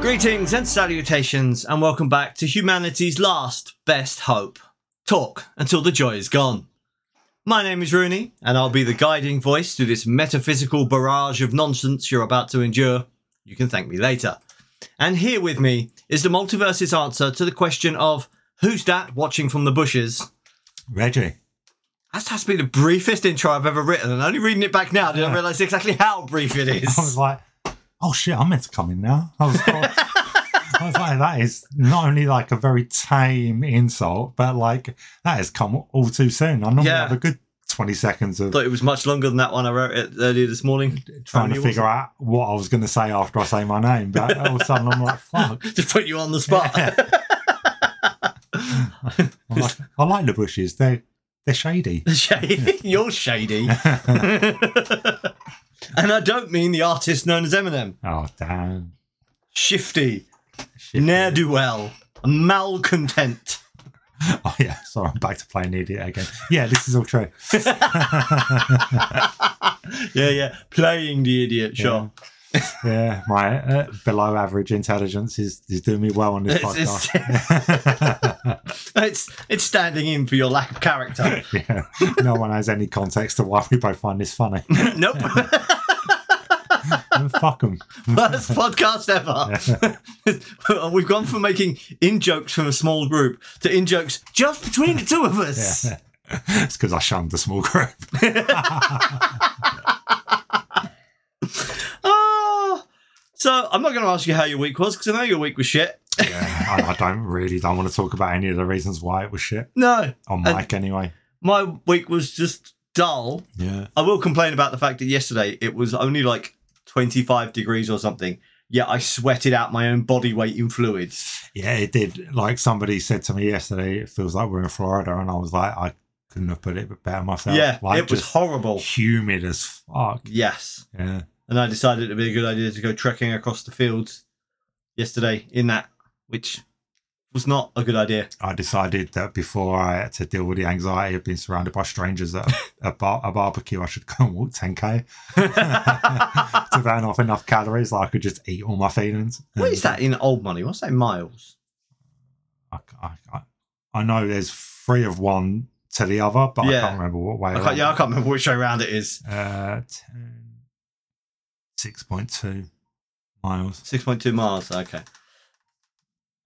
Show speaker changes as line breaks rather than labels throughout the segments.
Greetings and salutations, and welcome back to humanity's last best hope talk until the joy is gone. My name is Rooney, and I'll be the guiding voice through this metaphysical barrage of nonsense you're about to endure. You can thank me later. And here with me is the multiverse's answer to the question of who's that watching from the bushes?
Reggie.
That has to be the briefest intro I've ever written, and only reading it back now did I
Yeah.
realise exactly how brief it
I was
is.
like, oh shit, I'm meant to come in now. I was, like, I was like, that is not only like a very tame insult, but like that has come all too soon. I normally
Yeah.
have a good 20 seconds of
Thought it was much longer than that one I wrote it earlier this morning.
trying
Apparently it
to figure out what I was going to say after I say my name, but all of a sudden I'm like, fuck.
to put you on the spot.
I'm like, I like the bushes. They're, they're shady.
shady. You're shady.
oh,
and I don't mean the artist known as Eminem.
Oh, damn.
Shifty,
Shit.
ne'er do well, malcontent.
Oh, yeah. Sorry, I'm back to playing idiot again. Yeah, this is all true.
Yeah, yeah. Playing the idiot, sure.
Yeah, my uh, below average intelligence is, is doing me well on this
It's- it's-
podcast.
It's it's standing in for your lack of character.
yeah, no one has any context to why we both find this funny.
nope.
And fuck them.
Worst podcast ever. We've gone from making in jokes from a small group to in jokes just between the two of us.
Yeah. It's because I shunned the small group.
Ah. So I'm not going to ask you how your week was because I know your week was shit.
Yeah, and I don't really don't want to talk about any of the reasons why it was shit
No,
on
And-
mic anyway.
my week was just dull.
Yeah,
I will complain about the fact that yesterday it was only like 25 degrees or something. Yet I sweated out my own body weight in fluids.
yeah, it did. Like somebody said to me yesterday, it feels like we're in Florida, and I was like, I couldn't have put it better myself.
yeah,
like,
it was
just
horrible.
humid as fuck.
Yes.
Yeah.
And I decided it'd be a good idea to go trekking across the fields yesterday in that, which was not a good idea.
I decided that before I had to deal with the anxiety of being surrounded by strangers at a, a, bar, a barbecue, I should go and walk 10k to burn off enough calories that I could just eat all my feelings.
what is that in old money? What's that in miles?
I, I, I- I know there's three of one to the other, but
Yeah.
I can't remember what way.
I can't, yeah, I can't remember which way round it is.
Uh, 10, 6.2 miles.
6.2 miles. Okay.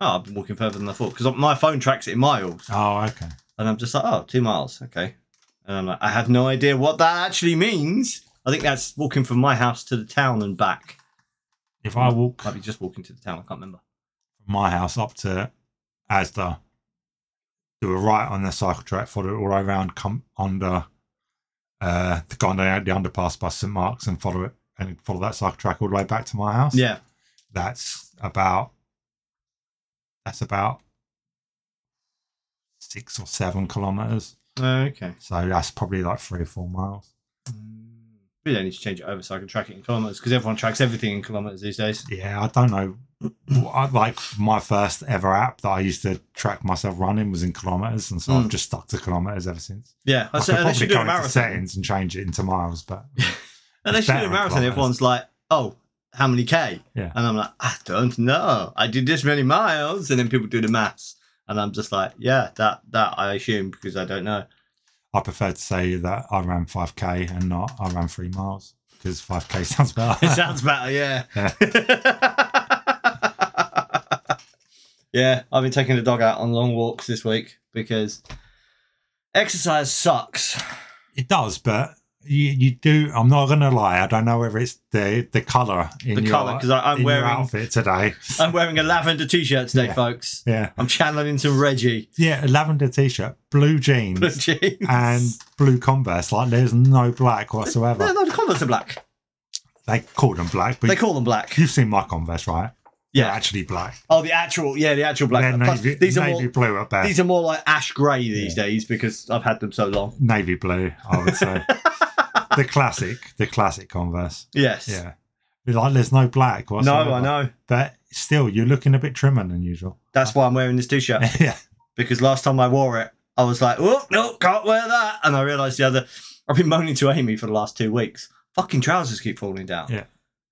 Oh, I've been walking further than I thought because my phone tracks it in miles.
Oh, okay.
And I'm just like, oh, two miles. Okay. And I'm like, I have no idea what that actually means. I think that's walking from my house to the town and back.
If I walk
Might be just walking to the town. I can't remember.
my house up to Asda, do a right on the cycle track, follow it all the way around, come under uh, the gondola, the underpass by St Mark's, and follow it and follow that cycle track all the way back to my house.
Yeah.
that's about that's about six or seven kilometers.
Okay.
So that's probably like three or four miles.
We don't need to change it over so I can track it in kilometers because everyone tracks everything in kilometers these days.
Yeah, I don't know. I like my first ever app that I used to track myself running was in kilometers, and so I've
Mm.
just stuck to kilometers ever since.
Yeah. I
I
said,
could
Oh, unless you do
probably go
a
into
marathon.
settings and change it into miles, but
Unless you do
better
a
in
marathon,
kilometers.
everyone's like, oh, how many K?
Yeah.
And I'm like, I don't know. I did this many miles. And then people do the maths. And I'm just like, yeah, that, that I assume because I don't know.
I prefer to say that I ran 5k and not I ran three miles because 5k sounds better.
It sounds better, yeah. yeah, I've been taking the dog out on long walks this week because exercise sucks.
it does, but you, you do. I'm not gonna lie. I don't know whether it's the the color in
The
your
colour because I'm
in your
wearing
outfit today.
I'm wearing a lavender t-shirt today,
Yeah.
folks.
yeah,
I'm channeling some Reggie
yeah, a lavender t-shirt, blue jeans,
blue jeans.
and blue Converse. Like there's no black
no,
whatsoever.
no, the Converse are black.
they call them black, but
They call them black.
you've seen my Converse, right? They're
Yeah.
actually black.
Oh, the actual, yeah, the actual black.
They're
Plus,
navy,
these are
navy
more
blue at best.
these are more like ash grey these days because I've had them so long.
navy blue, I would say. the classic, the classic Converse.
Yes.
Yeah. Like there's no black
no,
whatsoever.
I know.
But still, you're looking a bit trimmer than usual.
That's why I'm wearing this t-shirt.
yeah.
because last time I wore it, I was like, oh, no, can't wear that. And I realized the other, I've been moaning to Amy for the last two weeks. Fucking trousers keep falling down.
Yeah.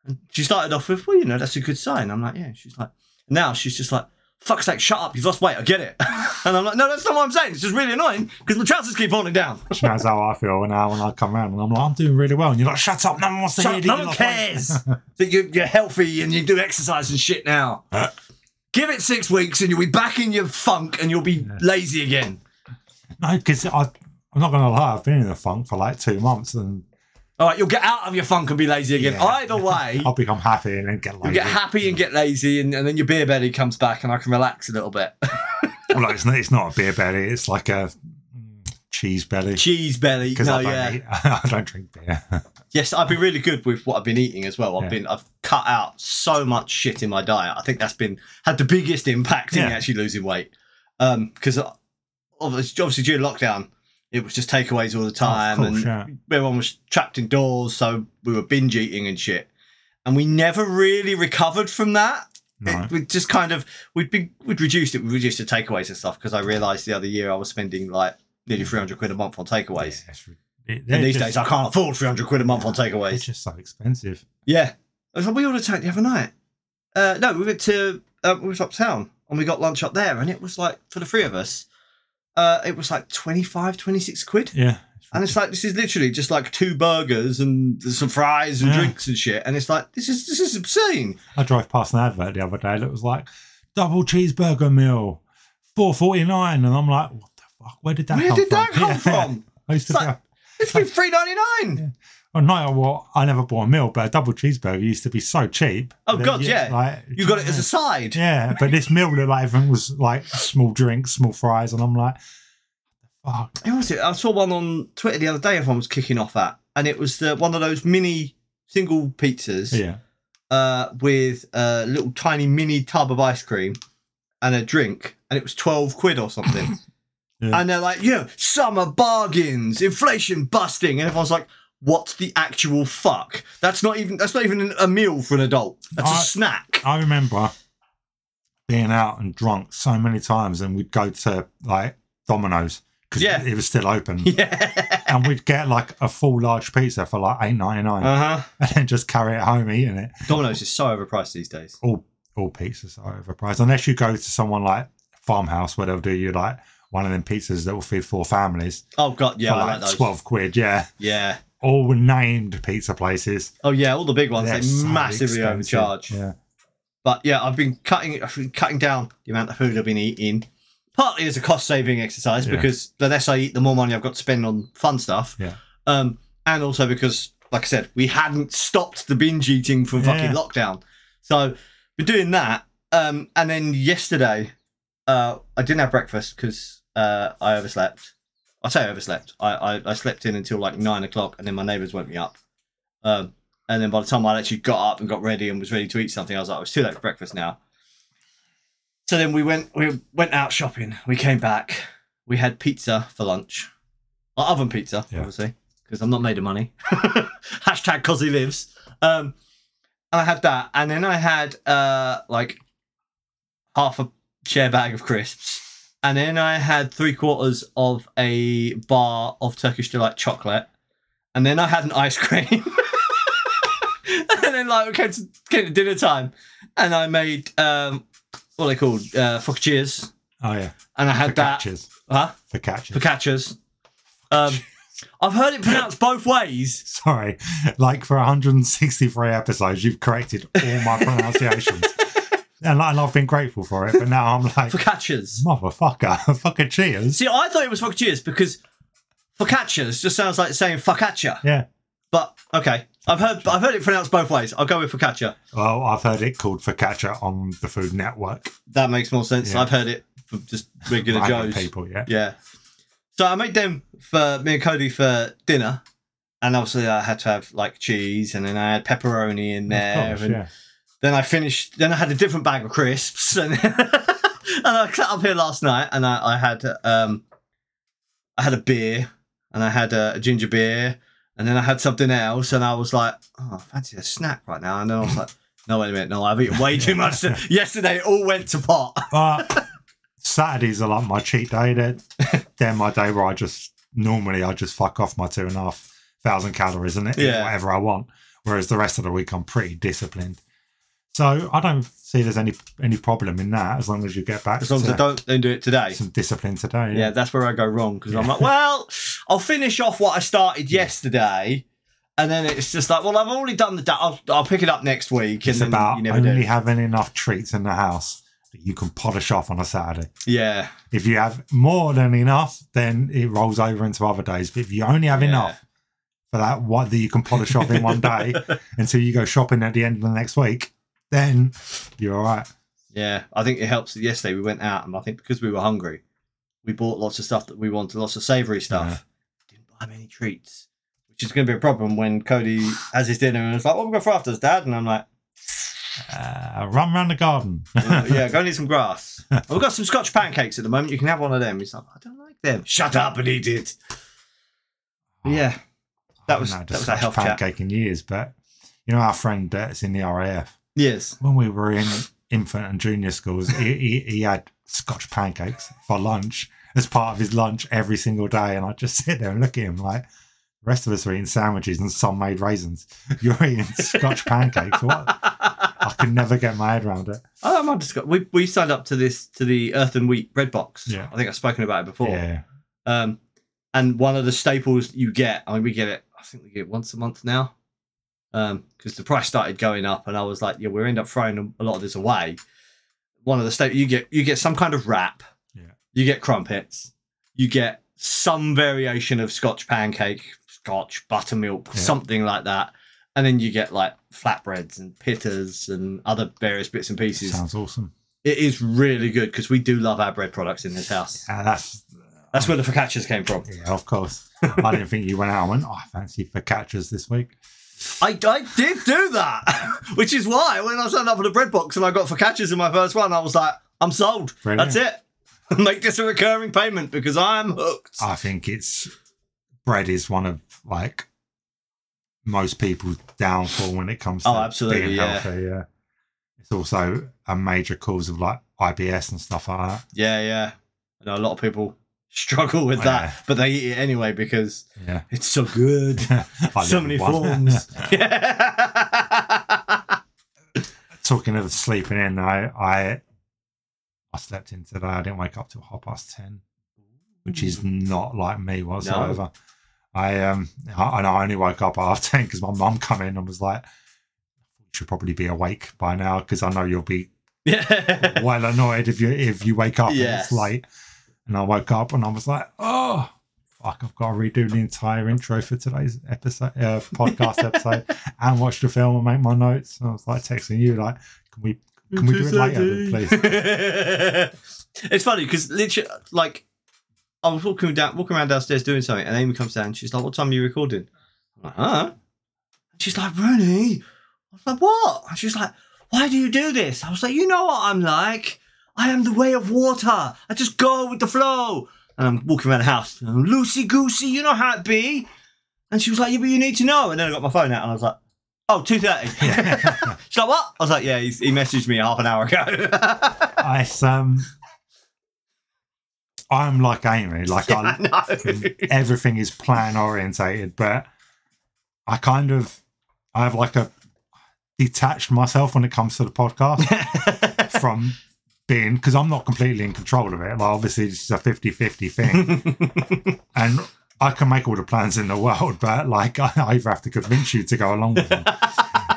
And she started off with, well, you know, that's a good sign. I'm like, yeah. She's like, now she's just like, fuck's sake, shut up. You've lost weight. I get it. and I'm like, no, that's not what I'm saying. It's just really annoying because my trousers keep falling down.
She knows how I feel now when I come around and I'm like, I'm doing really well. And you're like, shut up, no one wants to hear
Shut,
that
no
you
one
lost weight."
cares that you, you're healthy and you do exercise and shit now.
Huh?
Give it six weeks and you'll be back in your funk and you'll be lazy again.
No, because I'm not going to lie, I've been in a funk for like two months and
All right, you'll get out of your funk and be lazy again.
Yeah.
Either way,
I'll become happy and then get
you
lazy.
get happy and get lazy, and, and then your beer belly comes back and I can relax a little bit.
Well, like, it's, not, it's not a beer belly, it's like a mm, cheese belly.
Cheese belly.
Because
No,
I, don't
yeah.
eat- I don't drink beer.
Yes, I've been really good with what I've been eating as well. I've
Yeah.
been I've cut out so much shit in my diet. I think that's been had the biggest impact in
Yeah.
me actually losing weight. Um, because obviously, obviously during lockdown, it was just takeaways all the time,
Oh,
and
course, yeah.
everyone was trapped indoors, so we were binge eating and shit. And we never really recovered from that.
No.
It, we just kind of we'd be we'd reduced it, we reduced the takeaways and stuff because I realised the other year I was spending like nearly three hundred quid a month on
Mm. Yeah,
takeaways.
it's rid- it- they're
And these
just-
days I can't afford three hundred quid a month on takeaways.
They're just so expensive.
Yeah. I was like, we ordered takeaway the other night. Uh, no, we went to, uh, we was uptown and we got lunch up there and it was like, for the three of us, uh, it was like 25, 26 quid.
Yeah.
And it's like, this is literally just like two burgers and some fries and
Yeah.
drinks and shit. And it's like, this is, this is obscene.
I drove past an advert the other day that was like double cheeseburger meal, four forty nine, and I'm like, what the fuck? Where did that
Where
come
did
from?
that come
Yeah.
from?
I used to
It's
be
like-
like,
It's been three ninety nine.
well, no, well, I never bought a meal, but a double cheeseburger used to be so cheap.
Oh,
that
God,
you-
yeah.
like,
You got it as a side.
yeah, but this meal looked like everything was like small drinks, small fries, and I'm like, fuck.
Who was it? I saw one on Twitter the other day. Everyone was kicking off at, and it was the one of those mini single pizzas.
Yeah,
uh, with a little tiny mini tub of ice cream and a drink, and it was 12 quid or something.
Yeah.
And they're like, yeah, summer bargains, inflation busting. And everyone's like, what the actual fuck? That's not even that's not even an- a meal for an adult. That's a
I-
snack.
I remember being out and drunk so many times, and we'd go to like Domino's because
Yeah.
it was still open.
yeah.
and we'd get like a full large pizza for like eight ninety nine,
Uh huh.
and then just carry it home eating it.
Domino's is so overpriced these days.
All all pizzas are overpriced unless you go to someone like farmhouse where they'll do you like one of them pizzas that will feed four families
Oh god, yeah,
for
I
like
like those.
twelve quid. Yeah,
Yeah.
all named pizza places.
Oh yeah, all the big ones
They're
they
so
massively
expensive.
overcharge.
Yeah,
But yeah, I've been cutting I've been cutting down the amount of food I've been eating. Partly as a cost saving exercise
Yeah.
because the less I eat, the more money I've got to spend on fun stuff.
Yeah.
Um, and also because, like I said, we hadn't stopped the binge eating from fucking
Yeah.
lockdown. So we're doing that. Um, and then yesterday, uh, I didn't have breakfast because uh, I overslept. I say I overslept. I, I, I slept in until like nine o'clock, and then my neighbours woke me up. Um, and then by the time I actually got up and got ready and was ready to eat something, I was like, "Oh, it's too late for breakfast now. So then we went we went out shopping. We came back. We had pizza for lunch, like oven pizza,
Yeah.
obviously, because I'm not made of money. Hashtag cause he lives. Um, and I had that, and then I had uh like half a share bag of crisps, and then I had three quarters of a bar of Turkish delight chocolate, and then I had an ice cream. and then like we came to, came to dinner time, and I made um what are they called uh, focaccias,
oh yeah,
and I had that
catches
huh
for catches.
focaccias. Um, I've heard it pronounced both ways.
Sorry, like for 163 episodes, you've corrected all my pronunciations, and, I- and I've been grateful for it. But now I'm like,
Focaccias.
motherfucker, fucking cheers.
See, I thought it was focaccias because focaccias just sounds like saying focaccia.
Yeah.
But okay, I've heard I've heard it pronounced both ways. I'll go with focaccia.
Well, I've heard it called focaccia on the Food Network.
That makes more sense.
Yeah.
I've heard it from just regular
Random
Joes.
people, yeah.
Yeah. So I made them for me and Cody for dinner, and obviously I had to have like cheese, and then I had pepperoni in there,
Of course,
and
yeah.
Then I finished. Then I had a different bag of crisps, and, and I sat up here last night, and I, I had um, I had a beer, and I had a, a ginger beer, and then I had something else, and I was like, oh, I fancy a snack right now, and then I was like, no, wait a minute, no, I've eaten way too much. to- Yesterday, it all went to pot.
But Saturdays are like my cheat day. They're, they're my day where I just normally I just fuck off my two and a half thousand calories and it
Yeah.
whatever I want. Whereas the rest of the week, I'm pretty disciplined. So I don't see there's any any problem in that as long as you get back
As long as I
to
don't, don't do it today.
some discipline today.
Yeah, that's where I go wrong because I'm like, well, I'll finish off what I started yesterday. And then it's just like, well, I've already done the, da- I'll, I'll pick it up next week.
It's
and then
about
you never
only
do.
having enough treats in the house that you can polish off on a Saturday.
Yeah.
If you have more than enough, then it rolls over into other days. But if you only have
Yeah.
enough for that one that you can polish off in one day until you go shopping at the end of the next week, then you're all right.
Yeah, I think it helps. that Yesterday we went out, and I think because we were hungry, we bought lots of stuff that we wanted, lots of savoury stuff. Didn't buy many treats, which is going to be a problem when Cody has his dinner and it's like, "What we got for afters, Dad?" And I'm like,
Uh, run around the garden.
"Oh, "Yeah, go and eat some grass. Oh, We've got some Scotch pancakes at the moment. You can have one of them." He's like, "I don't like them. Shut up and eat it." But yeah, That was-
not
that was a health chat.
pancake in years, but you know our friend that's in the RAF.
yes,
When we were in infant and junior schools, he, he, he had Scotch pancakes for lunch as part of his lunch every single day, and I just sit there and look at him like the rest of us are eating sandwiches and some made raisins. You're eating Scotch pancakes. What? I could never get my head around it.
Oh, I'm under Scotch. We we signed up to this to the Earth and Wheat bread box.
Yeah.
I think I've spoken about it before.
Yeah,
Um, and one of the staples that you get, I mean, we get it, I think we get it once a month now. Um, because the price started going up, and I was like, yeah, we'll end up throwing a lot of this away. One of the staples you get, you get some kind of wrap.
Yeah.
You get crumpets. You get some variation of Scotch pancake, Scotch buttermilk,
Yeah.
something like that. And then you get like flatbreads and pittas and other various bits and pieces.
sounds awesome.
It is really good because we do love our bread products in this house.
And that's
That's where the focaccias came from.
yeah, of course. I didn't think you went out and went. Oh, I fancy for catchers this week.
I, I did do that, which is why when I signed up for the bread box and I got for catches in my first one, I was like, I'm sold.
Brilliant.
That's it. Make this a recurring payment because I'm hooked.
I think it's bread is one of like most people's downfall when it comes to
Oh, absolutely,
being
yeah.
healthy. Yeah, it's also a major cause of like IBS and stuff like that.
yeah, yeah. I know a lot of people struggle with that,
Yeah.
but they eat it anyway because
Yeah,
it's so good.
I
so
live
many
with one.
forms. Yeah.
Talking of sleeping in, I I I slept in today. I didn't wake up till half past ten, which is not like me whatsoever. I um I, and I only woke up at half ten because my mum come in and was like, "You should probably be awake by now because I know you'll be
yeah.
well annoyed if you if you wake up and
Yes.
it's late. And I woke up and I was like, oh fuck, I've got to redo the entire intro for today's episode, uh, podcast episode, and watch the film and make my notes. And I was like texting you like, can we can we do it later, please?
it's funny because literally, like, I was walking down, walking around downstairs doing something, and Amy comes down. And she's like, "What time are you recording?" I'm like, "Huh?" And she's like, "Rooney," I was like, "What?" And she's like, "Why do you do this?" I was like, "You know what I'm like. I am the way of water. I just go with the flow." And I'm walking around the house, loosey goosey. You know how it be. And she was like, "Yeah, but you need to know." And then I got my phone out, and I was like. Oh, 2.30. She's like, what? I was like, yeah, he's, he messaged me half an hour ago.
I um I'm like Amy, like I
I know.
everything is plan orientated, but I kind of I have like a detached myself when it comes to the podcast from being because I'm not completely in control of it. Like obviously it's a 50-50 thing. and I can make all the plans in the world, but like I either have to convince you to go along with them.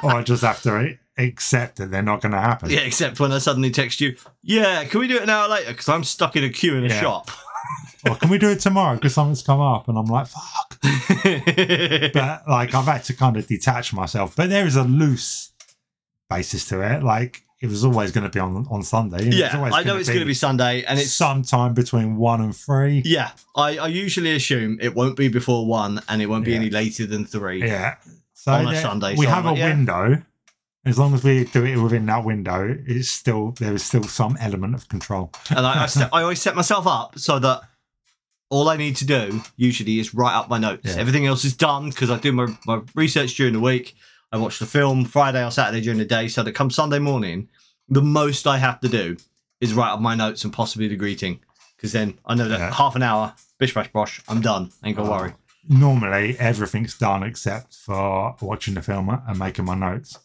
or I just have to accept that they're not gonna happen.
yeah, except when I suddenly text you, yeah, can we do it an hour later? Because I'm stuck in a queue in a
Yeah.
shop.
Or can we do it tomorrow? Because something's come up and I'm like, fuck. but like I've had to kind of detach myself. But there is a loose basis to it. Like it was always going to be on on Sunday. you know,
yeah,
always
I know it's going to be Sunday, and it's.
sometime between one and three.
yeah, I, I usually assume it won't be before one and it won't be
Yeah.
any later than three.
Yeah. So
On a
there-
Sunday,
we
so
have
I'm
a
like, yeah.
window. As long as we do it within that window, it's still there is still some element of control.
And I, I, set- I always set myself up so that all I need to do usually is write up my notes.
Yeah.
Everything else is done because I do my, my research during the week. I watch the film Friday or Saturday during the day so that come Sunday morning, the most I have to do is write up my notes and possibly the greeting because then I know that
Yeah. Oh,
half an hour, bish bash bosh, I'm done. Ain't got to worry.
normally everything's done except for watching the film and making my notes,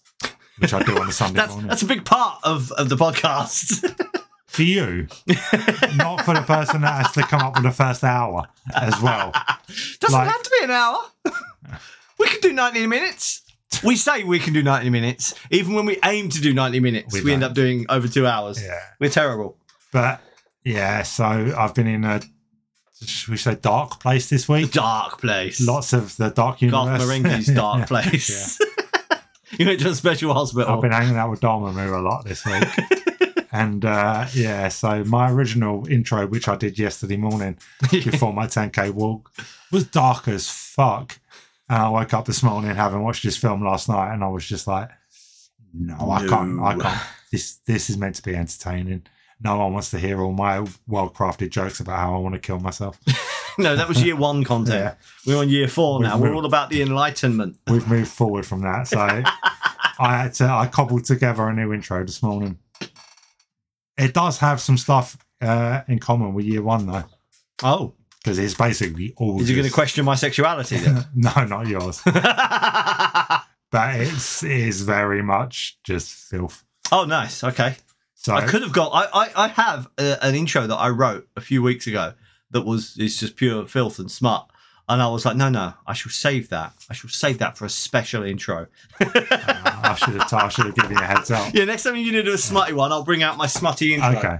which I do on a Sunday
That's
morning.
that's a big part of, of the podcast.
for you, not for the person that has to come up with the first hour as well.
Doesn't
Like-
have to be an hour. we can do 90 minutes. We say we can do 90 minutes. Even when we aim to do 90 minutes, we,
We
end
don't.
up doing over two hours.
Yeah.
We're terrible.
But yeah, so I've been in a should we say dark place this
A
week.
dark place.
Lots of the dark
Garth
universe.
Marenghi's dark place. you went to a special hospital.
I've been hanging out with Dharma Moo a lot this week. and uh, yeah, so my original intro, which I did yesterday morning before my 10K walk, was dark as fuck. And I woke up this morning having watched this film last night and I was just like, no, I can't. I
No.
can't. This, this is meant to be entertaining. No one wants to hear all my well crafted jokes about how I want to kill myself.
no, that was year one content. We're on year four
We've
now. We're
moved.
all about the enlightenment.
We've moved forward from that. So I had to, I cobbled together a new intro this morning. It does have some stuff uh, in common with year one though,
Oh,
because it's basically all.
is he going to
just-
question my sexuality then?
no, not yours. But it's it is very much just filth.
oh, nice. Okay.
So
I could have got. I I, I have a, an intro that I wrote a few weeks ago that was it's just pure filth and smut, and I was like, no, no, I shall save that. I shall save that for a special intro.
uh, I should have I should have given you a heads up.
Yeah, next time you need to do a smutty one, I'll bring out my smutty intro.
Okay.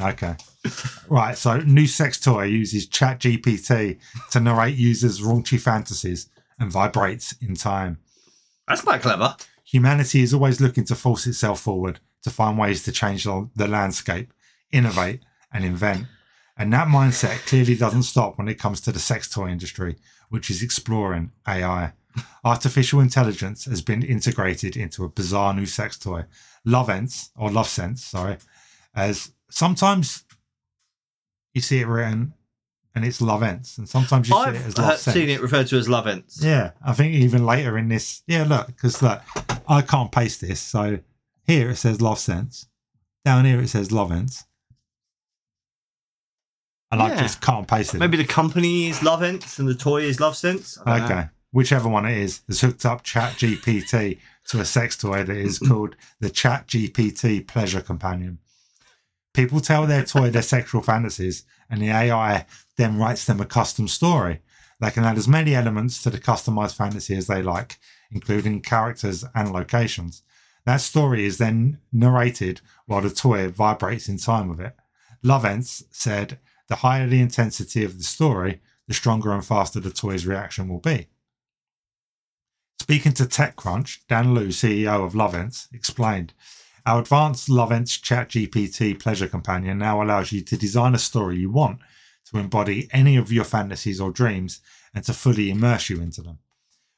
okay. Right. So, new sex toy uses ChatGPT to narrate users' raunchy fantasies and vibrates in time.
That's quite clever.
Humanity is always looking to force itself forward, to find ways to change the the landscape, innovate, and invent. And that mindset clearly doesn't stop when it comes to the sex toy industry, which is exploring AI. Artificial intelligence has been integrated into a bizarre new sex toy, Lovence or LoveSense, sorry, as sometimes you see it written and it's Lovence, and sometimes you see
I've
it as
heard-
LoveSense.
seen it referred to as love ends.
Yeah, I think even later in this, yeah, look, because look, I can't paste this. So here it says Love Sense. Down here it says Love Ends. And I
Yeah.
just can't paste it.
Maybe the company is love ends and the toy is love sense. I don't know.
okay. Whichever one it is, has hooked up Chat GPT to a sex toy that is called the Chat GPT Pleasure Companion. People tell their toy their sexual fantasies, and the AI then writes them a custom story. They can add as many elements to the customized fantasy as they like, including characters and locations. That story is then narrated while the toy vibrates in time with it. Lovence said, The higher the intensity of the story, the stronger and faster the toy's reaction will be. Speaking to TechCrunch, Dan Liu, CEO of Lovence, explained, Our advanced Lovence ChatGPT pleasure companion now allows you to design a story you want to embody any of your fantasies or dreams and to fully immerse you into them.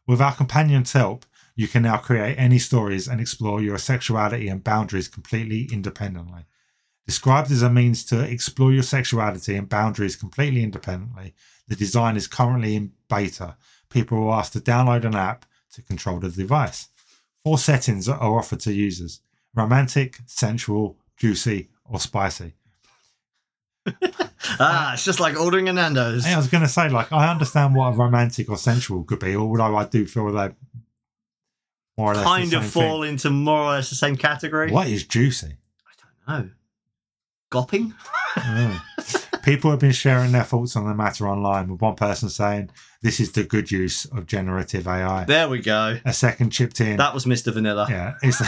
With our companion's help, you can now create any stories and explore your sexuality and boundaries completely independently. Described as a means to explore your sexuality and boundaries completely independently, the design is currently in beta. People are asked to download an app to control the device. Four settings are offered to users romantic, sensual, juicy, or spicy.
Ah, it's just like ordering a Nando's.
I was going to say, like, I understand what a romantic or sensual could be, although I do feel they more or less the
Kind of
same
fall into more or less the same
thing.
category.
What is juicy?
No. Gopping?
Mm. People have been sharing their thoughts on the matter online, with one person saying, "This is the good use of generative AI."
There we go.
A second chipped in.
That was Mr. Vanilla.
yeah, it's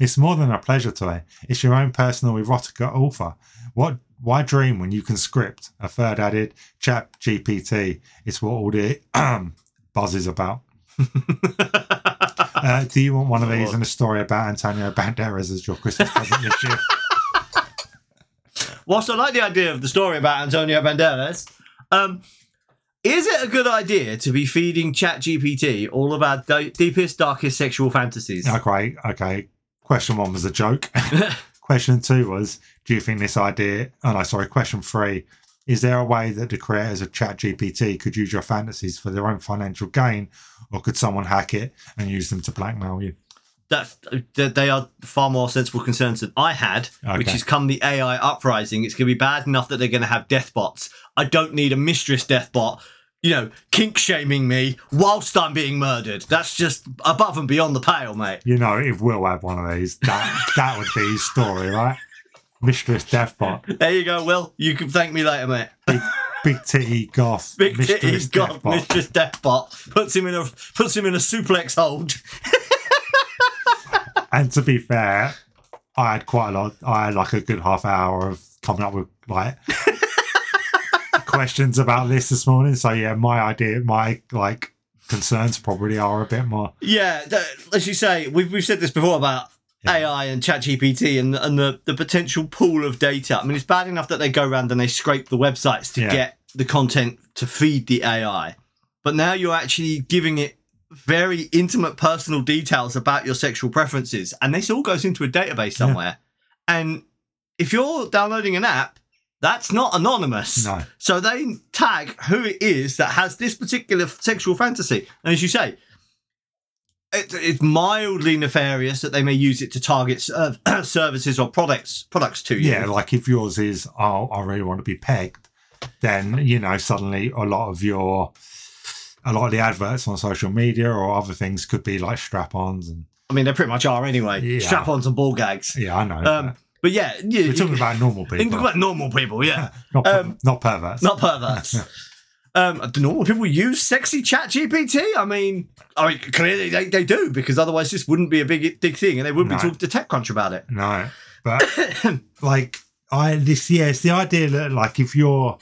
it's more than a pleasure toy. It's your own personal erotica author. What why dream when you can script? A third added, Chat GPT. It's what all the buzz is about. Uh, do you want one of these and a story about Antonio Banderas as your Christmas present this year?
Whilst I like the idea of the story about Antonio Banderas, um, is it a good idea to be feeding ChatGPT all of our d- deepest, darkest sexual fantasies?
Okay, okay. Question one was a joke. question two was, do you think this idea? Oh no, sorry. Question three: Is there a way that the creators of ChatGPT could use your fantasies for their own financial gain, or could someone hack it and use them to blackmail you?
that that they are far more sensible concerns than I had, which
Okay.
is come the AI uprising. It's going to be bad enough that they're going to have death bots. I don't need a mistress death bot, you know, kink shaming me whilst I'm being murdered. That's just above and beyond the pale, mate.
You know, if Will had one of these, that that would be his story, right? Mistress Deathbot,
There you go, Will. You can thank me later, mate.
big titty goth,
Big
Mistress
titty's got
Deathbot.
mistress death bot. Puts him in a puts him in a suplex hold.
And to be fair, I had quite a lot. I had like a good half hour of coming up with like questions about this this morning. So yeah, my idea, my like concerns probably are a bit more.
Yeah, th- as you say, we've, we've said this before about
Yeah.
AI and ChatGPT and and the, the potential pool of data. I mean, it's bad enough that they go around and they scrape the websites to
Yeah.
get the content to feed the AI, but now you're actually giving it very intimate personal details about your sexual preferences, and this all goes into a database
Yeah.
somewhere. And if you're downloading an app, that's not anonymous.
No,
So they tag who it is that has this particular sexual fantasy. And as you say, it, it's mildly nefarious that they may use it to target serv- services or products products to you.
yeah, like if yours is, oh, I really want to be pegged, then you know suddenly a lot of your, a lot of the adverts on social media or other things could be like strap-ons and
I mean, they pretty much are anyway.
Yeah.
Strap-ons and ball gags.
yeah, I know.
Um, but yeah, you,
but we're talking
you-
about normal
you can talk
people,
about normal people. Yeah,
not per-
um,
not perverts.
not perverts. Um, do normal people use sexy chat GPT? I mean, I mean, clearly they, they do because otherwise this wouldn't be a big big thing, and they wouldn't
No.
be talking to TechCrunch about it.
No, but like I this yeah, it's the idea that like if you're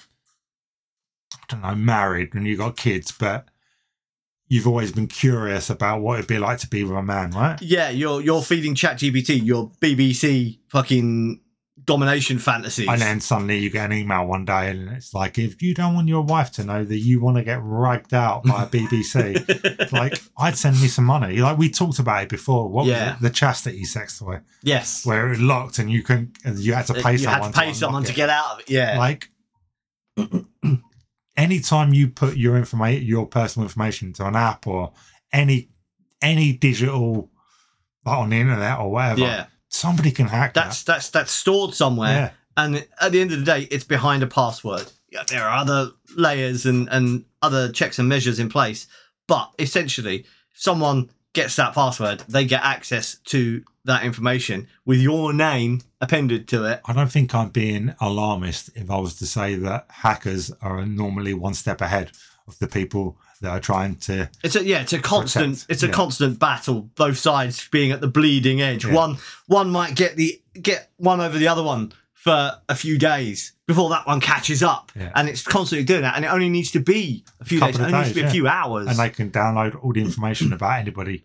I don't know married and you've got kids, but you've always been curious about what it'd be like to be with a man, right?
Yeah, you're you're feeding ChatGPT your BBC fucking domination fantasies.
And then suddenly you get an email one day and it's like if you don't want your wife to know that you want to get ragged out by a BBC. Like I'd send me some money. Like we talked about it before. What
Yeah.
was it? the chastity sex toy,
yes,
where it was locked and you can you had to pay
Uh, you
someone
had to pay
unlock
someone to
it.
get out of it. Yeah,
like anytime you put your information your personal information to an app or any any digital like on the internet or whatever
yeah.
somebody can hack
That's that's that's stored
that.
somewhere,
yeah
and at the end of the day, it's behind a password. Yeah, There are other layers and and other checks and measures in place, but essentially, if someone gets that password, they get access to that information with your name appended to it.
i don't think i'm being alarmist if i was to say that hackers are normally one step ahead of the people that are trying to
It's a yeah, it's a constant
Protect,
it's a
yeah.
constant battle, both sides being at the bleeding edge.
Yeah.
One one might get the get one over the other one for a few days before that one catches up.
Yeah.
And it's constantly doing that and it only needs to be a few days,
Couple
it
of
only needs to be
days,
a
yeah.
few hours.
and they can download all the information about anybody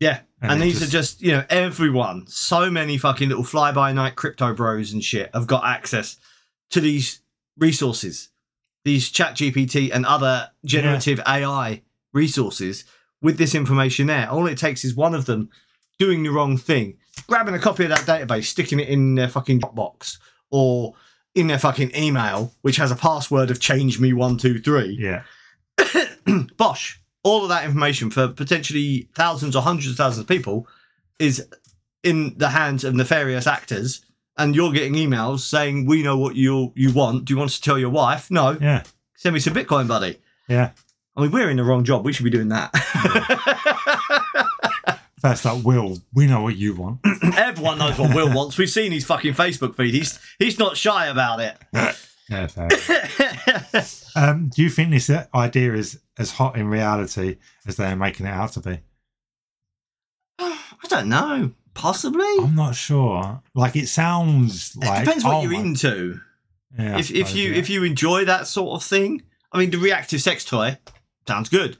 yeah. And,
it
these are just, you know, everyone, so many fucking little fly by night crypto bros and shit have got access to these resources, these chat GPT and other generative AI resources with this information there. All it takes is one of them doing the wrong thing, grabbing a copy of that database, sticking it in their fucking Dropbox or in their fucking email, which has a password of change me one, two, three.
yeah
Bosh, all of that information for potentially thousands or hundreds of thousands of people is in the hands of nefarious actors. And you're getting emails saying, "We know what you you want. Do you want us to tell your wife? No.
yeah
Send me some Bitcoin, buddy."
yeah
I mean, we're in the wrong job. We should be doing that.
first up will we know what you want
Everyone knows what Will wants. We've seen his fucking Facebook feed. He's he's not shy about it.
yeah fair Um, do you think this idea is as hot in reality as they're making it out to be?
I don't know. Possibly.
I'm not sure. Like it sounds
it
like
depends what
oh
you're
my-
into.
Yeah, I
if if
suppose,
you
yeah.
if you enjoy that sort of thing, I mean, the reactive sex toy sounds good.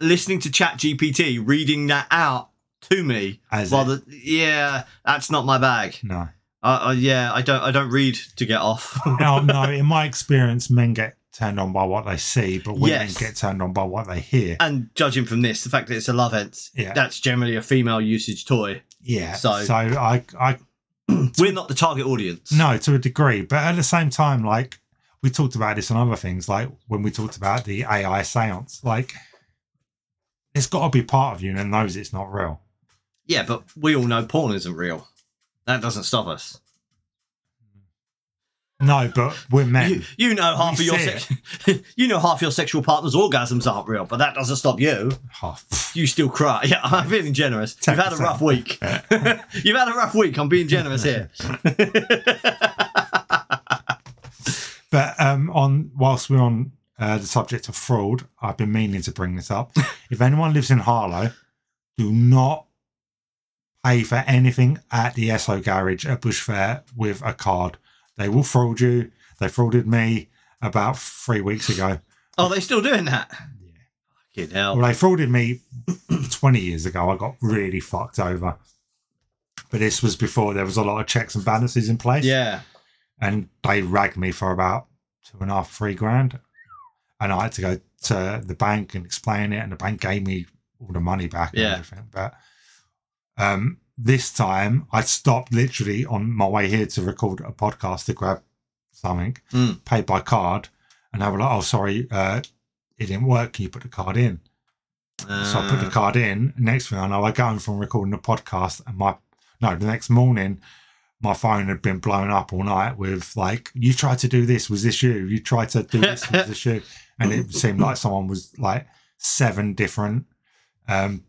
Listening to Chat GPT reading that out to me,
As
well,
it-
the, yeah, that's not my bag.
no,
Uh, uh, yeah, I don't I don't read to get off.
no, no. In my experience, men get turned on by what they see, but women
Yes.
get turned on by what they hear.
and judging from this, the fact that it's a love ent,
Yeah.
that's generally a female usage toy.
Yeah.
So-
so I, I
We're not the target audience.
No, to a degree, but at the same time, like we talked about this and other things, like when we talked about the AI seance, like it's got to be part of you and knows it's not real.
Yeah, but we all know porn isn't real. That doesn't stop us.
No, but we're
You,
men.
you know half of
We
your
see
sex you know half your sexual partner's orgasms aren't real, but that doesn't stop you.
Half.
You still cry. Yeah, I'm feeling generous. You've had a
10%.
rough week. You've had a rough week. I'm being generous here.
But um, on whilst we're on uh, the subject of fraud, I've been meaning to bring this up. if anyone lives in Harlow, do not pay for anything at the SO garage at Bush Fair with a card. They will fraud you. They frauded me about three weeks ago.
Oh, they still doing that?
Yeah.
Fucking hell.
Well, they frauded me 20 years ago. I got really fucked over. But this was before there was a lot of checks and balances in place.
Yeah.
and they ragged me for about two and a half, three grand. And I had to go to the bank and explain it, and the bank gave me all the money back and
Yeah.
everything. But um, this time, I stopped literally on my way here to record a podcast to grab something,
Mm.
paid by card, and they were like, "Oh, sorry, uh, it didn't work. Can you put the card in?" So I put the
Uh,
card in. Next thing I know, I go home from recording the podcast, and my no, the next morning, my phone had been blown up all night with like, "You tried to do this. Was this you? You tried to do this. Was this you?" And it seemed like someone was like seven different um,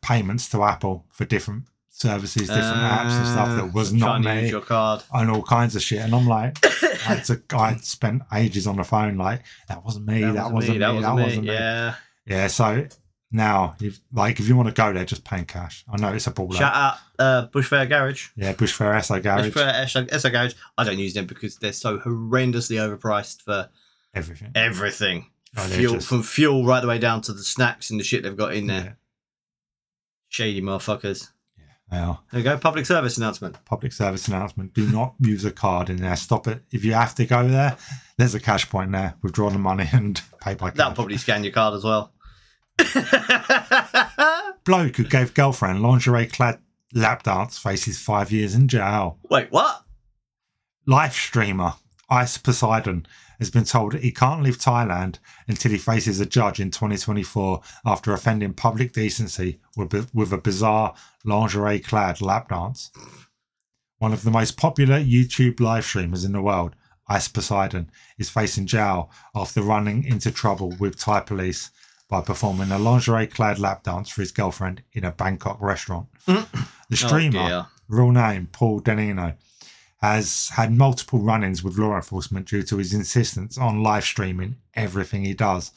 payments to Apple for different services, different apps and stuff that was
I'm trying
not
to
me
use Uh, your card.
and all kinds of shit. And I'm like, I had to, I had spent ages on the phone like, "That wasn't me. That, wasn't me. That wasn't, me.
Yeah.
Yeah, so now, if, like, if you want to go there, just pay in cash. I know it's a ball.
Shout
out.
out uh, Bushfire Garage.
Yeah, Bushfair SO Garage,
Bushfire SO Garage. I don't use them because they're so horrendously overpriced for
everything.
everything.
Oh, they're
fuel
just-
from fuel right the way down to the snacks and the shit they've got in there.
Yeah,
Shady motherfuckers.
Well,
There you go. Public service announcement.
public service announcement: Do not use a card in there. Stop it. If you have to go there, there's a cash point there. Withdraw the money and pay by
That'll
cash.
probably scan your card as well.
Bloke who gave girlfriend lingerie-clad lap dance faces five years in jail.
Wait, what?
Live streamer Ice Poseidon has been told he can't leave Thailand until he faces a judge in 2024 after offending public decency with, a- with a bizarre lingerie clad lap dance. One of the most popular YouTube live streamers in the world, Ice Poseidon, is facing jail after running into trouble with Thai police by performing a lingerie clad lap dance for his girlfriend in a Bangkok restaurant. the streamer
Oh, dear.
real name Paul Danino, has had multiple run ins with law enforcement due to his insistence on live streaming everything he does,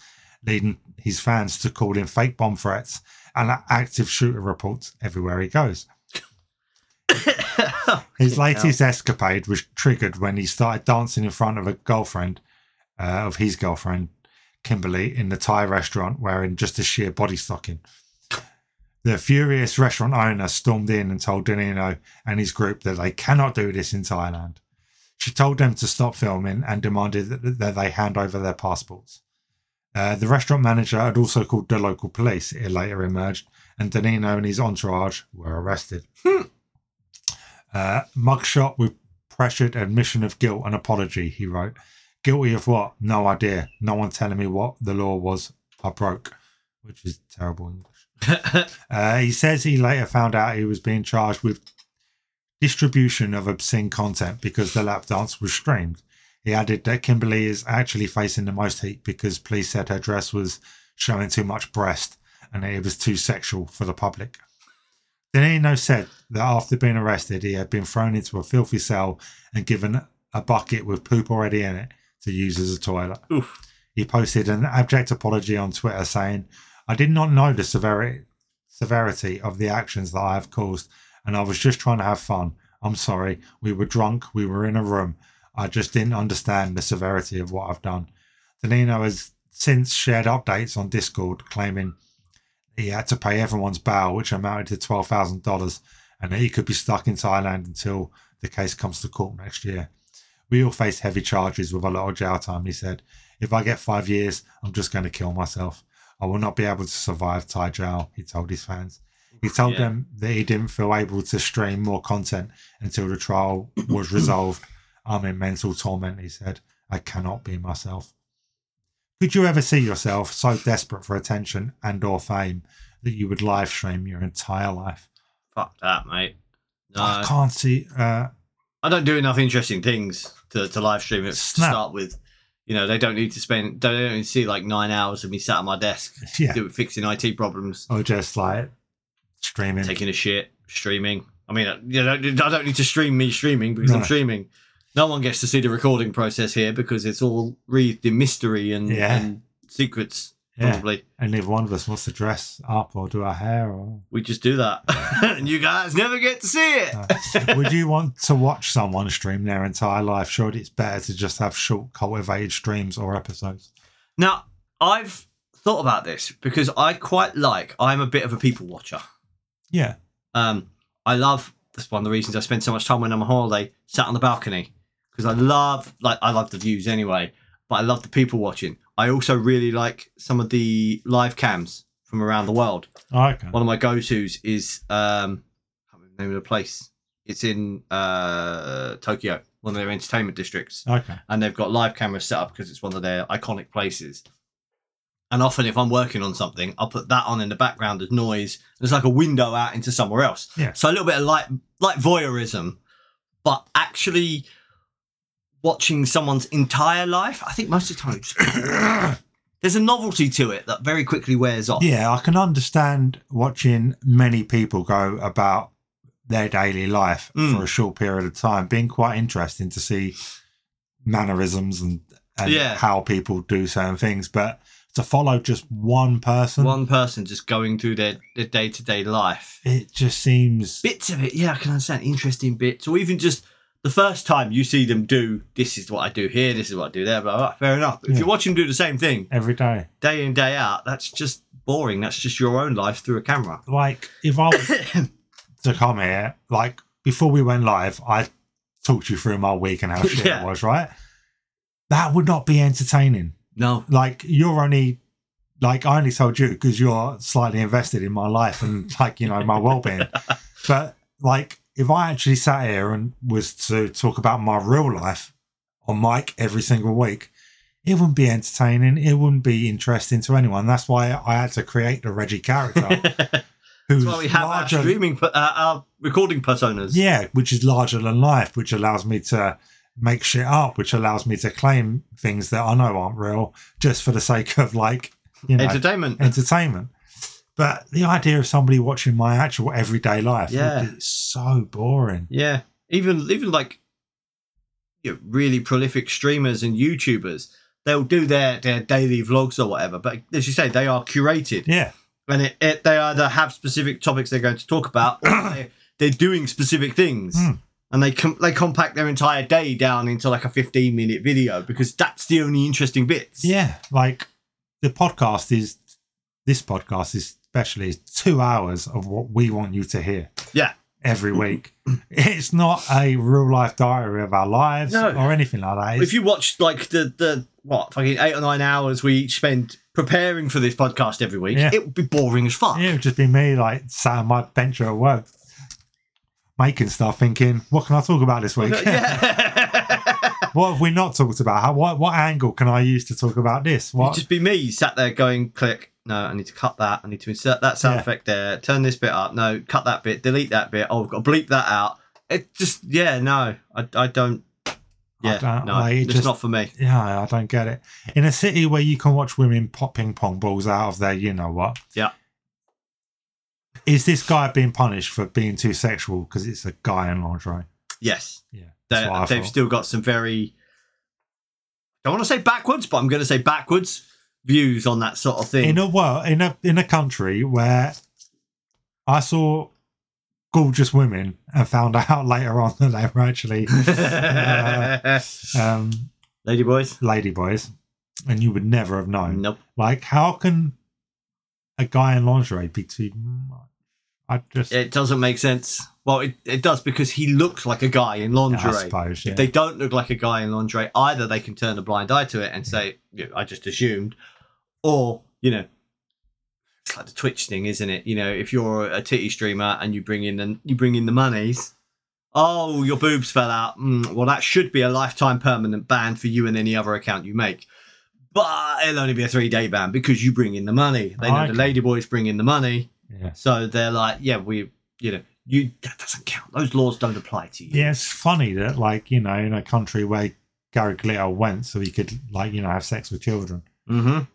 leading his fans to call him fake bomb threats and active shooter reports everywhere he goes. His latest escapade was triggered when he started dancing in front of a girlfriend, uh, of his girlfriend, Kimberly, in the Thai restaurant wearing just a sheer body stocking. The furious restaurant owner stormed in and told Danino and his group that they cannot do this in Thailand. She told them to stop filming and demanded that, that they hand over their passports. Uh, the restaurant manager had also called the local police, it later emerged, and Danino and his entourage were arrested. Uh, mugshot with pressured admission of guilt and apology, he wrote. Guilty of what? No idea. No one telling me what the law was. I broke, which is terrible English. Uh, he says he later found out he was being charged with distribution of obscene content because the lap dance was streamed. He added that Kimberly is actually facing the most heat because police said her dress was showing too much breast and that it was too sexual for the public. Danino said that after being arrested, he had been thrown into a filthy cell and given a bucket with poop already in it to use as a toilet.
Oof.
He posted an abject apology on Twitter saying, I did not know the severity severity of the actions that I have caused, and I was just trying to have fun. I'm sorry. We were drunk. We were in a room. I just didn't understand the severity of what I've done. Danino has since shared updates on Discord claiming he had to pay everyone's bail, which amounted to $12,000, and that he could be stuck in Thailand until the case comes to court next year. We all face heavy charges with a lot of jail time, he said. If I get five years, I'm just going to kill myself. I will not be able to survive Thai jail, he told his fans. He told
Yeah.
them that he didn't feel able to stream more content until the trial was resolved. I'm in mental torment, he said. I cannot be myself. Could you ever see yourself so desperate for attention and or fame that you would live stream your entire life?
Fuck that, mate. No,
I
I,
can't see. Uh,
don't do enough interesting things to, to live stream it to
Snap.
start with. You know, they don't need to spend. They don't need to see like nine hours of me sat at my desk
yeah,
doing fixing IT problems,
or just like streaming.
taking a shit, streaming. I mean, I- you know, I don't need to stream me streaming because I'm
No.
streaming. No one gets to see the recording process here because it's all wreathed in mystery and,
Yeah.
and secrets.
yeah,
Probably
and if one of us wants to dress up or do our hair, or
we just do that, and you guys never get to see it.
Uh, would you want to watch someone stream their entire life? Surely it's better to just have short, cultivated streams or episodes.
Now, I've thought about this because I quite like, I'm a bit of a people watcher.
Yeah,
Um, I love, that's one of the reasons I spend so much time when I'm on holiday, sat on the balcony. Because I love, like, I love the views anyway, but I love the people watching. I also really like some of the live cams from around the world.
okay.
One of my go-tos is, um, I can't remember the name of the place. It's in uh, Tokyo, one of their entertainment districts
Okay.
and they've got live cameras set up because it's one of their iconic places. And often, if I'm working on something, I'll put that on in the background as noise. It's like a window out into somewhere else.
Yeah.
So a little bit of like like voyeurism, but actually watching someone's entire life. I think most of the time, it's just- there's a novelty to it that very quickly wears off.
Yeah, I can understand watching many people go about their daily life
Mm.
for a short period of time, being quite interesting to see mannerisms and, and
Yeah.
how people do certain things. But to follow just one person,
One person just going through their their day to day life.
it just seems
bits of it yeah i can understand interesting bits or even just the first time you see them do this is what i do here this is what i do there blah, blah, blah. fair enough But if
Yeah.
you watch them do the same thing
every day.
day in day out that's just boring that's just your own life through a camera
Like, if I was to come here, like before we went live, I talked you through my week and how shit
Yeah.
it was, right? That would not be entertaining.
no
like you're only like I only told you because you're slightly invested in my life and like you know my well-being. But like if I actually sat here and was to talk about my real life on mic every single week, it wouldn't be entertaining. It wouldn't be interesting to anyone. That's why I had to create the Reggie character,
that's
who's
why we have our
larger
streaming per- uh, our recording personas
yeah, which is larger than life, which allows me to make shit up, which allows me to claim things that I know aren't real just for the sake of like, you know,
entertainment
entertainment. But the idea of somebody watching my actual everyday life,
Yeah.
it's so boring.
yeah even even like you know, really prolific streamers and youtubers they'll do their their daily vlogs or whatever but as you say they are curated
Yeah,
and it, it, they either have specific topics they're going to talk about or they, they're doing specific things
Hmm.
and they com- they compact their entire day down into like a 15 minute video because that's the only interesting bits
yeah. Like the podcast is, this podcast is especially is two hours of what we want you to hear.
Yeah.
Every week, it's not a real life diary of our lives
No.
or anything like that. It's-
if you watch like the the what fucking eight or nine hours we each spend preparing for this podcast every week
Yeah.
it would be boring as fuck
Yeah, it would just be me like sat on my bench at work making stuff, thinking, what can I talk about this week?
Yeah.
what have we not talked about? How, what, what angle can I use to talk about this?
It'd
What?
just be me sat there going, click. No, I need to cut that. I need to insert that sound
Yeah.
effect there. Turn this bit up. No, cut that bit. Delete that bit. Oh, I've got to bleep that out. It just, yeah, no, I, I don't. Yeah,
don't-
no,
I
it's
just-
not for me.
yeah, I don't get it. In a city where you can watch women pop ping pong balls out of their, you know what?
Yeah.
Is this guy being punished for being too sexual because it's a guy in lingerie?
Yes,
Yeah,
they,
that's what I
they've
thought.
still got some very. I don't want to say backwards, but I'm going to say backwards views on that sort of thing.
in a world in a in a country where I saw gorgeous women and found out later on that they were actually uh, um,
Lady boys,
ladyboys, and you would never have known.
nope.
Like, how can a guy in lingerie be too? much? I just
It doesn't make sense. Well, it, it does because he looks like a guy in
I
lingerie.
suppose yeah.
If they don't look like a guy in lingerie, either they can turn a blind eye to it and say, yeah, I just assumed, or, you know, it's like the Twitch thing, isn't it? You know, if you're a titty streamer and you bring in the, you bring in the monies, oh, your boobs fell out. Mm, well, that should be a lifetime permanent ban for you and any other account you make. But it'll only be a three day ban because you bring in the money. They know the
Okay.
ladyboys bring in the money.
yeah.
So they're like, yeah, we, you know, you that doesn't count. Those laws don't apply to you.
Yeah, it's funny that like you know in a country where Gary Glitter went so he could like you know have sex with children.
Mm-hmm.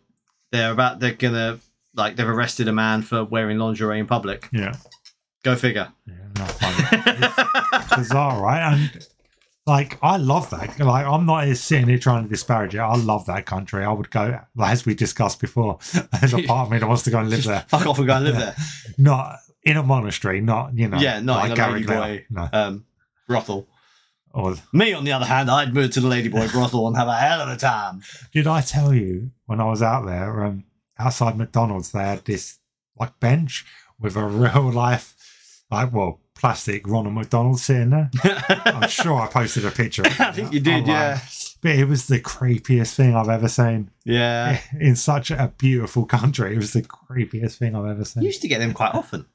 They're about they're gonna like they've arrested a man for wearing lingerie in public.
Yeah,
Go figure.
yeah, not funny. bizarre, right? And like I love that. Like I'm not here sitting here trying to disparage it. I love that country. I would go like, as we discussed before. There's a part of me that wants to go and live there,
Fuck off and go and live
Yeah.
there.
not in a monastery, not you know,
Yeah, not in a
Gary
lady
Glitter.
boy.
no,
Um, brothel.
or
Me, on the other hand, I'd move to the Ladyboy brothel and have a hell of a time.
Did I tell you when I was out there, um, outside McDonald's, they had this like bench with a real life, like well, plastic Ronald McDonald sitting there. I'm sure I posted a picture. of it
I think you did,
online.
yeah.
But it was the creepiest thing I've ever seen
Yeah.
in such a beautiful country. It was the creepiest thing I've ever
You
seen.
used to get them quite often.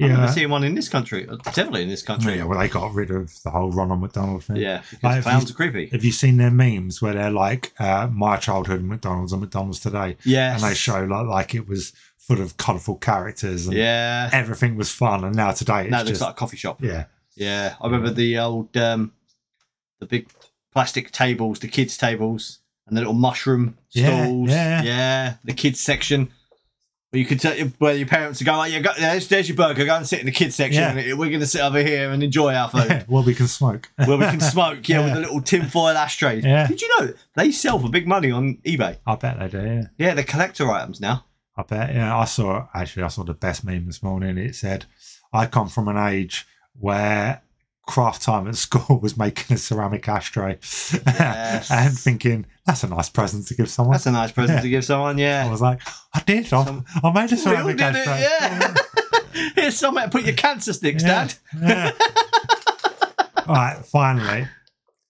I've never
Yeah,
seen one in this country. or Definitely in this country.
yeah. Well, they got rid of the whole Ronald McDonald thing.
Yeah, because
Like, if
clowns
you-
are creepy.
Have you seen their memes where they're like, uh, "My childhood McDonald's and McDonald's today"?
Yeah.
and they show like like it was full of colourful characters and
Yeah.
everything was fun. And now today it's
Now it looks
just
like a coffee shop.
yeah,
Yeah, I remember the old, um, the big plastic tables, the kids' tables, and the little mushroom
Yeah,
stalls.
yeah.
the kids section. Where you could tell where your parents would go, oh, yeah, go, there's, there's your burger, go and sit in the kids section.
Yeah.
and We're going to sit over here and enjoy our food.
well we can smoke.
Where we can smoke, yeah, with
Yeah.
the little tinfoil ashtrays.
Yeah.
Did you know they sell for big money on eBay?
I bet they do. Yeah,
Yeah, they're collector items now.
I bet. Yeah, I saw actually I saw the best meme this morning. It said, "I come from an age where." Craft time at school was making a ceramic ashtray
Yes.
and thinking that's a nice present to give someone.
That's a nice present
Yeah.
to give someone, yeah.
I was like, I did. I,
Some-
I made a
We all
ceramic
did it,
ashtray.
yeah. Here's somewhere to put your cancer sticks,
Yeah,
Dad.
yeah. All right, finally,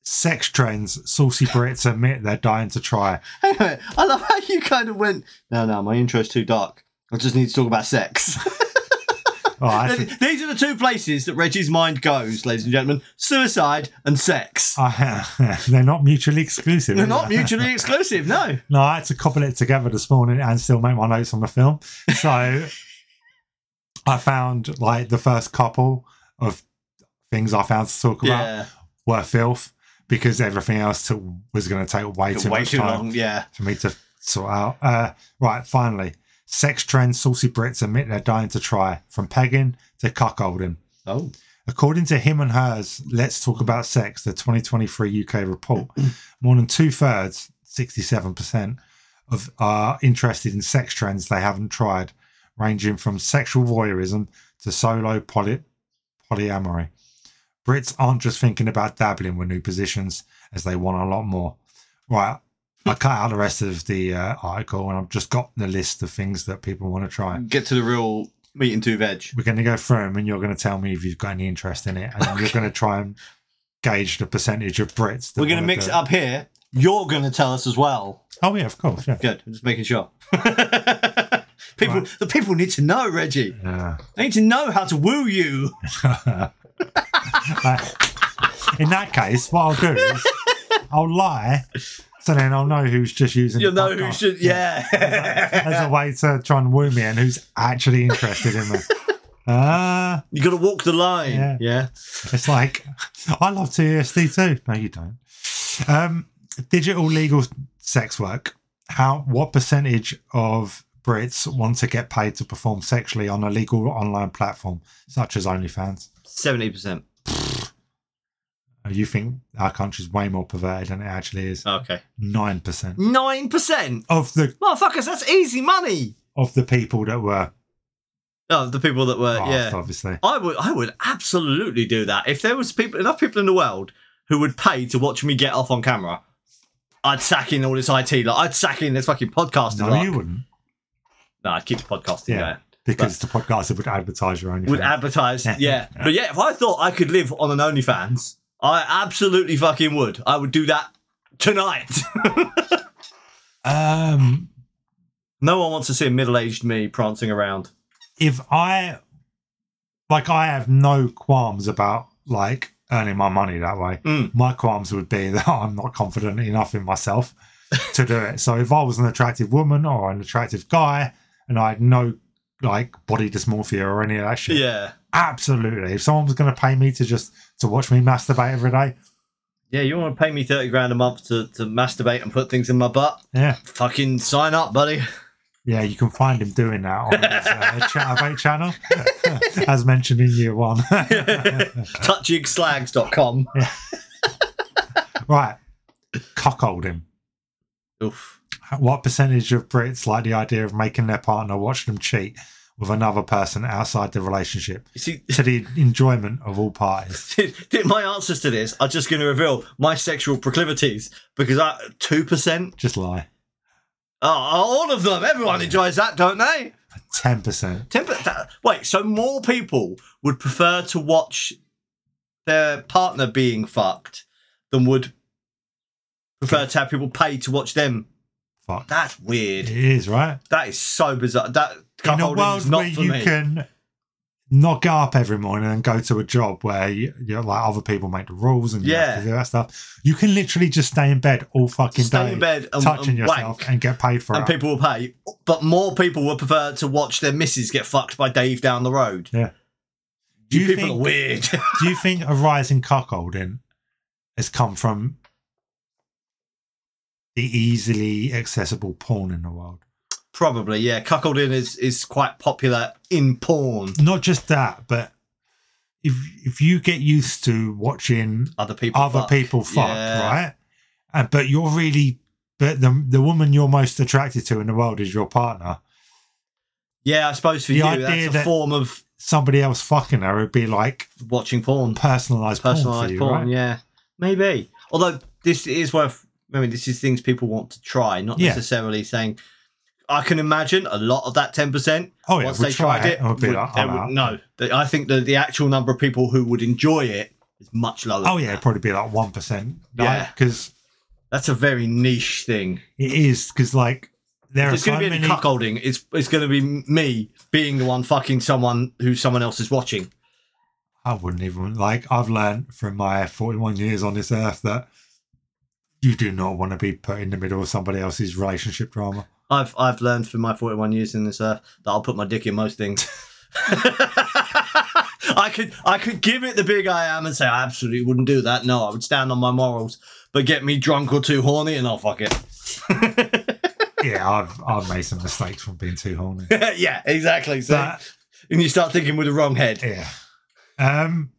sex trends. Saucy Brits admit they're dying to try.
Hang on a minute. I love how you kind of went, no, no, my intro's too dark. I just need to talk about sex.
All right,
Th- These are the two places that Reggie's mind goes, ladies and gentlemen suicide and sex.
I, they're not mutually exclusive.
They're
are
not
they?
mutually exclusive, no.
No, I had to couple it together this morning and still make my notes on the film. So I found like the first couple of things I found to talk about
Yeah.
were filth because everything else took, was going to take way too
Way
much
too
time.
long, yeah.
for me to sort out. Uh, right, finally, sex trends saucy Brits admit they're dying to try, from pegging to cuckolding.
Oh.
According to him and hers, let's talk about sex. The 2023 UK report, more than two thirds, 67 percent, of are interested in sex trends they haven't tried, ranging from sexual voyeurism to solo poly- polyamory. Brits aren't just thinking about dabbling with new positions, as they want a lot more. Right, I cut out the rest of the uh, article, and I've just got the list of things that people want to try.
Get to the real meat and two veg.
We're going to go through them, and you're going to tell me if you've got any interest in it, and you're going to try and gauge the percentage of Brits. that
We're going to
wanna
mix
do
it up here. You're going to tell us as well.
Oh yeah, of course, yeah.
Good. I'm just making sure. people,
Right.
The people need to know, Reggie.
Yeah.
They need to know how to woo you.
in that case, what I'll do is I'll lie, so then I'll know who's just using.
You'll
the
know who
podcast
should, yeah.
as a way to try and woo me and who's actually interested in me. Uh,
You got to walk the line.
Yeah. It's like I love TSD too. No, you don't. Um, digital legal sex work. How? What percentage of Brits want to get paid to perform sexually on a legal online platform such as OnlyFans?
seventy percent.
Uh, You think our country's way more perverted than it actually is?
Ah, Okay,
Nine percent
nine percent.
of the
Motherfuckers, that's easy money.
of the people that were
Oh, the people that were,
asked,
yeah.
obviously.
I would, I would absolutely do that if there was people, enough people in the world who would pay to watch me get off on camera. I'd sack in all this IT, like I'd sack in this fucking podcasting.
No,
like-
you wouldn't,
No, I'd keep the podcasting
Yeah.
there.
because the podcaster would advertise your own.
Would advertise,
Yeah.
yeah. But yeah, if I thought I could live on an OnlyFans, I absolutely fucking would. I would do that tonight.
um,
no one wants to see a middle-aged me prancing around.
if I like I have no qualms about like earning my money that way.
Mm.
My qualms would be that I'm not confident enough in myself to do it. So if I was an attractive woman or an attractive guy and I had no like body dysmorphia or any of that shit.
Yeah.
Absolutely. If someone was going to pay me to just to watch me masturbate every day,
Yeah, you want to pay me 30 grand a month to, to masturbate and put things in my butt?
yeah,
Fucking sign up, buddy.
yeah, you can find him doing that on his uh, Chat of Eight channel, as mentioned in year one.
Touchigslags.com.
right, cuckold him.
Oof.
What percentage of Brits like the idea of making their partner watch them cheat with another person outside the relationship
You see,
to the enjoyment of all parties?
my answers to this are just going to reveal my sexual proclivities because I 2%.
Just lie.
Oh, all of them. Everyone enjoys that, don't they?
Ten percent.
Temper- that- Wait, so more people would prefer to watch their partner being fucked than would prefer to have people pay to watch them.
Fuck.
That's
It
weird.
is right.
That is so bizarre. That
in a
cuckolding
world
is not
where
for
you
me.
can not get up every morning and go to a job where you, you're like other people make the rules and you have
Yeah.
to do that stuff. You can literally just stay in bed all fucking
Stay
day,
in bed and,
touching
and
yourself
wank,
and get paid for
and
it.
people will pay. But more people would prefer to watch their missus get fucked by Dave down the road.
Yeah. Do
You,
you
people
think-
are weird.
do you think a rise in cuckolding has come from the easily accessible porn in the world?
Probably, yeah. Cuckolding is is quite popular in porn.
Not just that, but if if you get used to watching
Other people.
other
fuck.
people fuck,
Yeah.
right? And, but you're really, but the the woman you're most attracted to in the world is your partner.
Yeah, I suppose for
The
you,
idea
that's a
that-
form of
Somebody else fucking her would be like
watching porn,
personalized, porn for
personalized
you,
porn.
right?
Yeah, maybe. Although this is worth. I mean, this is things people want to try, not
Yeah.
necessarily saying. I can imagine a lot of that ten percent.
Oh yeah,
once
we
they tried it,
I would be
would-
like, oh,
they
I'm
would-
out.
no. The- I think that the actual number of people who would enjoy it is much lower.
Oh yeah, it'd probably be like one percent.
Yeah.
because
that's a very niche thing.
it is because like there
It's
are so
going to be
many.
any cuckolding. It's it's going to be me being the one fucking someone who someone else is watching.
I wouldn't even like. I've learned from my 41 years on this earth that you do not want to be put in the middle of somebody else's relationship drama.
I've I've learned from my 41 years in this earth that I'll put my dick in most things. I could I could give it the big I am and say I absolutely wouldn't do that. No, I would stand on my morals. But get me drunk or too horny and I'll fuck it.
yeah, I've I've made some mistakes from being too horny.
yeah, exactly. So
But
and you start thinking with the wrong head.
Yeah. Um,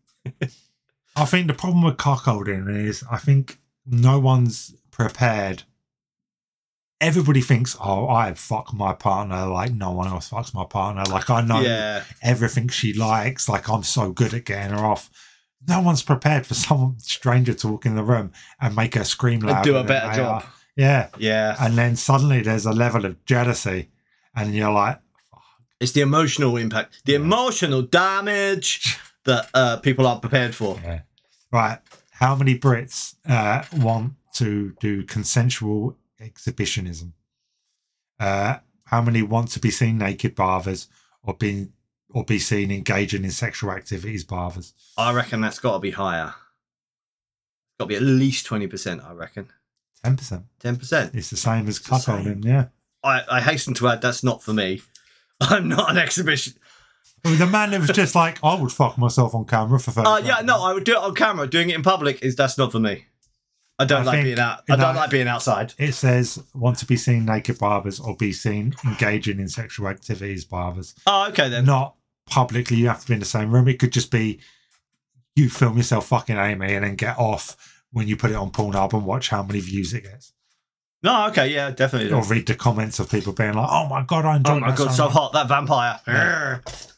I think the problem with cuckolding is I think no one's prepared. Everybody thinks, oh, I fuck my partner like no one else fucks my partner. Like I know
Yeah.
everything she likes. Like I'm so good at getting her off. No one's prepared for some stranger to walk in the room and make her scream
And
louder.
do a
than
better
they
job.
are. Yeah.
Yeah.
And then suddenly there's a level of jealousy and you're like,
It's the emotional impact, the
Yeah.
emotional damage that uh, people aren't prepared for.
Yeah. Right. How many Brits uh, want to do consensual exhibitionism? Uh, how many want to be seen naked by others or be or be seen engaging in sexual activities by others?
I reckon that's got to be higher. Got to be at least 20%, I reckon.
Ten percent.
10%.
It's the same as
It's the same.
cuckolding. Yeah.
I, I hasten to add that's not for me. I'm not an exhibition.
I mean, the man that was just like, I would fuck myself on camera for. 30
Uh, yeah,
grand."
no, I would do it on camera. Doing it in public is that's not for me. I don't
I
like
think-
being out. I don't
no.
like being outside.
It says want to be seen naked by others or be seen engaging in sexual activities by others.
Oh, okay then.
not publicly you have to be in the same room. It could just be you film yourself fucking Amy and then get off when you put it on Pornhub and watch how many views it gets.
No, okay, yeah, definitely.
Or
not.
read the comments of people being like, "Oh my god, I enjoyed
Oh my
that
god,
so
so
much."
hot that vampire. Grr.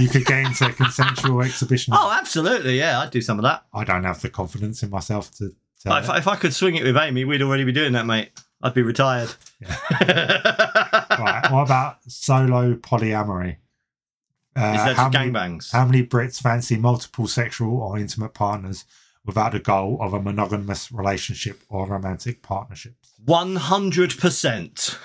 You could get into consensual exhibition.
Oh, absolutely, yeah, I'd do some of that.
I don't have the confidence in myself to tell.
Like, if,
it.
if I could swing it with Amy, we'd already be doing that, mate. I'd be retired.
right. What about solo polyamory? Uh,
Is that
how
just
many-
gangbangs?
How many Brits fancy multiple sexual or intimate partners without the goal of a monogamous relationship or romantic partnership?
One hundred percent.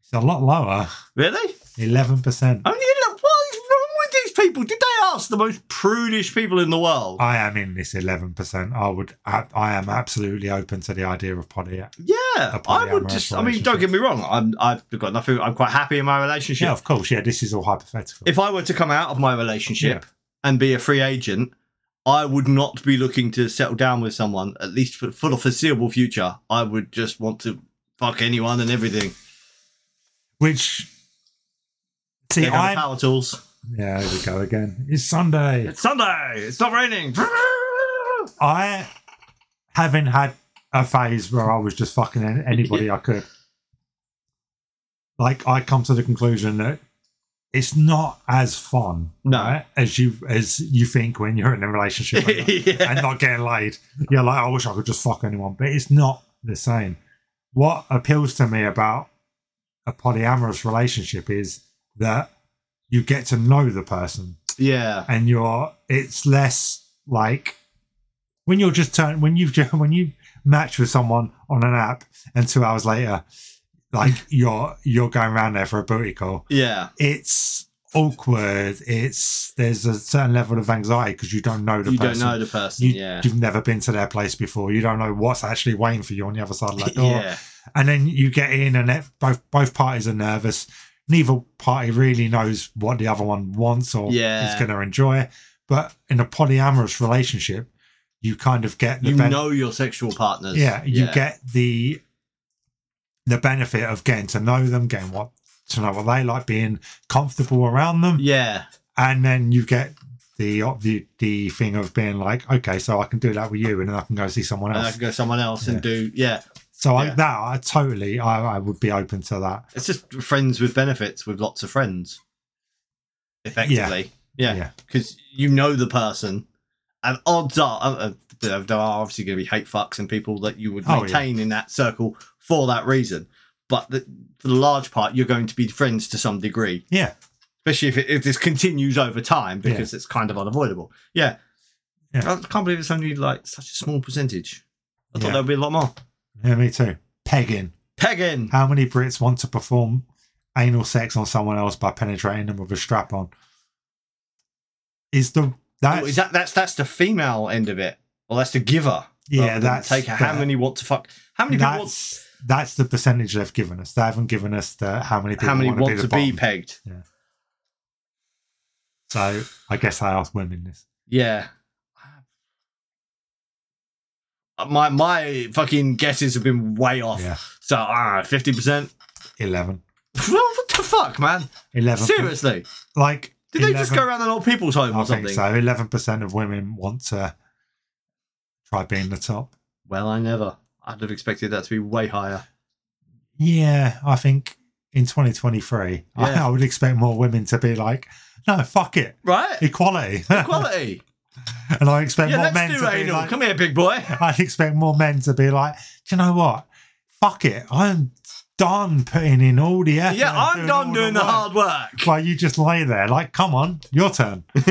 It's a lot lower.
Really?
Eleven percent.
Only ele- what is wrong with these people. Did they ask the most prudish people in the world?
I am in this eleven percent. I would. I, I am absolutely open to the idea of poly.
yeah, I would
polyamorous
just. I mean, don't get me wrong. I'm. I've got nothing. I'm quite happy in my relationship.
Yeah, of course. Yeah, this is all hypothetical.
If I were to come out of my relationship and be a free agent, I would not be looking to settle down with someone. At least for, for the foreseeable future, I would just want to fuck anyone and everything.
Which see,
Take out the
I
power tools.
yeah. There we go again. It's Sunday.
It's Sunday. It's not raining.
I haven't had a phase where I was just fucking an- anybody I could. Like I come to the conclusion that it's not as fun,
No.
as you as you think when you're in a relationship and not-
yeah.
and not getting laid. You're like, I wish I could just fuck anyone, but it's not the same. What appeals to me about a polyamorous relationship is that you get to know the person
yeah.
and you're it's less like when you're just turn when you've ju- when you match with someone on an app and two hours later like you're you're going around there for a booty call
Yeah.
it's awkward it's there's a certain level of anxiety because you don't know the
You don't
person
know the person.
you,
yeah.
you've never been to their place before you don't know what's actually waiting for you on the other side of that door
yeah.
and then you get in and it, both both parties are nervous neither party really knows what the other one wants or
Yeah.
is going to enjoy but in a polyamorous relationship you kind of get the
You
ben-
know your sexual partners.
yeah you get the the benefit of getting to know them getting what to know what they like being comfortable around them
Yeah.
and then you get the op- the, the thing of being like okay so i can do that with you and then i can go see someone
And I
else
could go someone else and do. Yeah.
so I,
yeah.
that i totally I, I would be open to that
It's just friends with benefits with lots of friends. Effectively. Yeah.
Yeah.
Because you know the person, and odds are uh, uh, there there are obviously going to be hate fucks and people that you would
Oh, yeah.
maintain in that circle for that reason. But the, for the large part, you're going to be friends to some degree.
yeah
especially if, it, if this continues over time
Yeah.
because it's kind of unavoidable. Yeah.
Yeah.
I can't believe it's only like such a small percentage. I thought
Yeah.
there'd be a lot more.
Yeah, me too. Pegging.
Pegging.
How many Brits want to perform anal sex on someone else by penetrating them with a strap on? Is the that's,
Oh, is that that's that's the female end of it, or that's the giver? rather
yeah
than
that's
taker. How
the-
many want to fuck? How many people? Want,
that's that's the percentage they've given us. They haven't given us the how many people
how many
want,
want
be
to
the
be
bottom.
pegged?
So I guess I asked women this.
Yeah. Uh, My my fucking guesses have been way off.
Yeah,
So ah, fifty percent.
eleven.
What the fuck, man?
Eleven.
Seriously,
Like
did they just go
11
around an old people's home or
I
something?
think so. Eleven percent of women want to try being the top.
Well, I never. I'd have expected that to be way higher.
Yeah, I think in 2023, I,
Yeah.
I would expect more women to be like, no, fuck it,
Right?
equality.
Quality.
and I expect
yeah,
more men
let's do
to be
anal.
like,
Come here, big boy.
I'd expect more men to be like, do you know what? Fuck it, I'm done putting in all the effort.
Yeah,
and
I'm done
all
doing the
work."
hard work.
While you just lay there, like, come on, your turn.
you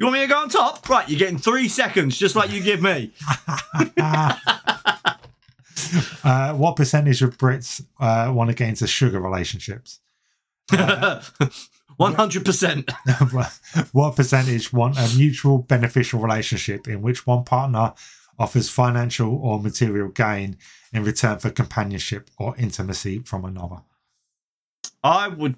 want me to go on top? Right, you're getting three seconds, just like you give me.
Ah. uh, what percentage of Brits uh, want to get into sugar relationships?
One hundred percent.
what percentage want a mutual beneficial relationship in which one partner offers financial or material gain in return for companionship or intimacy from another?
I would.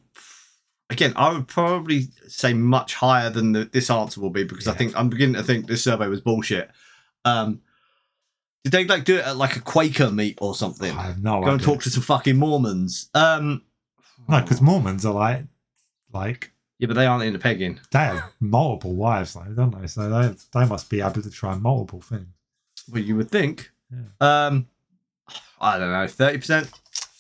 Again, I would probably say much higher than the, this answer will be because I
Yeah.
think I'm beginning to think this survey was bullshit. Um, did they like do it at like a Quaker meet or something?
I have no
go and
idea.
talk to some fucking Mormons. Um,
no, because Mormons are like, like
yeah, but they aren't into pegging.
they have multiple wives, though, don't they? So they they must be able to try multiple things.
Well, you would think.
Yeah.
Um, I don't know, thirty percent,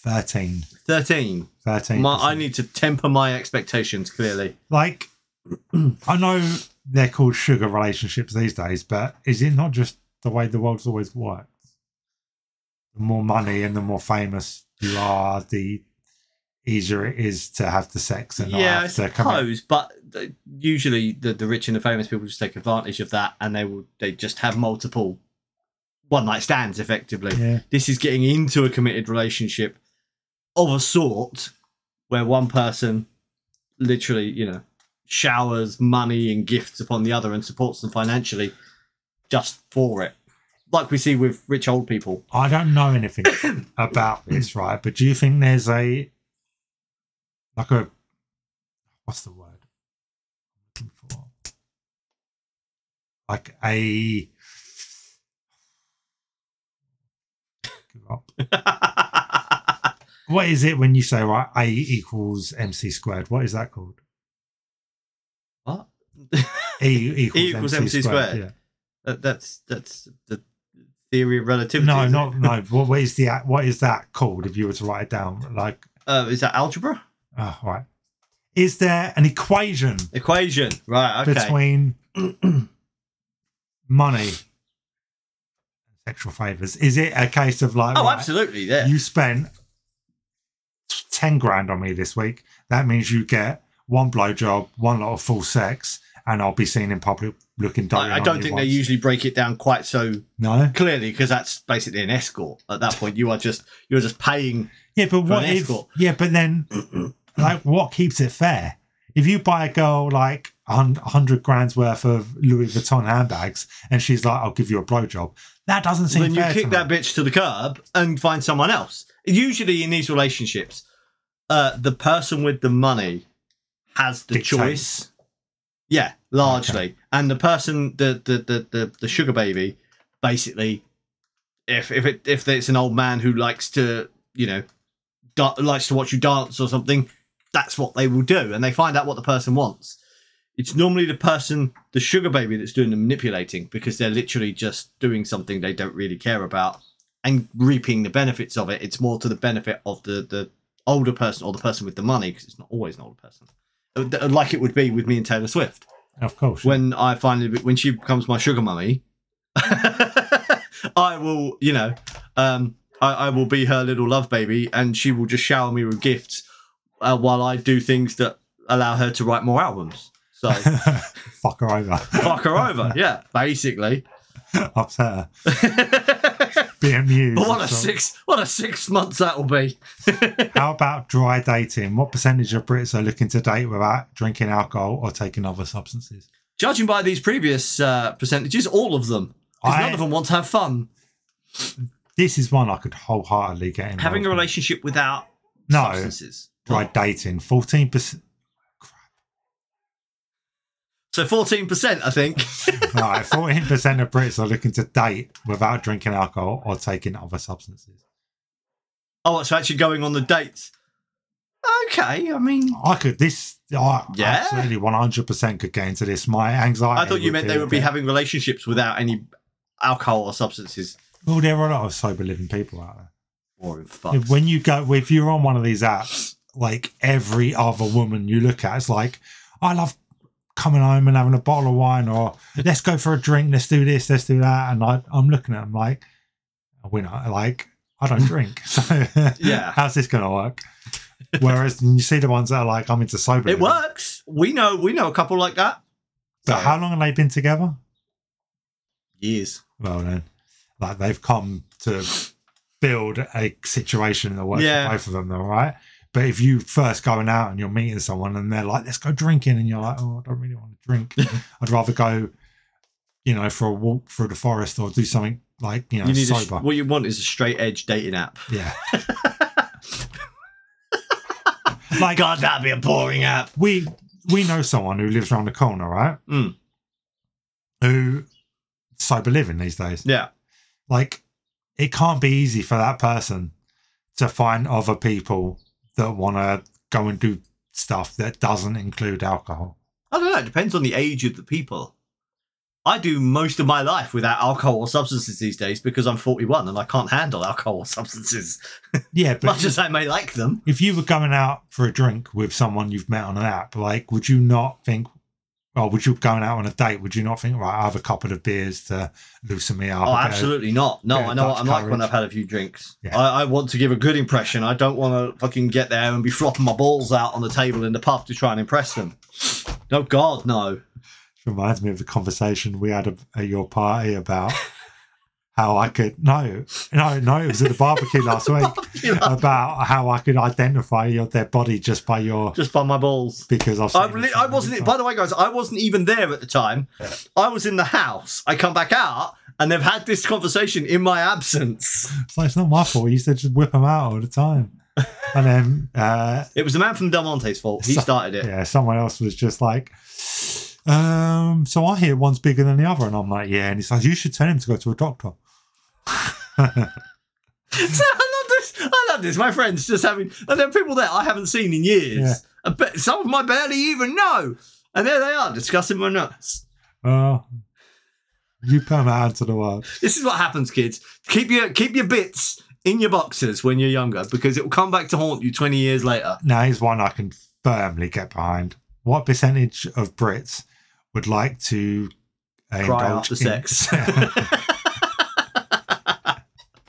13.
thirteen.
13.
My, I need to temper my expectations clearly.
like I know they're called sugar relationships these days, but is it not just the way the world's always worked? The more money and the more famous you are, the easier it is to have the sex and not
yeah, I
have to come. out.
suppose, but uh, usually the, the rich and the famous people just take advantage of that, and they will they just have multiple one night stands effectively.
Yeah,
This is getting into a committed relationship of a sort, where one person literally, you know, showers money and gifts upon the other and supports them financially just for it. Like we see with rich old people.
I don't know anything about this, right? But do you think there's a like a what's the word I'm looking for? Like a give up. What is it when you say right A equals MC squared? What is that called?
What?
E equals,
equals
MC,
MC
squared.
squared.
Yeah.
That- that's that's the theory of relativity.
No,
isn't
not
it?
no. What, what is the what is that called? If you were to write it down, like
Uh, is that algebra
oh, all right, is there an equation
equation? Right. Okay.
between money and sexual favors? Is it a case of like,
oh,
right,
absolutely. Yeah.
you spent 10 grand on me this week? That means you get one blowjob, one lot of full sex, and I'll be seen in public looking down.
I, I don't think they usually break it down quite so
No?
clearly because that's basically an escort. At that point, you are just you're just paying.
Yeah, but
For
what
an
if?
escort.
Yeah, but then, like, what keeps it fair? If you buy a girl like a hun- a hundred grand's worth of Louis Vuitton handbags, and she's like, "I'll give you a blowjob," that doesn't seem
Then you
fair. to
kick
me.
that bitch to the curb and find someone else. Usually in these relationships, uh, the person with the money has the
Dictates.
choice. Yeah, largely, and the person the the, the the the sugar baby, basically, if if it if it's an old man who likes to you know da- likes to watch you dance or something, that's what they will do, and they find out what the person wants. It's normally the person, the sugar baby, that's doing the manipulating because they're literally just doing something they don't really care about and reaping the benefits of it. It's more to the benefit of the the older person or the person with the money because it's not always an older person, Uh, th- like it would be with me and Taylor Swift
Of course.
when I finally when she becomes my sugar mummy, I will you know um, I, I will be her little love baby, and she will just shower me with gifts uh, while I do things that allow her to write more albums. So
Fuck her over.
fuck her over, yeah, basically.
Upset her.
but
Be amused.
what a
So
six what a six months that will be.
How about dry dating? What percentage of Brits are looking to date without drinking alcohol or taking other substances?
Judging by these previous uh, percentages, all of them. 'Cause
I-
none of them want to have fun.
This is one I could wholeheartedly get involved
Having a
in.
relationship without
No.
substances.
Dry dating. 14%.
So fourteen percent, I think.
All right, 14% of Brits are looking to date without drinking alcohol or taking other substances.
oh, so actually going on the dates. Okay, I mean,
I could, this, I
Yeah.
absolutely 100% could get into this. My anxiety.
I thought you meant they would be having relationships without any alcohol or substances.
Well, there are a lot of sober living people out there.
Or in
Yeah,
fucks.
when you go if you're on one of these apps like every other woman you look at it's like i love coming home and having a bottle of wine or let's go for a drink let's do this let's do that and I, i'm looking at them like we're not like i don't drink so
Yeah.
how's this gonna work whereas you see the ones that are like i'm into sober
it
living.
works. We know. We know a couple like that.
but
So-
how long have they been together
Years.
well then like they've come to build a situation that works
Yeah.
for both of them though right but if you first going out and you're meeting someone and they're like let's go drinking and you're like oh i don't really want to drink i'd rather go you know for a walk through the forest or do something like you know
you need. A,
sober
what you want is a straight edge dating app.
yeah like
God, that'd be a boring app.
we we know someone who lives around the corner right
Mm.
who sober living these days
Yeah.
like it can't be easy for that person to find other people that want to go and do stuff that doesn't include alcohol.
I don't know. It depends on the age of the people. I do most of my life without alcohol or substances these days because I'm 41 and I can't handle alcohol or substances.
Yeah,
Much
but
as I may like them.
if you were going out for a drink with someone you've met on an app, like would you not think? Well, would you going out on a date? Would you not think, right, I have a couple of beers to loosen me up?
Oh,
a bit of-
absolutely not. No,
bit of
I know what
Dutch
I'm like when
courage.
I've had a few drinks.
Yeah.
I, I want to give a good impression. I don't want to fucking get there and be flopping my balls out on the table in the pub to try and impress them. No, God, no.
Reminds me of the conversation we had at at your party about how I could no no no it was at the barbecue last week about how I could identify your their body just by your
Just by my balls.
because I've seen
I,
it
li-
so
I
many
wasn't.
times.
By the way, guys, I wasn't even there at the time. I was in the house. I come back out, and they've had this conversation in my absence.
It's like, it's not my fault. You used to just whip them out all the time. And then, uh,
It was the man from Del Monte's fault. He
So-
started it.
yeah, someone else was just like, um, so I hear one's bigger than the other. And I'm like, yeah. And he's like, you should tell him to go to a doctor.
So I love this. I love this. My friends just having, and there are people there I haven't seen in
Yeah.
years. I bet some of them I barely even know, and there they are discussing my nuts.
Uh, you put 'em out into the world.
This is what happens, kids. Keep your keep your bits in your boxes when you're younger, because it will come back to haunt you 20 years later.
Now, here's one I can firmly get behind. What percentage of Brits would like to uh,
Cry
indulge
after sex.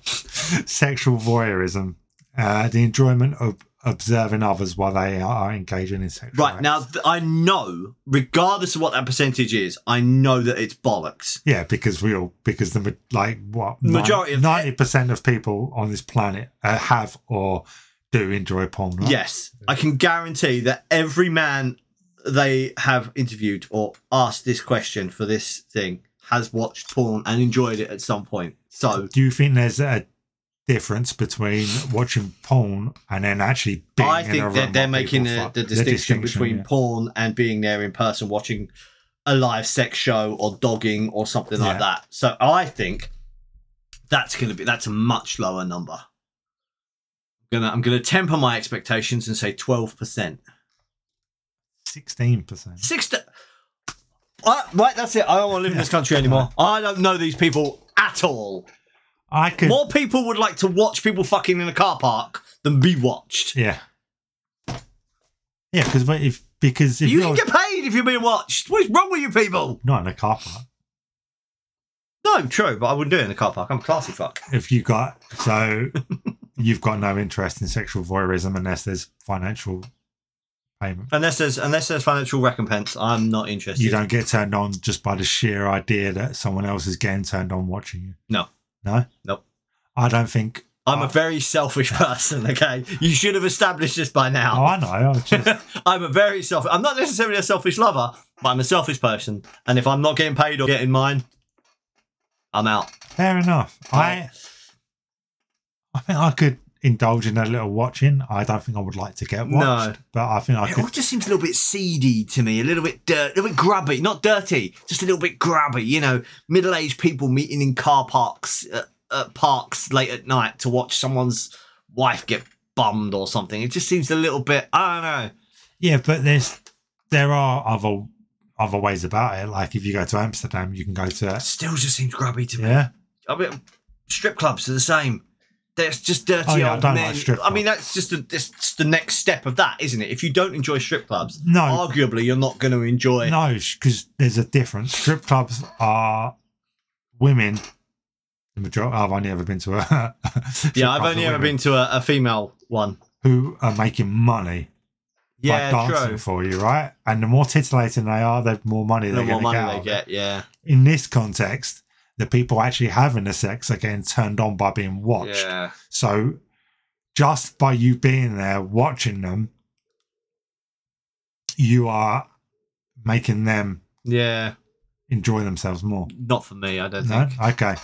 sexual voyeurism, uh, the enjoyment of observing others while they are engaging in sexual
Right
acts.
now, th- I know, regardless of what that percentage is, I know that it's bollocks.
Yeah, because we all because the ma- like what
Majority of-
ninety percent of people on this planet uh, have or do enjoy porn. right?
Yes, I can guarantee that every man they have interviewed or asked this question for this thing has watched porn and enjoyed it at some point. So
Uh, Do you think there's a difference between watching porn and then actually being?
I
in a
think
room
that they're
while
making
people
the,
fuck?
the distinction between
yeah.
porn and being there in person watching a live sex show or dogging or something like
Yeah.
that. So I think that's going to be that's a much lower number. I'm gonna I'm gonna temper my expectations and say twelve percent.
sixteen percent.
Six. To, I, right, that's it. I don't want to live in this country anymore. I don't know these people at all.
I could.
More people would like to watch people fucking in a car park than be watched.
Yeah. Yeah, because if because if
You
are
can get paid if you're being watched. What is wrong with you people?
not in a car park,
No, true, but I wouldn't do it in the car park. I'm a classy fuck.
if you got so you've got no interest in sexual voyeurism unless there's financial payment.
Unless there's unless there's financial recompense, I'm not interested.
You don't get turned on just by the sheer idea that someone else is getting turned on watching you.
No.
No?
Nope.
I don't think
I'm a very selfish person. Okay, you should have established this by
Oh,
now.
I know. I was just
I'm a very selfish. I'm not necessarily a selfish lover, but I'm a selfish person. And if I'm not getting paid or getting mine, I'm out.
fair enough. I I think I could indulge in a little watching. I don't think I would like to get watched.
No.
But I think I
It
could
all just seems a little bit seedy to me, a little bit dirt, a little bit grubby, not dirty, just a little bit grubby. You know, middle-aged people meeting in car parks, uh, at parks late at night to watch someone's wife get bummed or something. It just seems a little bit. I don't know.
Yeah, but there's there are other other ways about it. Like if you go to Amsterdam, you can go to
Still, just seems grubby to me.
yeah.
I mean, strip clubs are the same. That's just dirty
Oh, yeah, I
old
don't like
men.
strip
I mean, that's just the, that's the next step of that, isn't it? If you don't enjoy strip clubs,
No,
arguably you're not going to enjoy.
no, because there's a difference. Strip clubs are women. The majority. I've only ever been to a. strip
yeah, I've
clubs
only
are
ever
women
been to a, a female one.
who are making money
Yeah,
by dancing
true.
for you, right? And the more titillating they are, the more money
the
they're
more
going
money
to get. out
they
of it.
get. Yeah,
In this context, the people actually having the sex are getting turned on by being watched.
yeah.
So just by you being there watching them, you are making them
Yeah,
enjoy themselves more.
not for me. I don't
No?
think.
Okay.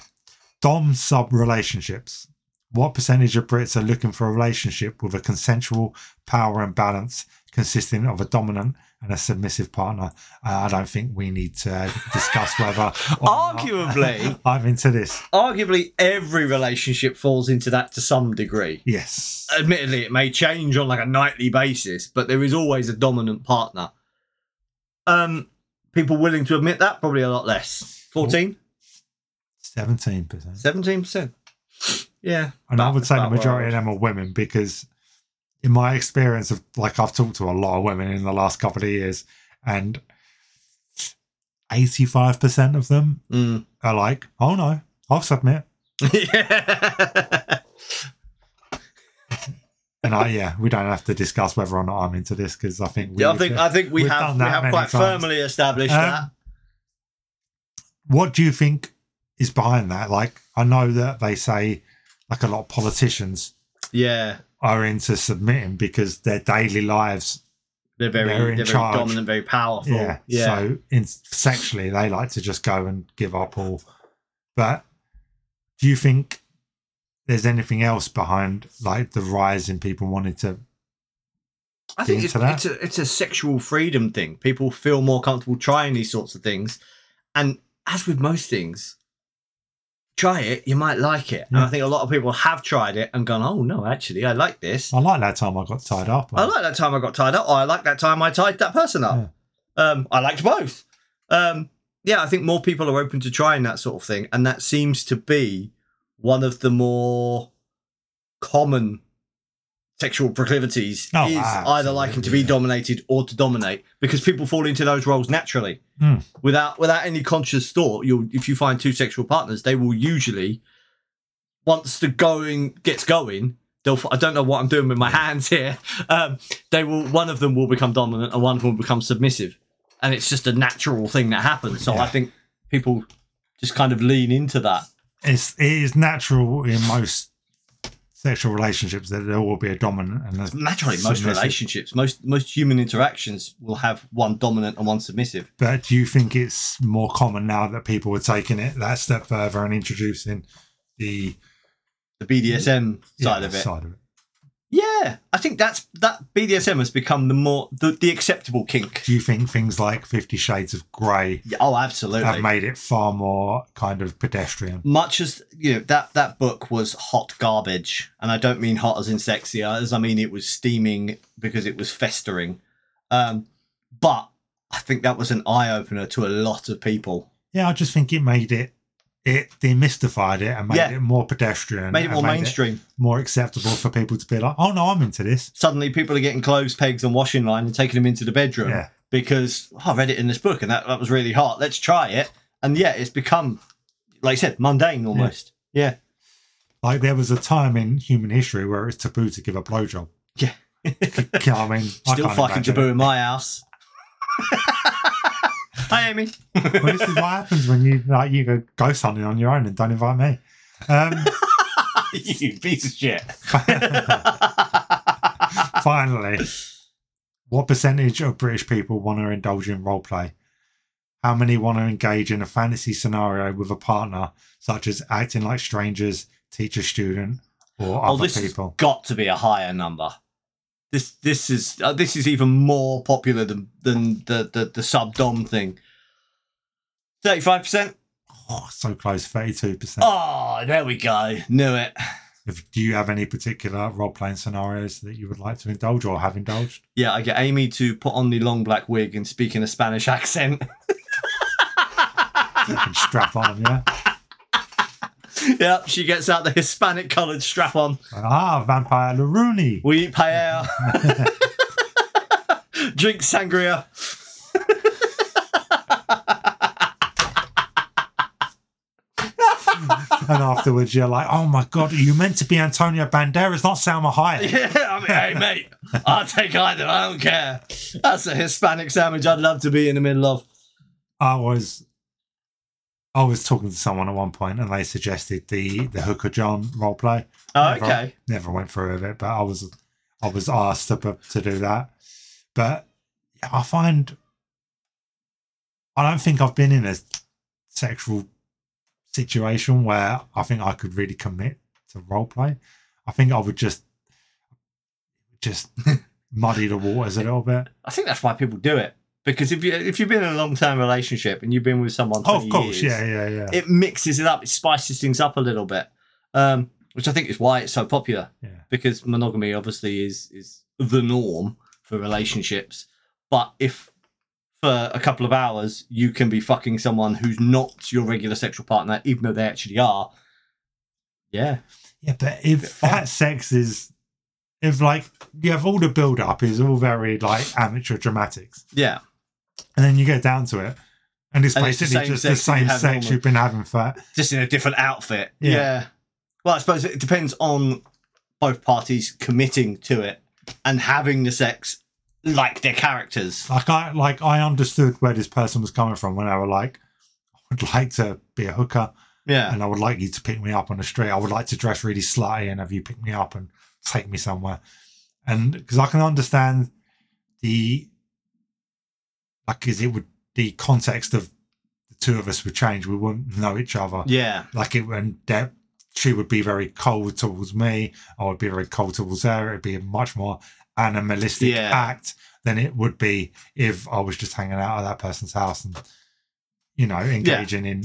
Dom sub relationships. What percentage of Brits are looking for a relationship with a consensual power and balance consisting of a dominant and a submissive partner? Uh, I don't think we need to discuss whether. or not
Arguably.
I'm into this.
Arguably, every relationship falls into that to some degree.
Yes.
Admittedly, it may change on like a nightly basis, but there is always a dominant partner. Um, people willing to admit that probably a lot less. 14?
17%.
17%. Yeah.
And I
About-
would say the
about where I
majority
was.
of them are women because, in my experience of like I've talked to a lot of women in the last couple of years, and eighty-five percent of them
Mm.
are like, "Oh no, I'll submit,"
yeah.
and I yeah, we don't have to discuss whether or not I'm into this because I think we
Yeah, I think I think we
We've
have
done
we
that
have
many
quite
times.
firmly established
Um,
that.
what Um, do you think is behind that. Like I know that they say, like a lot of politicians
Yeah,
are into submitting because their daily lives,
they're very
They're
they're,
in
very
charge.
dominant, very powerful.
yeah.
Yeah, yeah,
So in sexually, they like to just go and give up all. But do you think there's anything else behind like the rise in people wanting to?
I think it's,
into
it's a it's a sexual freedom thing. People feel more comfortable trying these sorts of things, and as with most things, try it, you might like it. And
Yeah.
I think a lot of people have tried it and gone, "Oh no, actually, I like this.
I like that time I got tied up.
I like that time I got tied up, or I like that time I tied that person up. Um, I liked both. Um, yeah, I think more people are open to trying that sort of thing, and that seems to be one of the more common sexual proclivities
Oh,
is either
absolutely,
liking to be
yeah.
dominated or to dominate because people fall into those roles naturally
Mm.
without without any conscious thought you'll if you find two sexual partners they will usually once the going gets going they'll i don't know what i'm doing with my hands here um, they will one of them will become dominant and one of them will become submissive and it's just a natural thing that happens so
Yeah.
i think people just kind of lean into that
it's it is natural in most sexual relationships that there will be a dominant and a
naturally most
submissive.
relationships most most human interactions will have one dominant and one submissive
But do you think it's more common now that people are taking it that step further and introducing the
the bdsm side
yeah,
of it
Side of it.
yeah i think that's that bdsm has become the more the, the acceptable kink
Do you think things like Fifty Shades of Grey
Yeah, oh absolutely
have made it far more kind of pedestrian?
much as you know that that book was hot garbage and i don't mean hot as in sexy uh, as i mean it was steaming because it was festering um but i think that was an eye-opener to a lot of people
Yeah, I just think it made it it demystified it and made
Yeah.
it more pedestrian,
made it
and
more mainstream
more acceptable for people to be like, "Oh no, I'm into this."
suddenly people are getting clothes pegs and washing line and taking them into the bedroom
Yeah,
because oh, i read it in this book and that, that was really hot let's try it and yeah it's become like you said mundane almost yeah
like there was a time in human history where it's taboo to give a blowjob.
Yeah.
Yeah, I mean, I
still
can't
fucking
imagine it.
taboo in my house hi amy
well, this is what happens when you like you go ghost hunting on your own and don't invite me. Um,
you piece of shit.
finally, what percentage of British people want to indulge in role play? How many want to engage in a fantasy scenario with a partner, such as acting like strangers, teacher, student, or
well,
other
Oh, this has
people?
got to be a higher number. This this is uh, this is even more popular than than the the, the sub dom thing. Thirty five percent.
Oh, so close, thirty-two percent.
Oh, there we go. Knew it.
If do you have any particular role playing scenarios that you would like to indulge or have indulged?
Yeah, I get Amy to put on the long black wig and speak in a Spanish accent.
And strap on, yeah.
yep, she gets out the Hispanic coloured strap on.
Ah, vampire Laruni.
We eat paella. Drink sangria.
and afterwards you're like, oh my god, you meant to be Antonio Banderas, not Salma Hayek.
Yeah, I mean, hey, mate, I'll take either. I don't care. That's a Hispanic sandwich I'd love to be in the middle of.
I was, I was talking to someone at one point, and they suggested the the Hooker John role play.
Oh,
Never-
okay.
Never went through with it, but I was, I was asked to p- to do that. But yeah, I find, I don't think I've been in a sexual situation where I think I could really commit to role play. I think I would just, just muddy the waters a little bit.
I think that's why people do it because if you if you've been in a long term relationship and you've been with someone,
Oh,
20
of course,
years,
yeah, yeah, yeah.
it mixes it up, it spices things up a little bit, um, which I think is why it's so popular.
Yeah.
Because monogamy obviously is is the norm for relationships, but if for a couple of hours you can be fucking someone who's not your regular sexual partner, even though they actually are. Yeah,
yeah, but
Bit
if
fun.
that sex is, if like you have all the build up is all very like amateur dramatics,
yeah,
and then you get down to it, and it's
And it's the
basically
same
just
sex
the
that you
same
have
sex
normally.
you've been having for.
just in a different outfit.
Yeah.
Well, I suppose it depends on both parties committing to it and having the sex like their characters.
Like I like I understood where this person was coming from when I were like, I would like to be a hooker,
Yeah.
and I would like you to pick me up on the street. I would like to dress really slutty and have you pick me up and take me somewhere. And because I can understand the like, because it would the context of the two of us would change. We wouldn't know each other.
Yeah.
Like it and that she would be very cold towards me. I would be very cold towards her. It'd be a much more animalistic
Yeah.
act than it would be if I was just hanging out at that person's house and you know engaging in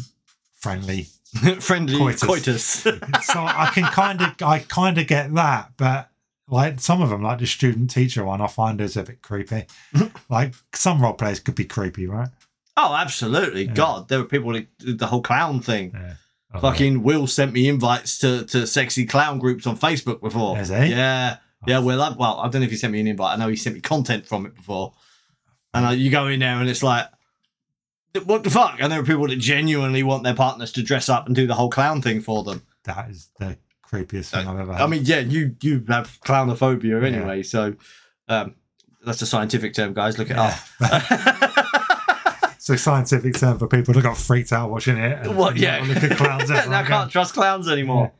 friendly
Friendly
Coitus.
coitus.
so I can kind of I kind of get that, but like some of them, like the student teacher one, I find is a bit creepy. like some role players could be creepy, right?
oh, absolutely.
Yeah.
God, there were people that did the whole clown thing.
Oh,
Fucking Will sent me invites to, to sexy clown groups on Facebook before.
Has he? Oh.
Yeah. Yeah, Will. I, well, I don't know if he sent me an invite. I know he sent me content from it before. And uh, you go in there and it's like, what the fuck? And there are people that genuinely want their partners to dress up and do the whole clown thing for them.
that is the creepiest thing I've ever. Had.
Uh, I mean, yeah, you you have clownophobia anyway, so um, that's a scientific term, guys. Look it
Yeah.
up.
it's a scientific term for people that got freaked out watching it. And,
what?
and
Yeah,
look at clowns.
I
everywhere
can't
going.
trust clowns anymore.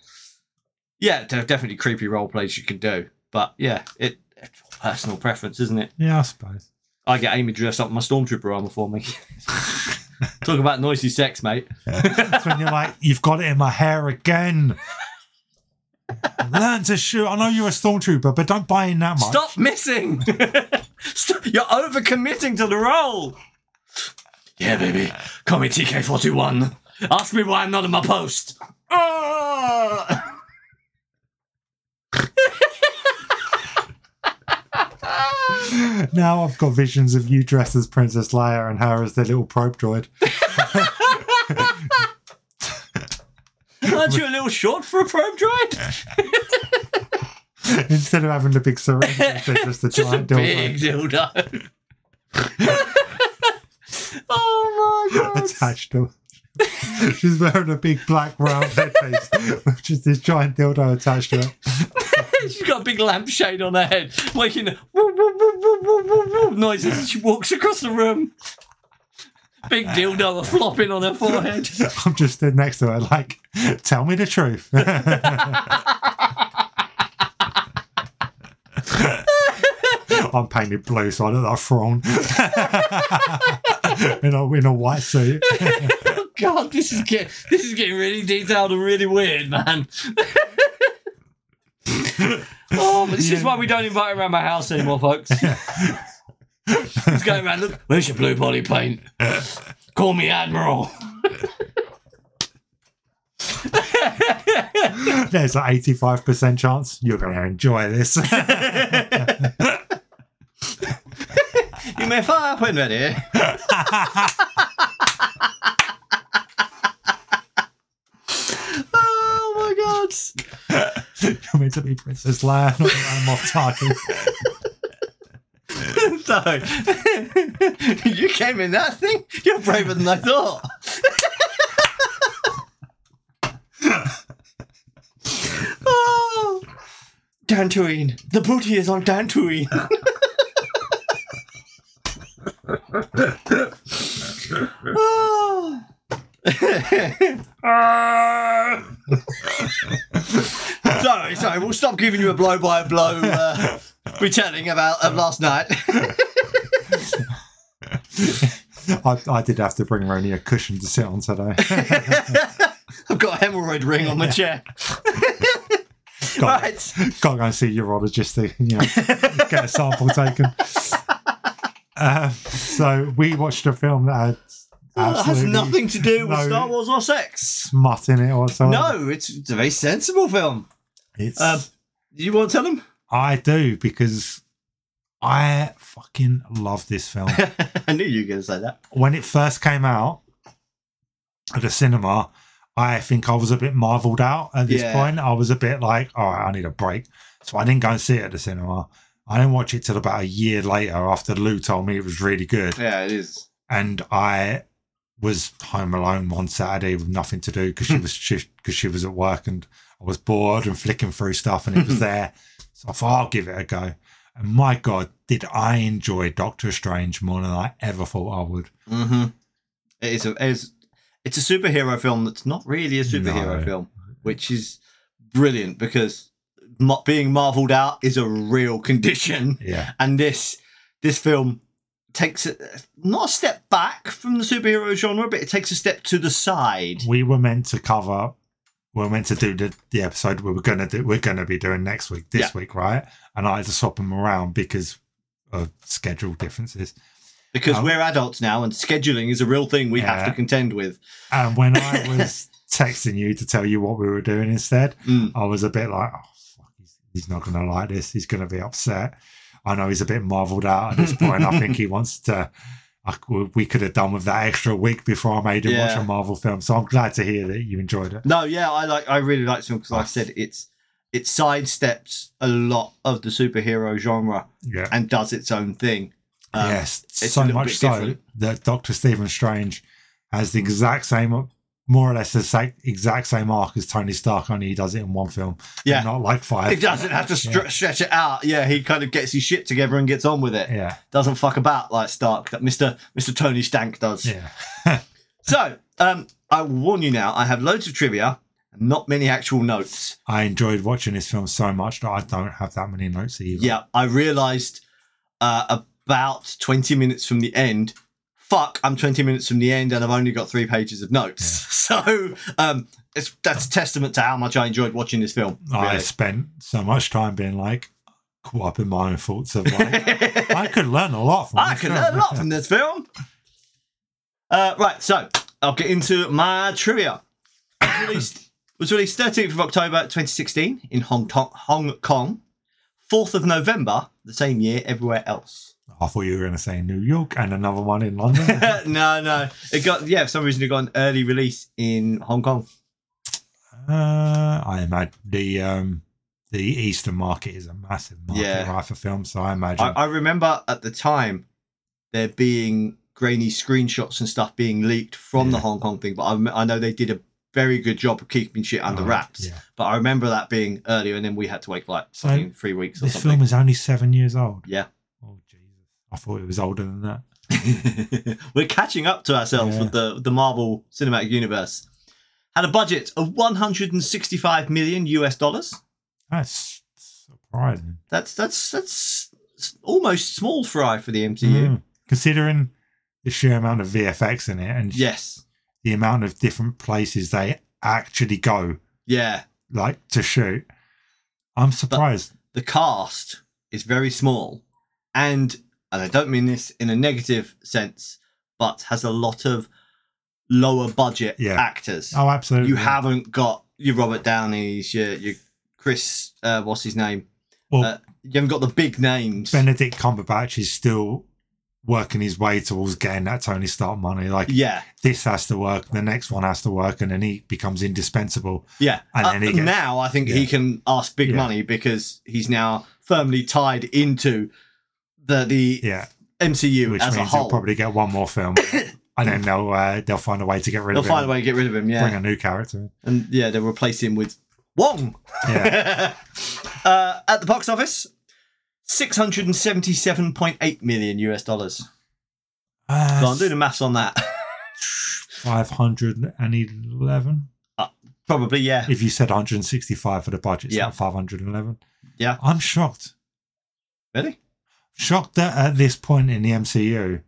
Yeah, there are definitely creepy role plays you can do, but yeah, it it's personal preference, isn't it?
Yeah, I suppose.
I get Amy to dress up in my stormtrooper armor for me. Talk about noisy sex, mate.
That's when you're like, you've got it in my hair again. Learn to shoot. I know you're a stormtrooper, but don't buy in that much.
Stop missing. Stop. You're overcommitting to the role. Yeah, baby. Call me TK41. Ask me why I'm not on my post. Ah!
now I've got visions of you dressed as Princess Leia and her as the little probe droid.
Aren't you a little short for a probe droid?
Instead of having the big syringe, they're just a
Just a
giant dildo
big dildo. oh my god.
attached to it. She's wearing a big black round headpiece with just this giant dildo attached to it.
She's got a big lampshade on her head, making woo, woo, woo, woo, woo, woo, woo noises as she walks across the room. Big dildo flopping on her forehead.
I'm just stood next to her, like, tell me the truth. I'm painted blue, so I look like a prawn in, a, in a white suit.
God, this is get, this is getting really detailed and really weird, man. oh, but this is why we don't invite him around my house anymore, folks. He's going around. Look, where's your blue body paint? Call me Admiral.
There's an 85% chance you're going to enjoy this.
You may fire when ready. oh my god.
You're meant to be Princess Leia, not Animal Tarkin.
So you came in that thing? You're braver than I thought. oh. Dantooine. The booty is on Dantooine. oh. sorry, sorry. We'll stop giving you a blow by blow uh, retelling about of last night.
I, I did have to bring Roni a cushion to sit on today.
I've got a hemorrhoid ring on my chair.
Got,
right.
got to go and see a urologist to you know, get a sample taken. Um, so we watched a film that had
That has
absolutely
nothing to do with
No.
Star Wars or sex.
smut in it or something.
No, it's, it's a very sensible film.
It's,
Um, You want to tell them?
I do because I fucking love this film.
I knew you were going to say that.
when it first came out at the cinema, I think I was a bit marveled out at this
Yeah.
point. I was a bit like, all right, I need a break. So I didn't go and see it at the cinema. I didn't watch it till about a year later after Lou told me it was really good.
Yeah, it is.
And I was home alone one Saturday with nothing to do because she was she, cause she was at work and I was bored and flicking through stuff and it was there. So I thought I'll give it a go. And my God, did I enjoy Doctor Strange more than I ever thought I would.
Mm-hmm. It is. A, it is it's a superhero film that's not really a superhero
No.
film, which is brilliant because mo- being marveled out is a real condition,
Yeah.
and this this film takes it not a step back from the superhero genre, but it takes a step to the side.
We were meant to cover we were meant to do the, the episode we were gonna do we're gonna be doing next week, this week, right? And I had to swap them around because of schedule differences.
Because
Um,
we're adults now, and scheduling is a real thing we have to
Yeah.
contend with.
And when I was texting you to tell you what we were doing instead,
Mm.
I was a bit like, oh, fuck, he's, he's not going to like this. He's going to be upset. I know he's a bit marveled out at this point. I think he wants to. I, we could have done with that extra week before I made him watch
Yeah.
a Marvel film. So I'm glad to hear that you enjoyed it.
No, yeah, I like. I really like this film because, like I said, it's it sidesteps a lot of the superhero genre
Yeah.
and does its own thing. Um,
yes.
a
So
little
much
bit
so
different.
that Doctor Stephen Strange has the exact same, more or less the same, exact same arc as Tony Stark, only he does it in one film. and
Yeah.
Not like five.
He doesn't have to str- stretch it out. Yeah, he kind of gets his shit together and gets on with it.
Yeah.
Doesn't fuck about like Stark, that Mister Mister Tony Stank does.
Yeah.
So, um, I warn you now, I have loads of trivia, and not many actual notes.
I enjoyed watching this film so much that I don't have that many notes either.
Yeah, I realised uh, about twenty minutes from the end. Fuck, I'm twenty minutes from the end, and I've only got three pages of notes. So, um, it's that's a testament to how much I enjoyed watching this film.
I
really.
spent so much time being like caught up in my own thoughts of like I could learn a lot from.
I
this
can
film.
learn a lot from this film. Uh, right, so I'll get into my trivia. It was released, was released 13th of October 2016 in Hong Kong, Hong Kong, 4th of November the same year everywhere else.
I thought you were going to say New York and another one in London. Uh,
no, no, it got yeah. For some reason, it got an early release in Hong Kong.
uh, I imagine the um, the Eastern market is a massive market
Yeah.
right for films, so I imagine
I, I remember at the time there being grainy screenshots and stuff being leaked from the
Yeah.
Hong Kong thing, but I, rem- I know they did a very good job of keeping shit under
Right,
wraps.
yeah.
But I remember that being earlier, and then we had to wait like
So,
fucking three weeks or
this
something.
film is only seven years old.
Yeah.
Oh Jesus! I thought it was older than that.
We're catching up to ourselves
Yeah.
with the the Marvel Cinematic Universe. Had a budget of 165 million US dollars.
That's surprising.
That's that's that's s- almost small fry for the MCU.
Mm. Considering the sheer amount of VFX in it and
Yes.
the amount of different places they actually go
Yeah.
like to shoot. I'm surprised.
the cast is very small and and I don't mean this in a negative sense, but has a lot of lower budget
Yeah.
actors.
oh, absolutely.
you haven't got your Robert Downey's, your your Chris uh, what's his name?
Well,
uh, You haven't got the big names.
Benedict Cumberbatch is still working his way towards getting that Tony Stark money. Like
yeah,
this has to work, the next one has to work, and then he becomes indispensable.
yeah. Uh,
And then he gets-
now I think he
yeah.
can ask big
Yeah.
money because he's now firmly tied into the the
Yeah,
MCU
which
as a
means he'll
whole.
probably get one more film, and then they'll uh, they'll find a way to get rid
They'll
of
find
him.
a way to get rid of him. Yeah,
Bring a new character. in.
and yeah, they'll replace him with Wong.
Yeah,
uh, at the box office, six hundred and seventy-seven point eight million US dollars. Go on, do the maths on that.
five hundred and eleven.
Probably, yeah.
If you said one hundred and sixty-five for the budget, it's
Yeah.
not five hundred and eleven.
Yeah.
I'm shocked.
Really?
shocked that at this point in the MCU,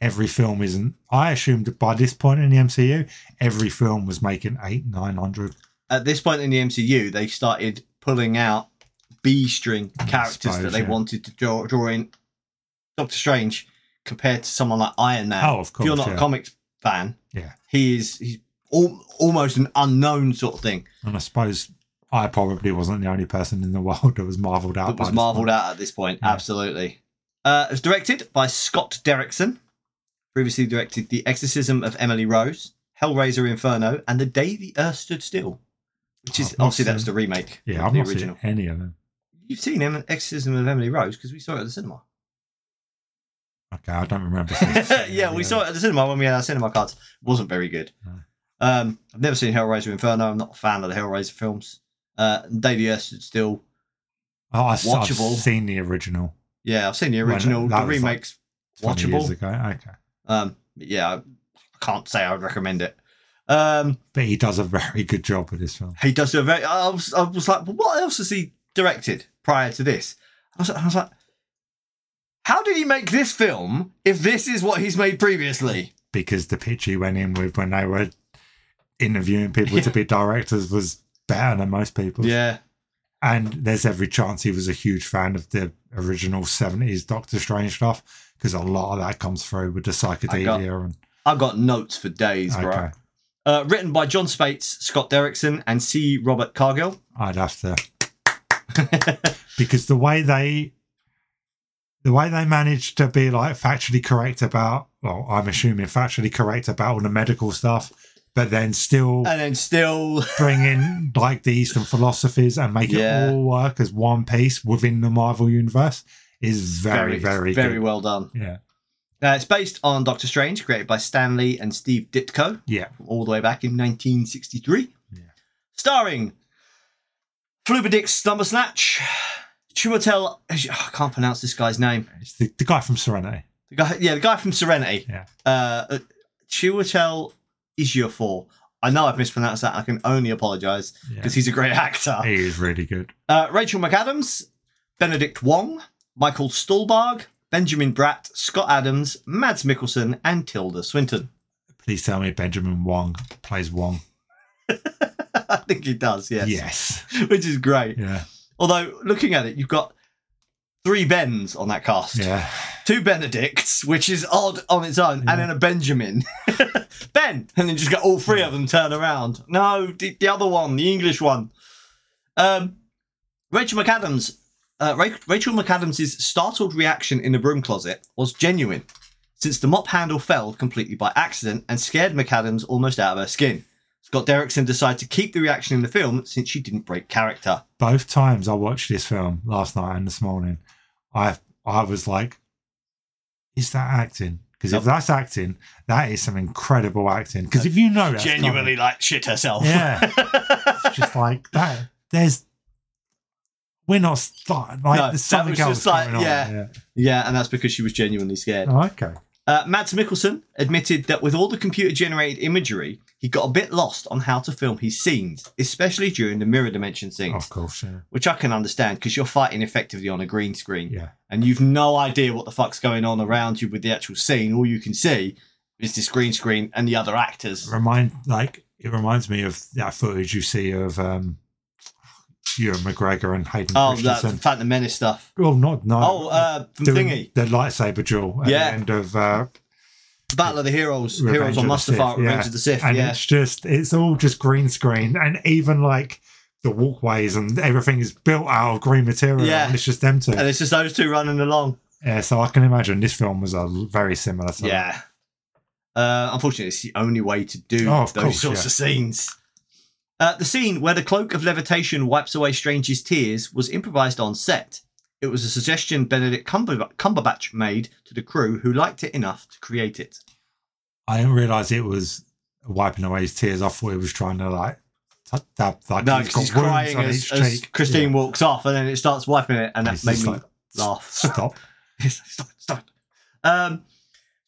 every film isn't. I assumed that by this point in the MCU, every film was making eight, nine hundred.
At this point in the MCU, they started pulling out B-string characters
suppose,
that they
yeah.
wanted to draw, draw in. Doctor Strange, compared to someone like Iron Man,
Oh, of
Uh, if
course.
you're not
yeah.
a comics fan,
Yeah.
he is he's al- almost an unknown sort of thing
and I suppose I probably wasn't the only person in the world that was marvelled out.
that
by
was
this
marvelled
point.
at at this point.
Yeah.
Absolutely. Uh, it was directed by Scott Derrickson, previously directed The Exorcism of Emily Rose, Hellraiser Inferno, and The Day the Earth Stood Still, which is
Oh, I've not
obviously that's
seen-
the remake.
Yeah,
of
I've
the
not
original.
seen any of them.
You've seen Em- Exorcism of Emily Rose because we saw it at the cinema.
Okay, I don't remember. seeing
yeah,
any
we
of
saw
them.
it at the cinema when we had our cinema cards. It wasn't very good.
No.
Um, I've never seen Hellraiser Inferno. I'm not a fan of the Hellraiser films. Uh, and Day the Earth Stood Still.
Oh, I, have
Watchable.
seen the original.
Yeah, I've seen the
Well,
original.
that
the
was like
remakes
20
watchable.
years ago. Okay.
Um, yeah, I can't say I would recommend it. Um,
But he does a very good job with this film.
he does do a very. I was, I was like, well, what else has he directed prior to this? I was, I was like, how did he make this film if this is what he's made previously?
because the pitch he went in with when they were interviewing people to be directors was better than most people.
Yeah,
And there's every chance he was a huge fan of the original 70s Doctor Strange stuff because a lot of that comes through with the psychedelia. and
I've got notes for days, bro.
okay,
Uh, written by John Spates, Scott Derrickson, and C. Robert Cargill.
I'd have to because the way they the way they managed to be like factually correct about well, I'm assuming factually correct about all the medical stuff, but then still
and then still,
bring in like the Eastern philosophies and make
Yeah.
it all work as one piece within the Marvel universe is very, very,
very
good.
well done.
Yeah,
Uh, it's based on Doctor Strange, created by Stan Lee and Steve Ditko,
yeah.
from all the way back in 1963.
Yeah.
Starring Flubadix Slumber Snatch, Chiwetel. oh, I can't pronounce this guy's name.
It's the, the guy from Serenity.
The guy, yeah, the guy from Serenity.
Yeah.
Uh, uh, Chiwetel Ejiofor. I know I've mispronounced that. I can only apologise
Yeah.
because he's a great actor.
He is really good.
Uh, Rachel McAdams, Benedict Wong, Michael Stuhlbarg, Benjamin Bratt, Scott Adams, Mads Mikkelsen, and Tilda Swinton.
Please tell me Benjamin Wong plays Wong.
I think he does, yes.
Yes.
Which is great.
Yeah.
Although, looking at it, you've got three Bens on that cast.
Yeah.
Two Benedicts, which is odd on its own,
Yeah.
and then a Benjamin. ben! And then just got all three of them turn around. No, the, the other one, the English one. Um, Rachel McAdams. Uh, Ra- Rachel McAdams' startled reaction in the broom closet was genuine, since the mop handle fell completely by accident and scared McAdams almost out of her skin. Scott Derrickson decided to keep the reaction in the film since she didn't break character.
Both times I watched this film last night and this morning, I I was like, is that acting? Because if
Yep.
that's acting, that is some incredible acting. Because if you know that's coming-
Genuinely, like shit herself.
yeah. It's just like that. There's we're not start like
No, that
there's something
was
else
just like,
going on.
yeah. yeah, and that's because she was genuinely scared.
Oh, okay.
Uh, Mads Mikkelsen admitted that with all the computer generated imagery, he got a bit lost on how to film his scenes, especially during the mirror dimension scenes,
Oh, Of course. Yeah.
which I can understand because you're fighting effectively on a green screen
Yeah.
and you've no idea what the fuck's going on around you with the actual scene. All you can see is this green screen and the other actors.
Remind like it reminds me of that footage you see of um Ewan McGregor and Hayden
Oh, that
Christensen.
Phantom Menace stuff.
Well, not no.
Oh, uh, from
doing
Thingy,
the lightsaber duel at
Yeah.
the end of uh,
Battle of the Heroes,
Revenge
Heroes on
of the
Mustafar,
Sith,
Revenge
yeah.
of the Sith.
and
yeah,
it's just it's all just green screen and even like the walkways and everything is built out of green material
Yeah.
and it's just them two.
and it's just those two running along.
Yeah, so I can imagine this film was a very similar. To that.
Yeah. Uh, unfortunately, it's the only way to do
Oh, of
those
course,
sorts
yeah.
of scenes. Uh, the scene where the cloak of levitation wipes away Strange's tears was improvised on set. It was a suggestion Benedict Cumber- Cumberbatch made to the crew who liked it enough to create it.
I didn't realize it was wiping away his tears. I thought he was trying to like t- dab like
No,
he's
because
got
he's
wounds
crying
on
as,
his
as
cheek.
Christine
Yeah.
walks off and then it starts wiping it, and that
He's
made
just
me
like,
laugh.
Stop.
stop, stop. Um,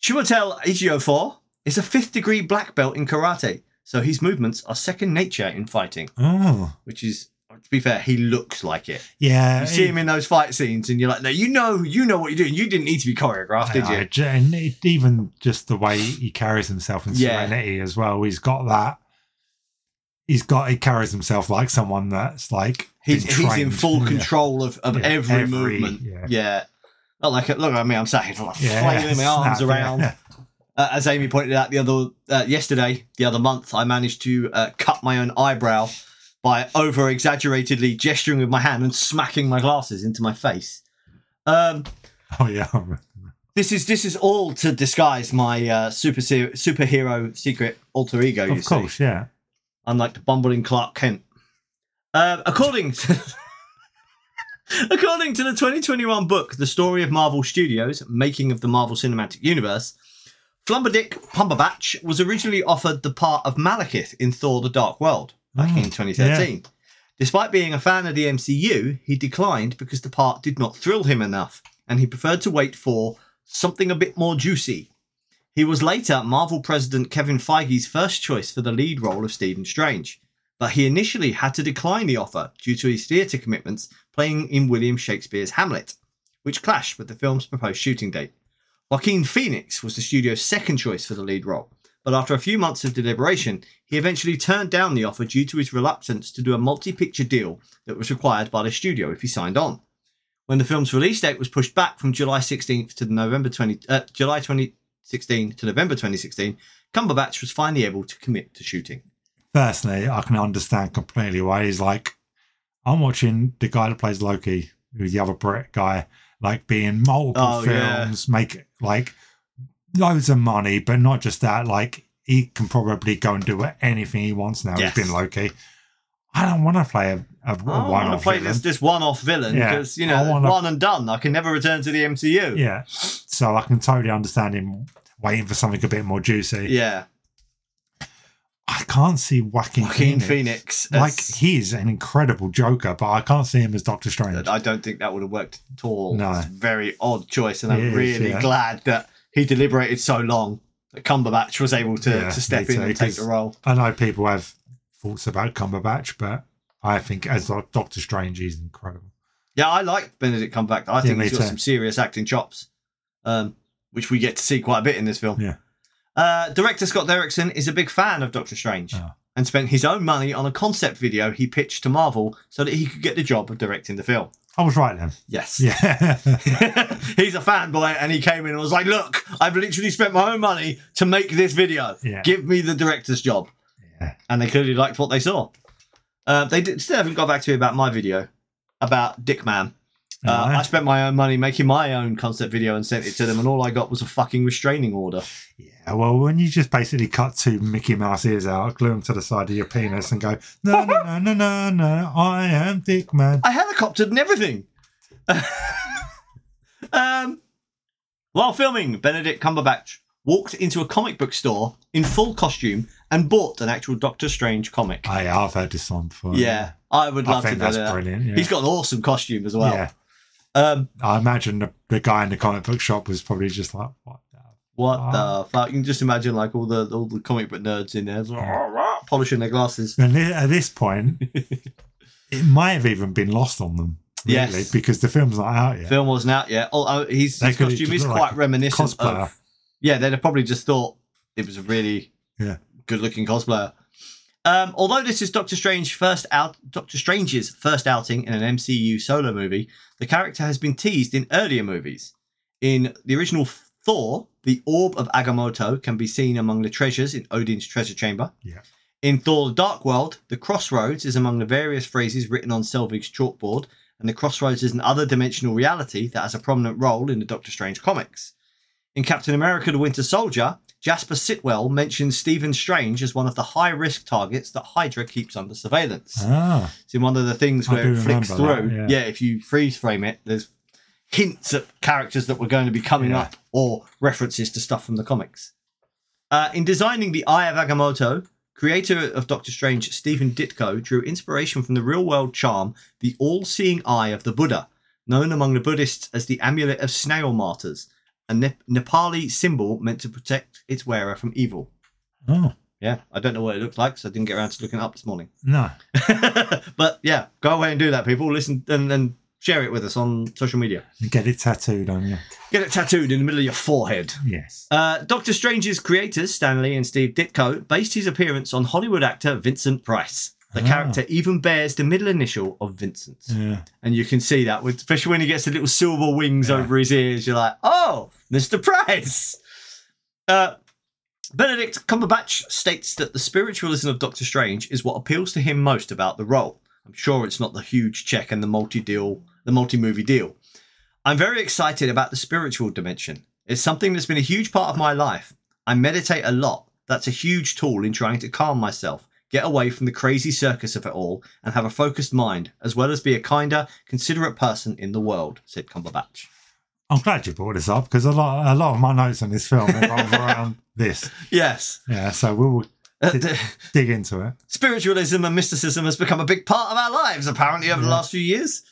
Chiwetel Ejiofor is a fifth degree black belt in karate, so his movements are second nature in fighting.
Oh,
which is to be fair, he looks like it.
yeah.
You see him
it-
in those fight scenes, and you're like, no, you know, you know what you're doing. You didn't need to be choreographed, did
I-
you?
j- and it, even just the way he carries himself in
Yeah.
Serenity as well. He's got that. He's got. He carries himself like someone that's like
He's,
been
he's in
trained.
full
Yeah.
control of, of
Yeah,
every,
every-
movement. Yeah.
yeah.
Not like, look at me, I'm sat here like
Yeah,
flailing my arms
snap, yeah.
around. Uh, as Amy pointed out the other uh, yesterday, the other month, I managed to uh, cut my own eyebrow by over exaggeratedly gesturing with my hand and smacking my glasses into my face. Um,
Oh yeah.
This is this is all to disguise my uh, super se- superhero secret alter ego. you
Of
see.
course. Yeah.
unlike the bumbling Clark Kent. Uh, according according to the 2021 book, The Story of Marvel Studios: Making of the Marvel Cinematic Universe, Flumberdick Pumberbatch was originally offered the part of Malekith in Thor: The Dark World back
Oh,
in 2013. Despite being a fan of the MCU, he declined because the part did not thrill him enough, and he preferred to wait for something a bit more juicy. He was later Marvel president Kevin Feige's first choice for the lead role of Stephen Strange, but he initially had to decline the offer due to his theatre commitments playing in William Shakespeare's Hamlet, which clashed with the film's proposed shooting date. Joaquin Phoenix was the studio's second choice for the lead role, but after a few months of deliberation, he eventually turned down the offer due to his reluctance to do a multi picture deal that was required by the studio if he signed on. When the film's release date was pushed back from July 16th to November 20, uh, July 2016 to November 2016, Cumberbatch was finally able to commit to shooting.
Firstly, I can understand completely why he's like, I'm watching the guy that plays Loki, who's the other Brit guy, like being multiple
Oh, yeah.
films, make like loads of money, but not just that. Like he can probably go and do anything he wants now.
Yes.
He's been Loki. I don't want to play a, a, a
Oh, I want to
one-off
play
villain.
this, this one off villain
Yeah.
because, you
I
know,
wanna-
one and done. I can never return to the MCU.
Yeah, so I can totally understand him waiting for something a bit more juicy.
Yeah.
I can't see Joaquin,
Joaquin
Phoenix.
Phoenix.
Like
as-
he is an incredible Joker, but I can't see him as Doctor Strange.
I don't think that would have worked at all.
No.
It's a very odd choice, and I'm
It is,
really
yeah.
glad that he deliberated so long that Cumberbatch was able to,
Yeah,
to step
me
in
too,
and take
'cause-
the role.
I know people have thoughts about Cumberbatch, but I think as Doc- Doctor Strange, he's incredible.
Yeah, I like Benedict Cumberbatch. I
Yeah,
think
me
he's got
too.
some serious acting chops, um, which we get to see quite a bit in this film.
Yeah.
Uh, director Scott Derrickson is a big fan of Doctor Strange
Oh.
and spent his own money on a concept video he pitched to Marvel so that he could get the job of directing the film.
I was right then.
Yes.
Yeah.
he's a fanboy and he came in and was like, Look, I've literally spent my own money to make this video.
Yeah.
Give me the director's job.
Yeah.
And they clearly liked what they saw. Uh, they did, still haven't got back to me about my video about Dick Man. Uh,
No.
I spent my own money making my own concept video and sent it to them, and all I got was a fucking restraining order.
yeah. Well, when you just basically cut two Mickey Mouse ears out, glue them to the side of your penis, and go, no, no, no, no, no, no, I am Dick Man.
I helicoptered and everything. um, while filming, Benedict Cumberbatch walked into a comic book store in full costume and bought an actual Doctor Strange comic.
I, I've heard this song before.
yeah, I would
I
love
think
to go
that's
there.
brilliant. Yeah.
He's got an awesome costume as well.
yeah.
Um,
I imagine the, the guy in the comic book shop was probably just like, what the
what
Wow.
the fuck? You can just imagine like all the all the comic book nerds in there like,
Yeah.
"Rah, rah," polishing their glasses.
And thi- at this point, it might have even been lost on them. Really,
Yes.
Because the film's not out yet.
Film wasn't out yet. Oh, oh, he's,
They
his
could've
costume
just
is
looked
quite
like
reminiscent
Cosplayer.
of yeah, they'd have probably just thought it was a really
Yeah.
good looking cosplayer. Um, although this is Doctor Strange first out Doctor Strange's first outing in an MCU solo movie, the character has been teased in earlier movies. In the original Thor, the orb of Agamotto can be seen among the treasures in Odin's treasure chamber.
Yeah.
In Thor the Dark World, the crossroads is among the various phrases written on Selvig's chalkboard, and the crossroads is an other dimensional reality that has a prominent role in the Doctor Strange comics. In Captain America the Winter Soldier, Jasper Sitwell mentions Stephen Strange as one of the high risk targets that Hydra keeps under surveillance.
Ah,
It's in one of the things
I
where it
do
flicks
remember
through.
that,
yeah. if you freeze frame it, there's hints at characters that were going to be coming
Yeah.
up or references to stuff from the comics. Uh, in designing the Eye of Agamotto, creator of Doctor Strange, Stephen Ditko, drew inspiration from the real world charm, the all seeing eye of the Buddha, known among the Buddhists as the amulet of snail martyrs, a Nep- Nepali symbol meant to protect its wearer from evil.
oh,
Yeah, I don't know what it looked like, so I didn't get around to looking it up this morning
no.
but yeah, go away and do that, people. Listen and, and share it with us on social media.
You get it tattooed on you.
Get it tattooed in the middle of your forehead.
Yes.
Uh, Doctor Strange's creators, Stanley and Steve Ditko, based his appearance on Hollywood actor Vincent Price. The
Ah.
character even bears the middle initial of Vincent.
Yeah.
And you can see that, with, especially when he gets the little silver wings
Yeah.
over his ears. You're like, oh, Mr. Price. Uh, Benedict Cumberbatch states that the spiritualism of Doctor Strange is what appeals to him most about the role. I'm sure it's not the huge check and the multi deal, the multi movie deal. I'm very excited about the spiritual dimension. It's something that's been a huge part of my life. I meditate a lot. That's a huge tool in trying to calm myself, get away from the crazy circus of it all, and have a focused mind, as well as be a kinder, considerate person in the world, said Cumberbatch.
I'm glad you brought this up because a lot, a lot of my notes on this film revolve around this.
Yes.
Yeah. So we'll
Uh,
Did-
the-
dig into it.
spiritualism and mysticism has become a big part of our lives, apparently, over the
Yeah.
last few years.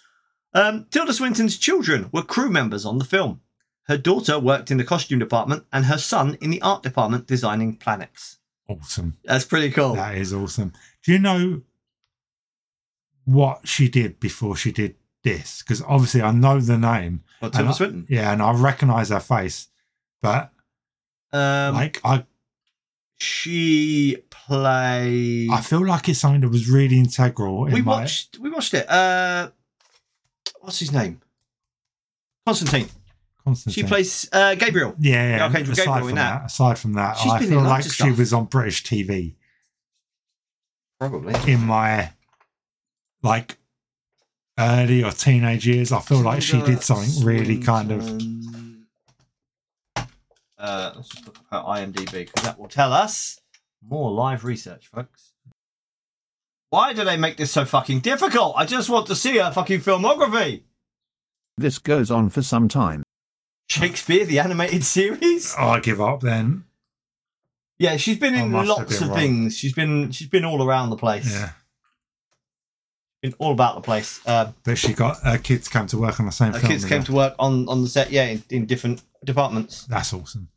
Um, Tilda Swinton's children were crew members on the film. Her daughter worked in the costume department and her son in the art department designing planets.
Awesome.
That's pretty cool.
That is awesome. Do you know what she did before she did this? Because obviously I know the name.
What's it
I-
was written?
Yeah, and I recognize her face. But
Um,
like I
she played.
I feel like it's something that was really integral in
we
my
watched. We watched it. Uh, what's his name? Constantine.
Constantine.
She plays uh, Gabriel.
Yeah, yeah.
Yeah, Archangel
aside
Gabriel
from
in that.
that. aside from that,
She's
I
been
feel
in
like
loads
she
of stuff.
was on British TV
Probably.
in my like early or teenage years. I feel like
uh,
she did something really kind of
Swinton. Uh, let's just look up her IMDb because that will tell us more live research, folks. Why do they make this so fucking difficult? I just want to see her fucking filmography.
This goes on for some time.
Shakespeare, the animated series.
oh, I give up then.
Yeah, she's been
I
in
must have
lots
been
of
wrong.
things. She's been she's been all around the place.
Yeah.
Been all about the place. Uh,
But she got her kids came to work on the same
her
film.
kids
with
came
her.
to work on on the set. Yeah, in, in different departments.
That's awesome.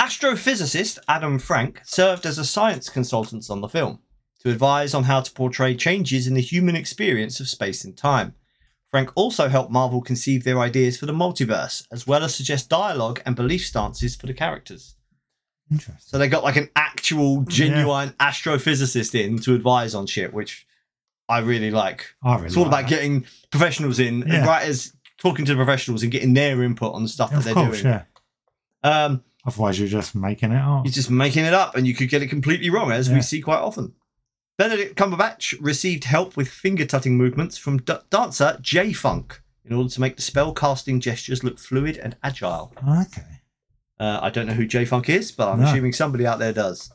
Astrophysicist Adam Frank served as a science consultant on the film to advise on how to portray changes in the human experience of space and time. Frank also helped Marvel conceive their ideas for the multiverse, as well as suggest dialogue and belief stances for the characters.
Interesting.
So they got like an actual, genuine astrophysicist in to advise on shit, which I really like.
I really
It's all
like
about
that.
getting professionals in and
Yeah.
writers talking to the professionals and getting their input on the stuff that
Of
they're
course,
doing.
yeah.
Um,
Otherwise, you're just making it up.
He's just making it up, and you could get it completely wrong, as we
Yeah.
see quite often. Benedict Cumberbatch received help with finger tutting movements from d- dancer J Funk in order to make the spell casting gestures look fluid and agile.
Okay.
Uh, I don't know who J Funk is, but I'm
No.
assuming somebody out there does.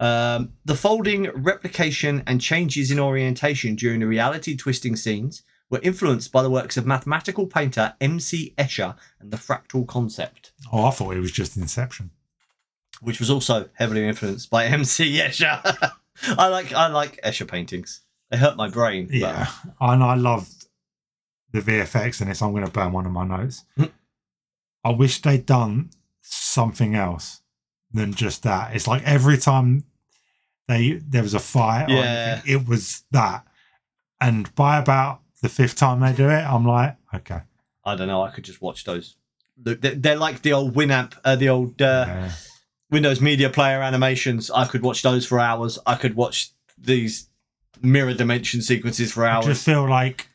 Um, the folding, replication, and changes in orientation during the reality twisting scenes were influenced by the works of mathematical painter M.C. Escher and the fractal concept
Oh, I thought it was just Inception.
which was also heavily influenced by MC Escher. I like I like Escher paintings. They hurt my brain. but-
Yeah. And I loved the VFX in this. I'm going to burn one of my notes.
Hmm.
I wish they'd done something else than just that. It's like every time they there was a fight, or
Yeah.
anything, it was that. And by about the fifth time they do it, I'm like, okay.
I don't know. I could just watch those. Look, They're, they're like the old Winamp, uh, the old uh,
yeah.
Windows Media Player animations. I could watch those for hours. I could watch these mirror dimension sequences for
I
hours.
just feel like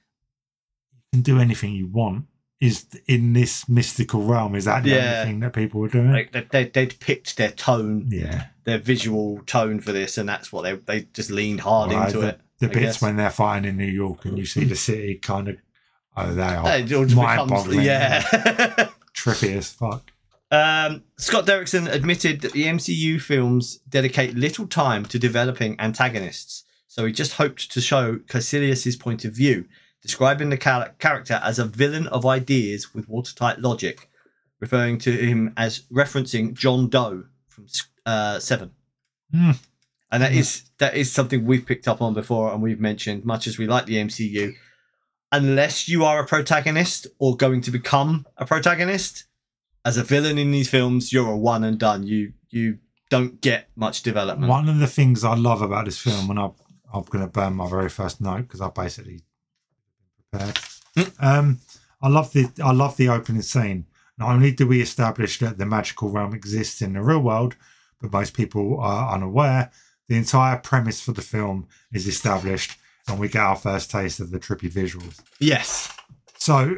you can do anything you want. Is in this mystical realm? Is that the
Yeah.
only thing that people were doing?
like they, they, they'd picked their tone,
yeah.
their visual tone for this, and that's what they they just leaned hard
Well,
into
the,
it.
The
I
bits
guess.
when they're flying in New York and you see the city kind of, oh, they are
It all just
mind
becomes,
boggling.
yeah.
trippy as fuck.
Um, Scott Derrickson admitted that the MCU films dedicate little time to developing antagonists, so he just hoped to show Caecilius' point of view, describing the char- character as a villain of ideas with watertight logic, referring to him as referencing John Doe from uh, Seven.
Hmm.
And that is that is something we've picked up on before, and we've mentioned much as we like the MCU. Unless you are a protagonist or going to become a protagonist, as a villain in these films, you're a one and done. You you don't get much development.
One of the things I love about this film, and I, I'm going to burn my very first note because I basically prepared.
Mm.
Um, I love the I love the opening scene. Not only do we establish that the magical realm exists in the real world, but most people are unaware. The entire premise for the film is established, and we get our first taste of the trippy visuals.
Yes.
So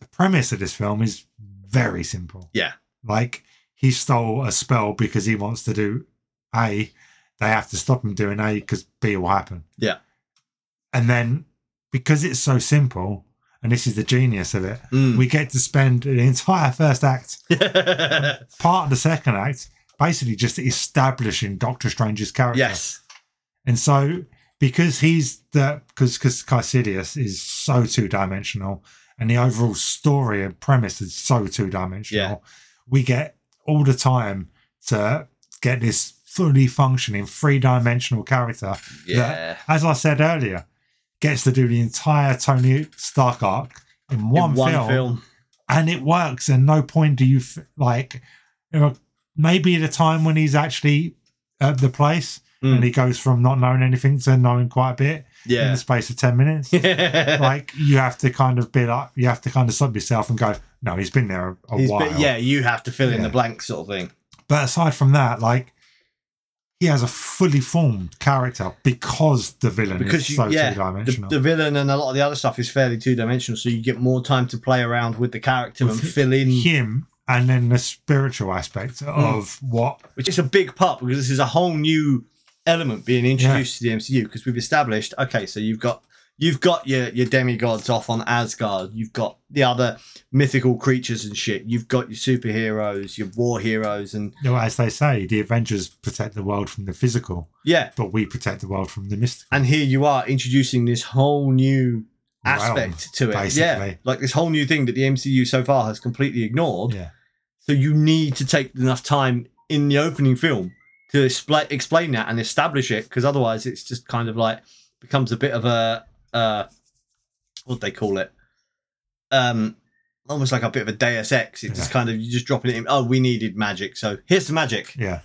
the premise of this film is very simple.
Yeah.
Like he stole a spell because he wants to do A. They have to stop him doing A because B will happen.
Yeah.
And then because it's so simple, and this is the genius of it,
Mm.
we get to spend the entire first act, part of the second act, basically just establishing Doctor Strange's character.
yes.
And so because he's the because because Caecidius is so two dimensional and the overall story and premise is so two dimensional, we get all the time to get this fully functioning three dimensional character
Yeah.
as I said earlier, gets to do the entire Tony Stark arc in one,
in one
film,
film.
and it works. And no point do you f- like you know, maybe at a time when he's actually at the place
Mm.
and he goes from not knowing anything to knowing quite a bit in
Yeah.
the space of ten minutes. like you have to kind of be like you have to kind of stop yourself and go, no, he's been there a, a
He's
while.
bit- yeah, you have to fill in the
Yeah.
blank sort of thing.
But aside from that, like he has a fully formed character because the villain
Because
is
you,
so
yeah, the,
two-dimensional.
the villain and a lot of the other stuff is fairly two dimensional, so you get more time to play around with the character and
With
fill in,
him and then the spiritual aspect
Hmm.
of what
which is a big part because this is a whole new element being introduced to the MCU because we've established okay, so you've got you've got your your demigods off on Asgard, you've got the other mythical creatures and shit, you've got your superheroes, your war heroes, and
you know, as they say, the Avengers protect the world from the physical,
yeah,
but we protect the world from the mystical.
and here you are introducing this whole new
realm.
aspect to it. Yeah,
basically.
like this whole new thing that the MCU so far has completely ignored.
Yeah.
So you need to take enough time in the opening film to explain explain that and establish it, because otherwise it's just kind of like becomes a bit of a uh, what they call it, um, almost like a bit of a Deus Ex. It's just kind of you just dropping it in. Oh, we needed magic, so here's the magic.
Yeah.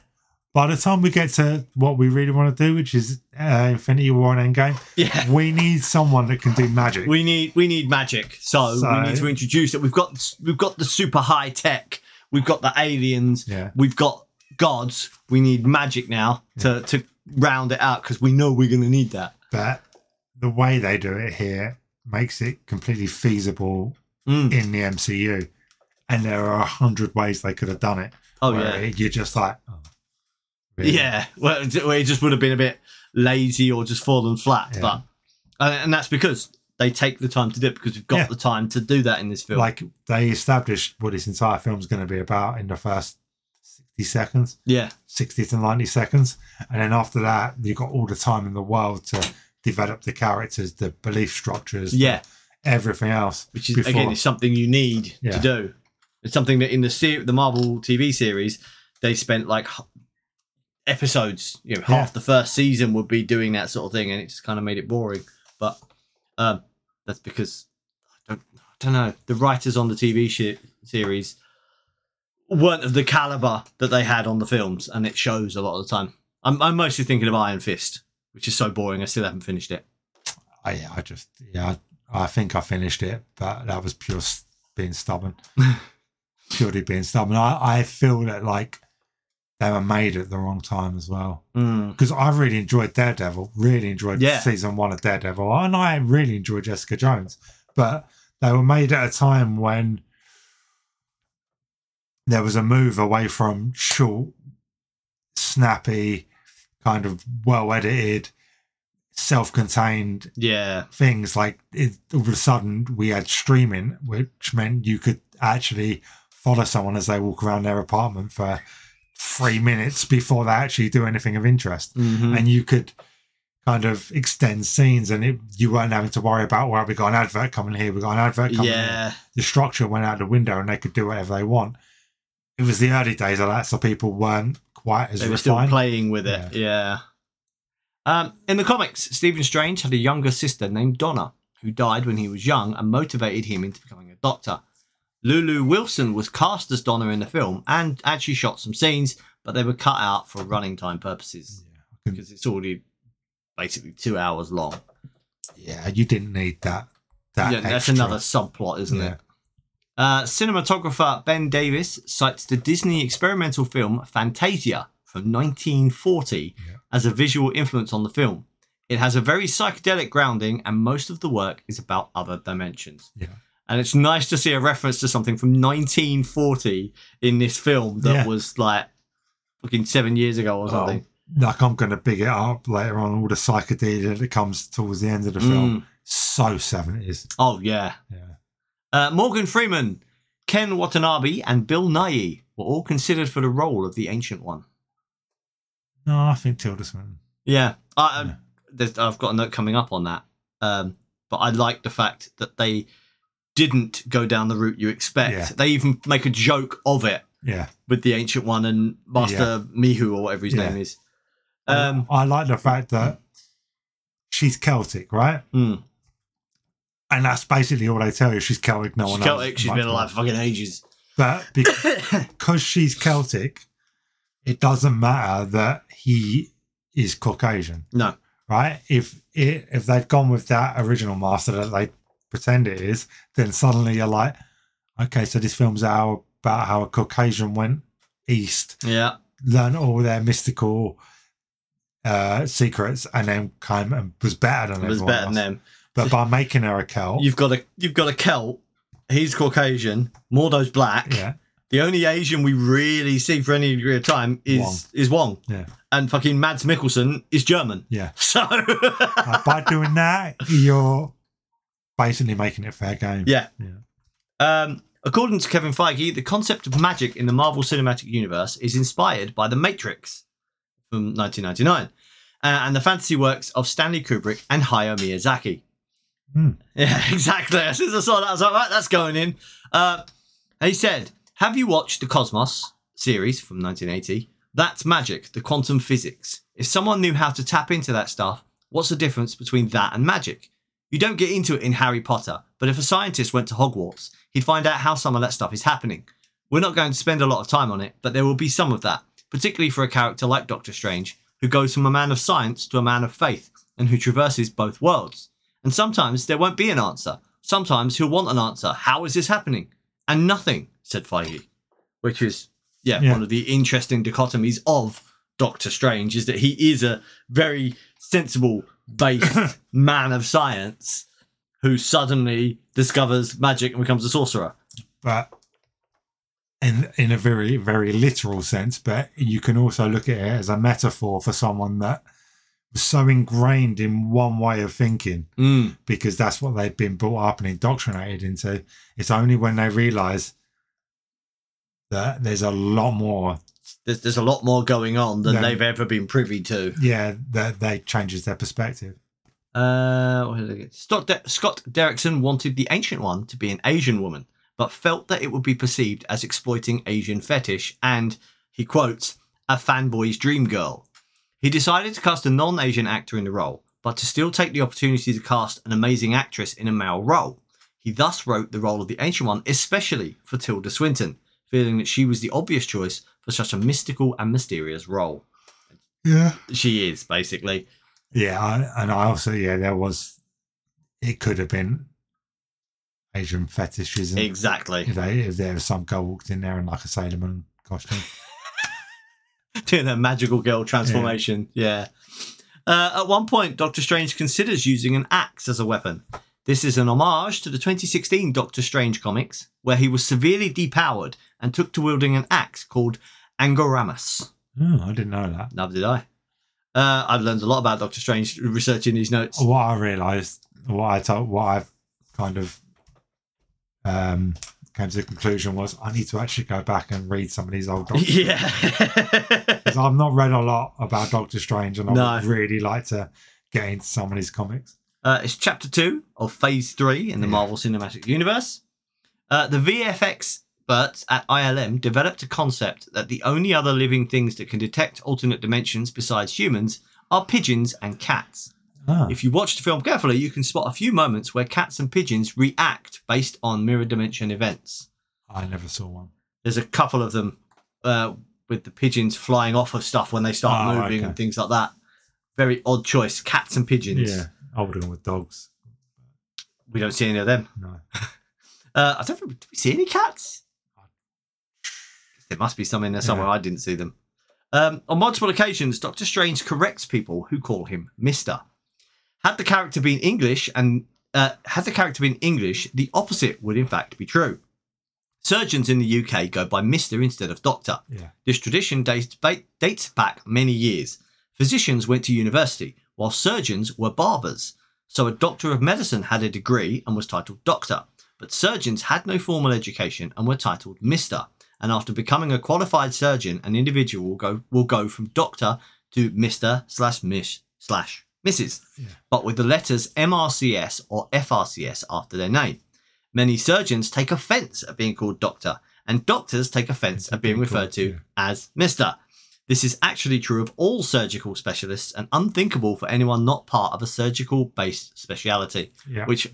By the time we get to what we really want to do, which is uh, Infinity War and Endgame,
Yeah.
we need someone that can do magic.
We need we need magic, so,
So-
we need to introduce it. We've got we've got the super high tech, we've got the aliens,
yeah.
we've got gods. We need magic now to to round it out because we know we're going to need that.
But the way they do it here makes it completely feasible
Mm.
in the MCU. And there are a hundred ways they could have done it.
Oh
where
yeah,
You're just like, oh, really?
yeah. Well, it it just would have been a bit lazy or just fallen flat,
Yeah.
but uh, and, and that's because they take the time to do it because we've got
Yeah.
the time to do that in this film.
Like they established what this entire film's going to be about in the first 60 seconds.
yeah,
60 to 90 seconds. And then after that, you've got all the time in the world to develop the characters, the belief structures, the-
yeah.
everything else.
which is
before-
again is something you need
Yeah.
to do. It's something that in the ser- the Marvel TV series they spent like h- episodes, you know, half
Yeah.
the first season would be doing that sort of thing, and it just kind of made it boring. But um, that's because I don't, I don't know the writers on the TV sh- series weren't of the caliber that they had on the films, and it shows a lot of the time. I'm, I'm mostly thinking of Iron Fist, which is so boring. I still haven't finished it.
I, I just, yeah, I, I think I finished it, but that was pure s- being stubborn. Purely being stubborn. I, I feel that like they were made at the wrong time as well.
Mm.
Because I really enjoyed Daredevil, really enjoyed
Yeah.
season one of Daredevil, and I really enjoyed Jessica Jones. But they were made at a time when there was a move away from short, snappy, kind of well edited, self contained
Yeah,
things. Like it, all of a sudden, we had streaming, which meant you could actually follow someone as they walk around their apartment for three minutes before they actually do anything of interest
Mhm.
and you could kind of extend scenes and it, you weren't having to worry about well we got an advert coming here we got an advert coming here.
yeah.
the structure went out the window and they could do whatever they want it was the early days of that so people weren't quite as
they were still
refined
playing with it. Yeah. Um, in the comics, Stephen Strange had a younger sister named Donna, who died when he was young and motivated him into becoming a doctor. Lulu Wilson was cast as Donna in the film and actually shot some scenes, but they were cut out for running time purposes because it's already basically two hours long.
yeah you didn't need that that
Yeah, that's
extra.
another subplot, isn't
Yeah.
it? Uh, cinematographer Ben Davis cites the Disney experimental film Fantasia from 1940
Yeah.
as a visual influence on the film. It has a very psychedelic grounding, and most of the work is about other dimensions.
Yeah.
And it's nice to see a reference to something from 1940 in this film that
Yeah.
was like fucking seven years ago or
Oh,
something.
like i'm gonna big it up later on all the psychedelia that comes towards the end of the film
Mm.
so 70s
Oh, yeah.
yeah
Uh, Morgan Freeman, Ken Watanabe, and Bill Nye were all considered for the role of the Ancient One.
no i think tilda swinton
Yeah, I, I-
Yeah.
There's, I've got a note coming up on that. Um, but I like the fact that they didn't go down the route you expect.
Yeah.
They even make a joke of it
yeah
with the Ancient One and Master Mihu or whatever his
Yeah.
name is.
um
Um, Hmm.
i like the fact that she's celtic right
mm,
And that's basically all they tell you. She's Celtic. No
she's
one
Celtic.
knows
She's
much
been
more.
alive for fucking ages.
But because she's Celtic, it doesn't matter that he is Caucasian.
no.
right? If it, if they'd gone with that original master that they pretend it is, then suddenly you're like, okay, so this film's how about how a Caucasian went east,
Yeah.
learned all their mystical uh, secrets, and then came and was better than
It was
everyone
better than
else.
them.
But by making her a Celt,
You've got a you've got a Celt. He's Caucasian. Mordo's black.
yeah,
The only Asian we really see for any degree of time is
Wong.
is Wong.
Yeah.
And fucking Mads Mikkelsen is German.
yeah.
So
Uh, by doing that, you're basically making it fair game.
Yeah.
Yeah.
Um, according to Kevin Feige, the concept of magic in the Marvel Cinematic Universe is inspired by The Matrix from 1999 uh, and the fantasy works of Stanley Kubrick and Hayao Miyazaki.
Hmm.
Yeah, exactly. As soon as I saw that, I was like, right, that's going in. Uh, he said, Have you watched the Cosmos series from 1980? That's magic, the quantum physics. If someone knew how to tap into that stuff, what's the difference between that and magic? You don't get into it in Harry Potter, but if a scientist went to Hogwarts, he'd find out how some of that stuff is happening. We're not going to spend a lot of time on it, but there will be some of that, particularly for a character like Doctor Strange, who goes from a man of science to a man of faith and who traverses both worlds. And sometimes there won't be an answer. Sometimes he'll want an answer. How is this happening? And nothing, said Feige. Which is, yeah,
Yeah.
one of the interesting dichotomies of Doctor Strange is that he is a very sensible, based man of science who suddenly discovers magic and becomes a sorcerer.
but in in a very very literal sense but you can also look at it as a metaphor for someone that was so ingrained in one way of thinking
Mm.
because that's what they've been brought up and indoctrinated into it's only when they realize that there's a lot more
There's, there's a lot more going on than
Yeah.
they've ever been privy to.
yeah that they changes their perspective
Uh, what did I get? Scott, De- Scott Derrickson wanted the ancient one to be an Asian woman, but felt that it would be perceived as exploiting Asian fetish and, he quotes, a fanboy's dream girl. He decided to cast a non Asian actor in the role, but to still take the opportunity to cast an amazing actress in a male role. He thus wrote the role of the ancient one, especially for Tilda Swinton, feeling that she was the obvious choice for such a mystical and mysterious role.
yeah
She is, basically.
yeah I, and i also yeah there was it could have been asian fetishism
Mm. Exactly.
if, they, if there was some girl walked in there in like a Sailor Moon costume.
doing a magical girl transformation. Yeah. Uh, at one point, Doctor Strange considers using an axe as a weapon. This is an homage to the 2016 Doctor Strange comics, where he was severely depowered and took to wielding an axe called Angoramus.
Oh, I didn't know that.
Now did I. Uh, I've learned a lot about Doctor Strange researching these notes.
What I realised, what I told, what I've kind of um, came to the conclusion was, I need to actually go back and read some of these old. Doctor
Yeah.
Because I've not read a lot about Doctor Strange, and I
No.
would really like to get into some of his comics.
Uh, it's chapter two of phase three in the
Yeah.
Marvel Cinematic Universe. Uh, the VFX experts at ILM developed a concept that the only other living things that can detect alternate dimensions besides humans are pigeons and cats.
Ah,
If you watch the film carefully, you can spot a few moments where cats and pigeons react based on mirror dimension events.
I never saw one.
There's a couple of them uh, with the pigeons flying off of stuff when they start
Oh,
moving
okay.
and things like that. Very odd choice, cats and pigeons.
Yeah, I would have gone with dogs.
We don't see any of them.
No,
Uh, I don't think did we see any cats. There must be some in there somewhere.
Yeah.
I didn't see them. Um, on multiple occasions, Doctor Strange corrects people who call him Mister. Had the character been English, and uh, had the character been English, the opposite would in fact be true. Surgeons in the UK go by Mister instead of Doctor.
yeah,
This tradition dates, ba- dates back many years. Physicians went to university, while surgeons were barbers. So a doctor of medicine had a degree and was titled doctor, but surgeons had no formal education and were titled mister. And after becoming a qualified surgeon, an individual will go, will go from doctor to mister slash miss slash Mrs.
Yeah.
But with the letters MRCS or FRCS after their name. Many surgeons take offence at being called doctor, and doctors take offence at being
Being called,
referred to
yeah.
as mister. This is actually true of all surgical specialists and unthinkable for anyone not part of a surgical based speciality.
yeah.
Which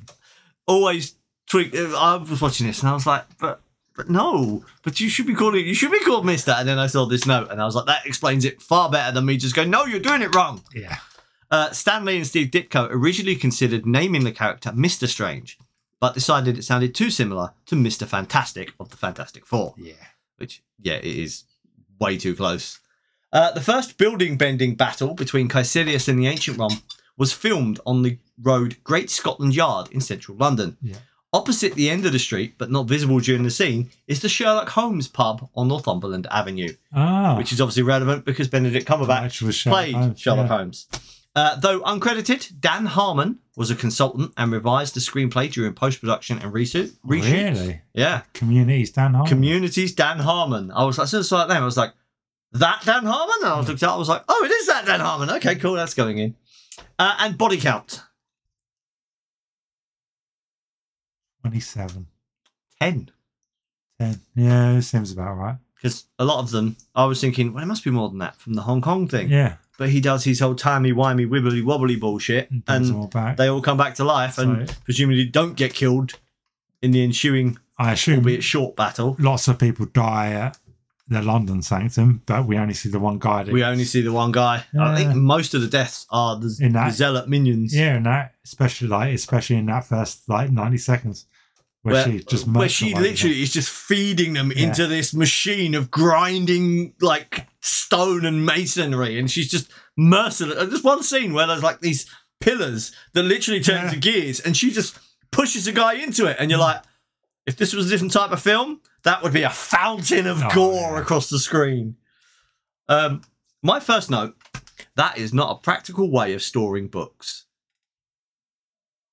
always tweak. I was watching this and I was like, but but no, but you should be called you should be called Mister. And then I saw this note and I was like, that explains it far better than me just going, no, you're doing it wrong.
Yeah.
Uh, Stan Lee and Steve Ditko originally considered naming the character Mr. Strange, but decided it sounded too similar to Mr. Fantastic of the Fantastic Four,
Yeah.
which, yeah, it is way too close. Uh, the first building bending battle between Caecilius and the Ancient Rom was filmed on the road Great Scotland Yard in central London.
Yeah.
Opposite the end of the street, but not visible during the scene, is the Sherlock Holmes pub on Northumberland Avenue,
Ah.
which is obviously relevant because Benedict Cumberbatch
Which was Sherlock
played
Holmes,
Sherlock
yeah.
Holmes. Uh, though uncredited, Dan Harmon was a consultant and revised the screenplay during post production and reshoot. reshoots.
Really?
Yeah.
Community, Stan Holmes.
Communities, Dan Harmon. I was like, as soon as I saw that name, I was like, that Dan Harmon? And I looked up, I was like, oh, it is that Dan Harmon. Okay, cool, that's going in. Uh, and Body Count
27.
10.
10. Yeah, it seems about right.
Because a lot of them, I was thinking, well, it must be more than that from the Hong Kong thing.
Yeah.
But he does his whole timey wimey wibbly wobbly bullshit.
And brings them
And
all back.
they all come back to life and
So-
presumably don't get killed in the ensuing
I assume
albeit short battle.
lots of people die at the London Sanctum, but we only see the one guy. that-
We only see the one guy. I think
Yeah.
most of the deaths are the,
In
the
that-
zealot minions.
Yeah, and that especially like especially in that first like ninety seconds where,
Where,
she just
where
murks
she
away,
literally is just feeding them
Yeah.
into this machine of grinding like stone and masonry, and she's just merciless. Uh, There's one scene where there's like these pillars that literally turn
Yeah. Mm.
to gears, and she just pushes a guy into it, and you're like, if this was a different type of film, that would be a fountain of
Oh,
gore
yeah.
across the screen. Um, my first note: that is not a practical way of storing books.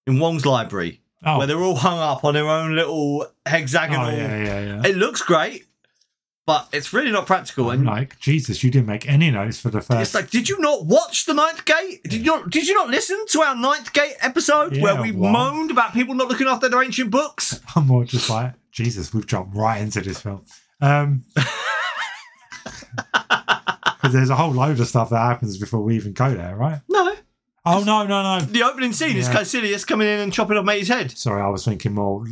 In Wong's library,
yeah. oh,
where they're all hung up on their own little hexagonal.
oh, yeah, yeah, yeah.
It looks great, but it's really not practical.
I'm
And
like Jesus, you didn't make any notes for the
it's
first.
like, did you not watch the Ninth Gate? Did you not, did you not listen to our Ninth Gate episode
Yeah,
where we
what?
moaned about people not looking after their ancient books?
I'm more just like Jesus. We've jumped right into this film. Um, 'cause there's a whole load of stuff that happens before we even go there, right?
No,
Oh no, no, no.
the opening scene is
Yeah.
Caecilius coming in and chopping off Mate's head.
Sorry, I was thinking more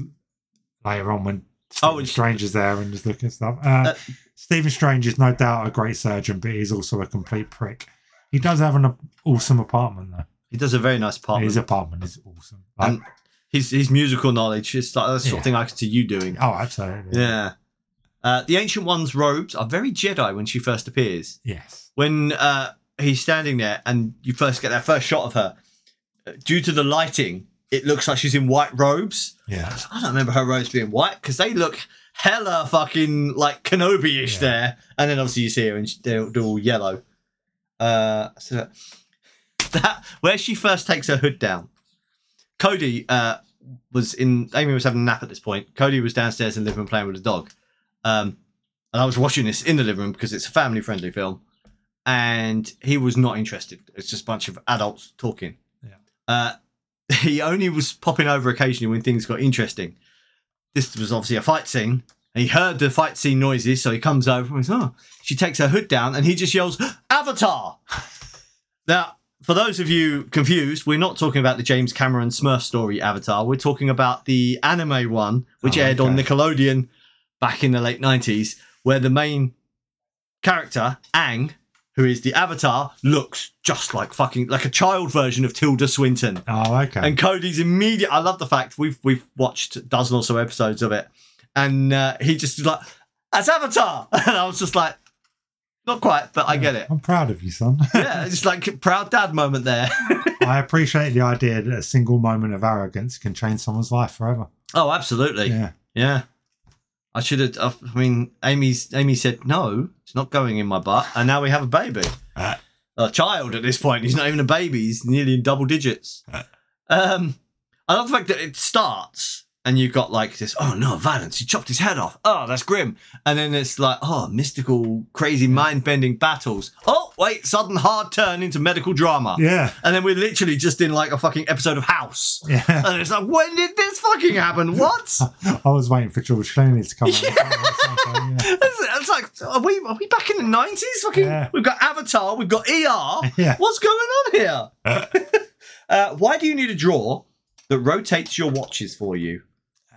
later on when
Oh,
Stephen
it's-
Strange is there and just looking at stuff. Uh,
Uh,
Stephen Strange is no doubt a great surgeon, but he's also a complete prick. He does have an awesome apartment though.
He does a very nice part.
His apartment is awesome. Like,
And his his musical knowledge is like that's the sort of
Yeah.
thing I could see you doing.
oh, absolutely.
Yeah. Uh, the ancient one's robes are very Jedi when she first appears.
Yes.
when uh, he's standing there and you first get that first shot of her, uh, due to the lighting, it looks like she's in white robes.
Yeah.
I don't remember her robes being white because they look hella fucking like Kenobi ish
Yeah.
there. And then obviously you see her and she- they're, they're all yellow. Uh, so that where she first takes her hood down, Cody uh, was in. Amy was having a nap at this point. Cody was downstairs in the living room playing with the dog. Um, and I was watching this in the living room because it's a family friendly film, and he was not interested. It's just a bunch of adults talking.
Yeah.
Uh, he only was popping over occasionally when things got interesting. This was obviously a fight scene, and he heard the fight scene noises, so he comes over and goes, "Oh!" She takes her hood down, and he just yells, "Avatar!" now, for those of you confused, we're not talking about the James Cameron Smurf story Avatar. We're talking about the anime one, which
Oh,
aired on
okay.
Nickelodeon back in the late '90s, where the main character Ang, who is the Avatar, looks just like fucking like a child version of Tilda Swinton.
Oh, okay.
And Cody's immediate. I love the fact we've we've watched a dozen or so episodes of it, and uh, he just was like, "That's Avatar," and I was just like, "Not quite, but I get it."
I'm proud of you, son.
Yeah, it's like a proud dad moment there.
I appreciate the idea that a single moment of arrogance can change someone's life forever.
oh, absolutely. Yeah.
Yeah.
I should have. I I mean, Amy's Amy said no. It's not going in my butt, and now we have a baby,
Ah.
a child at this point. He's not even a baby. He's nearly in double digits. Um, I love the fact that it starts and you've got like this, oh no, violence, he chopped his head off. Oh, that's grim. And then it's like, oh, mystical, crazy, mind bending battles. Oh, wait, sudden hard turn into medical drama.
Yeah.
And then we're literally just in like a fucking episode of House.
Yeah.
And it's like, when did this fucking happen? What?
I was waiting for George Clooney to come. on. Yeah.
it's like, are we are we back in the nineties? Fucking,
Yeah.
we've got Avatar, we've got ER.
Yeah.
What's going on here? uh, why do you need a drawer that rotates your watches for you.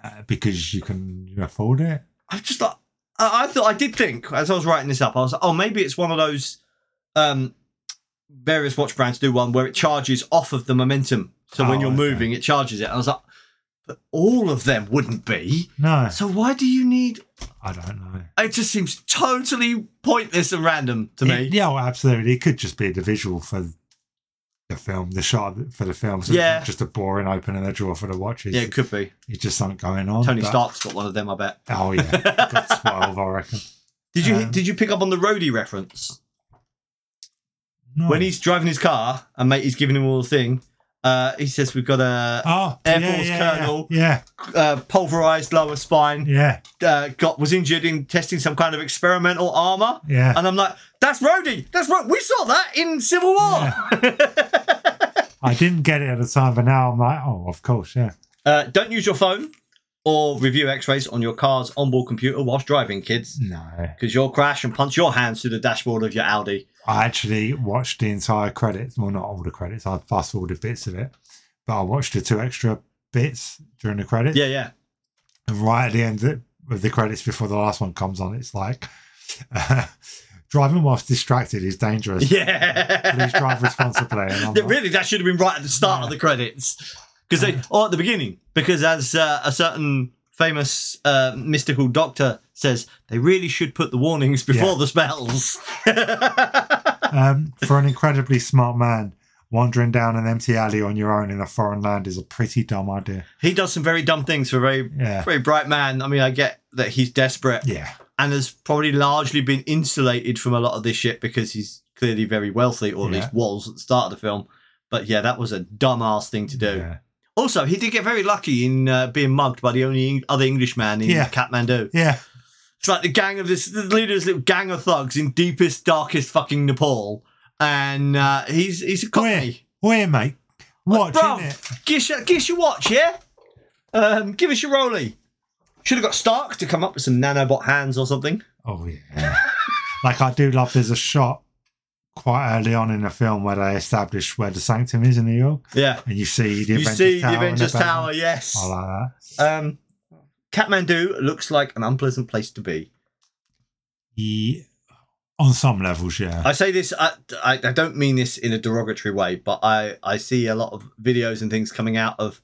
uh, because you can afford it.
I just like I, I thought I did think as I was writing this up, I was like, oh maybe it's one of those um various watch brands do one where it charges off of the momentum. So when
Oh,
you're
okay.
moving, it charges it. I was like, but all of them wouldn't be.
No,
So why do you need?
I don't know.
It just seems totally pointless and random to
It-
me.
yeah, well, absolutely. It could just be the visual for the film, the shot for the film. So it's
Yeah.
not just a boring open and a drawer for the watches.
Yeah, it could be.
it's just something going on.
Tony
but-
Stark's got one of them, I bet.
Oh yeah, got twelve, I reckon.
Did you
Um,
did you pick up on the roadie reference
No.
when he's driving his car and mate he's giving him all the thing? Uh, he says we've got a
oh
Air
yeah,
Force
yeah,
Colonel.
yeah,
uh, pulverized lower spine.
yeah,
Uh, got was injured in testing some kind of experimental armor,
yeah.
and I'm like, that's Rhodey. That's Ro- we saw that in Civil War.
I didn't get it at the time, but now I'm like, oh, of course, yeah.
uh, don't use your phone or review X-rays on your car's onboard computer whilst driving, kids,
No,
because you'll crash and punch your hands through the dashboard of your Audi.
I actually watched the entire credits. Well, not all the credits. I fast forwarded bits of it, but I watched the two extra bits during the credits.
Yeah, yeah.
And right at the end of of the credits before the last one comes on, it's like driving whilst distracted is dangerous. Please
Yeah.
drive responsibly. And I'm
That
like,
really, that should have been right at the start of the credits, because they or at the beginning, because as uh, a certain famous uh, mystical doctor says, they really should put the warnings before
Yeah.
the spells.
um, for an incredibly smart man, wandering down an empty alley on your own in a foreign land is a pretty dumb idea.
he does some very dumb things for a very,
Yeah.
very bright man. I mean, I get that he's desperate
Yeah.
and has probably largely been insulated from a lot of this shit because he's clearly very wealthy, or at
Yeah.
least was at the start of the film. But yeah, that was a dumbass thing to do.
Yeah.
Also, he did get very lucky in uh, being mugged by the only Eng- other Englishman in
Yeah.
Kathmandu.
Yeah.
It's like the gang of this, the leader of this little gang of thugs in deepest, darkest fucking Nepal. And uh, he's he's a cockney.
Where, mate?
Like,
Watch,
bruv,
innit?
Give, us your- give us your watch, yeah? Um, give us your rollie. Should have got Stark to come up with some nanobot hands or something.
Oh yeah. like I do love there's a shot quite early on in the film where they establish where the sanctum is in New York.
Yeah.
And you see the
You
Avengers
see
Tower
the
in
Avengers
background.
Tower, yes.
I like that.
Um, Kathmandu looks like an unpleasant place to be.
Ye- on some levels, yeah.
I say this, I, I, I don't mean this in a derogatory way, but I, I see a lot of videos and things coming out of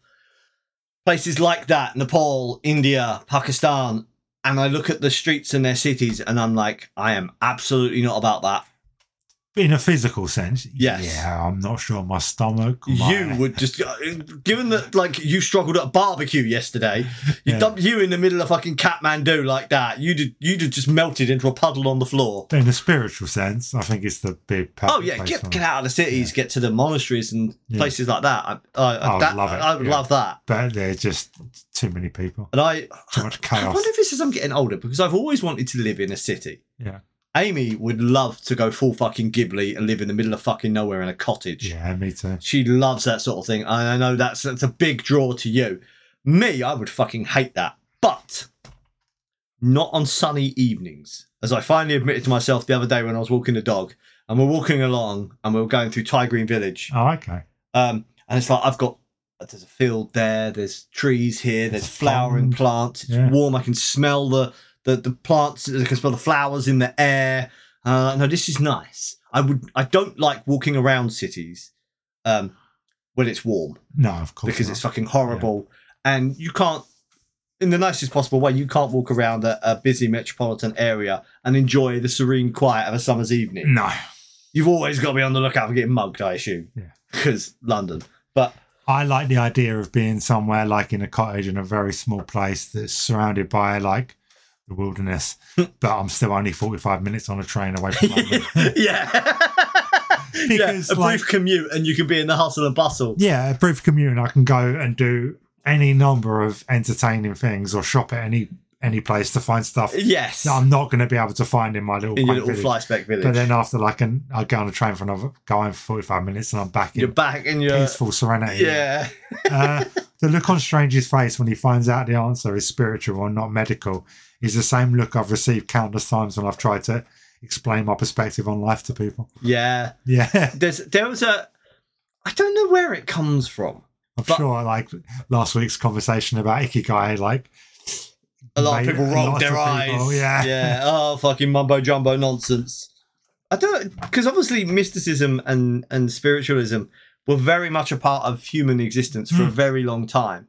places like that Nepal, India, Pakistan. And I look at the streets and their cities and I'm like, I am absolutely not about that.
in a physical sense,
Yes.
yeah, I'm not sure my stomach.
You
my-
would just, given that like you struggled at a barbecue yesterday, you
Yeah.
dumped you in the middle of fucking Kathmandu like that. You'd have- you'd have just melted into a puddle on the floor.
in a spiritual sense, I think it's the big.
Oh yeah, get, get out of the cities, get to the monasteries and
Yeah. Oh,
places like that. I, I,
I would
that-
love it,
I would
yeah.
love that.
But they're just too many people,
And I,
too much
I
chaos.
wonder if it's as I'm getting older because I've always wanted to live in a city.
Yeah,
Amy would love to go full fucking Ghibli and live in the middle of fucking nowhere in a cottage.
yeah, me too.
She loves that sort of thing. And I know that's that's a big draw to you. Me, I would fucking hate that. But not on sunny evenings. As I finally admitted to myself the other day when I was walking the dog, and we're walking along and we we're going through Tigreen Village.
Oh, okay.
Um, and it's like I've got there's a field there, there's trees here, there's
There's a
flowering
pond.
plants. It's
Yeah.
warm. I can smell the, the the plants. I can smell the flowers in the air. Uh, no, this is nice. I would. I don't like walking around cities um, when it's warm
No, of course.
because
not.
it's fucking horrible, and you can't. In the nicest possible way, you can't walk around a, a busy metropolitan area and enjoy the serene quiet of a summer's evening
no.
you've always got to be on the lookout for getting mugged, I assume.
Yeah.
Because London. But
I like the idea of being somewhere like in a cottage in a very small place that's surrounded by like the wilderness, but I'm still only 45 minutes on a train away from London.
yeah. yeah,
Because,
a
like-
brief commute and you can be in the hustle and bustle.
yeah, a brief commute. I can go and do any number of entertaining things or shop at any any place to find stuff
Yes.
that I'm not going to be able to find in my little,
in your
quaint
little
village.
fly spec village.
But then after like an, I go on a train for another going for 45 minutes and I'm back
you're
in
back and you're.
peaceful serenity.
Yeah.
uh, the look on Strange's face when he finds out the answer is spiritual or not medical is the same look I've received countless times when I've tried to explain my perspective on life to people.
Yeah.
Yeah.
There's, there was a. I don't know where it comes from,
I'm
But-
sure, like last week's conversation about Ikigai, like
A lot
made
of people
lots
rolled
of
their eyes.
people- Yeah,
Yeah. Oh, fucking mumbo jumbo nonsense. I don't, because obviously mysticism and and spiritualism were very much a part of human existence for a
Hmm.
very long time.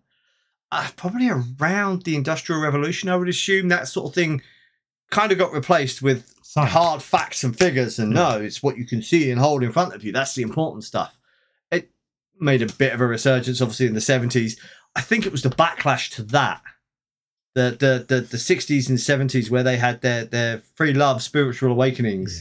Uh, probably around the Industrial Revolution, I would assume that sort of thing kind of got replaced with
Science.
hard facts and figures and no it's what you can see and hold in front of you that's the important stuff it made a bit of a resurgence obviously in the 70s i think it was the backlash to that the the the, the 60s and 70s where they had their their free love spiritual awakenings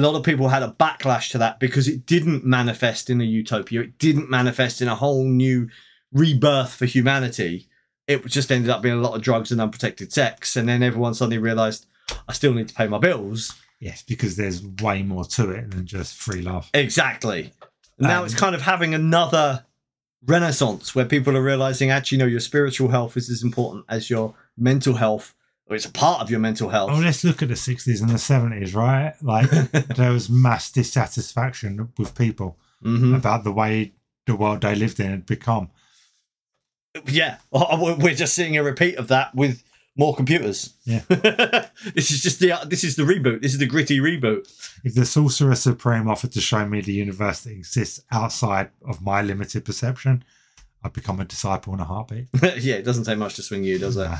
a lot of people had a backlash to that because it didn't manifest in a utopia it didn't manifest in a whole new rebirth for humanity it just ended up being a lot of drugs and unprotected sex and then everyone suddenly realized i still need to pay my bills
Yes, because there's way more to it than just free love.
Exactly. Now
Um,
it's kind of having another renaissance where people are realizing actually, no, your spiritual health is as important as your mental health, or it's a part of your mental health.
Well, Oh, let's look at the 60s and the 70s, right? Like there was mass dissatisfaction with people
Mhm.
about the way the world they lived in had become.
Yeah, Oh, we're we're just seeing a repeat of that with more computers.
Yeah.
this is just the this is the reboot. This is the gritty reboot.
If the Sorcerer Supreme offered to show me the universe that exists outside of my limited perception, I'd become a disciple in a heartbeat.
yeah, it doesn't take much to swing you, does it?
Nah.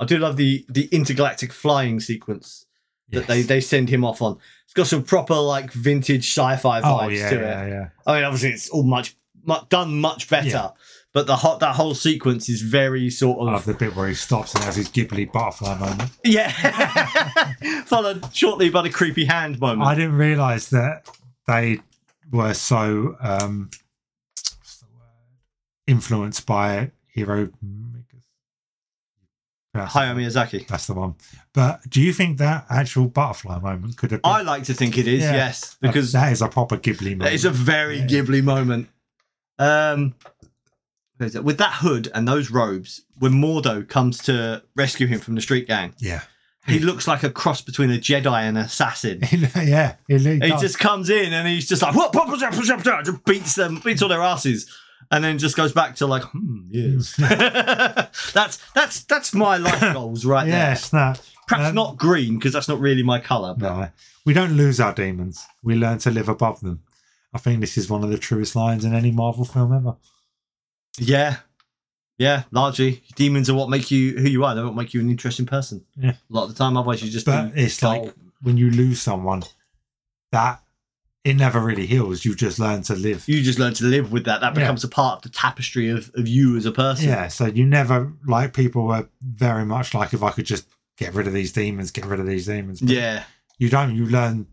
I do love the the intergalactic flying sequence that
Yes.
they they send him off on. It's got some proper like vintage sci-fi vibes
oh, yeah,
to it.
yeah, yeah.
I mean, obviously, it's all much, mu done much better,
Yeah.
but the hot that whole sequence is very sort
I
of
love the bit where he stops and has his Ghibli butterfly moment.
yeah, followed shortly by the creepy hand moment.
I didn't realize that they were so um, what's the word? influenced by Hiro.
Hayao Miyazaki.
That's the one. But do you think that actual butterfly moment could have been?
I like to think it is
Yeah.
yes, because
that is a proper Ghibli moment.
it's a very
Yeah.
Ghibli moment. Um, where's that? with that hood and those robes, when Mordo comes to rescue him from the street gang,
yeah,
he
Hmm.
looks like a cross between a Jedi and an assassin.
yeah. It, really
He
does.
just comes in and he's just like, what? What? What? What? What? What? Just beats them, beats all their asses, and then just goes back to like, hmm, yes. that's that's that's my life goals right there.
yes, no,
Perhaps
Um,
not green because that's not really my color. But
no. We don't lose our demons. We learn to live above them. I think this is one of the truest lines in any Marvel film ever.
yeah, yeah, largely demons are what make you who you are. They're what make you an interesting person.
Yeah.
a lot of the time. Otherwise, you just
But
be
it's
dull.
like when you lose someone, that it never really heals. You just learn to live.
you just learn to live with that. That
Yeah.
becomes a part of the tapestry of of you as a person.
Yeah, so you never like people were very much like if I could just get rid of these demons, get rid of these demons. But
yeah.
you don't. You learn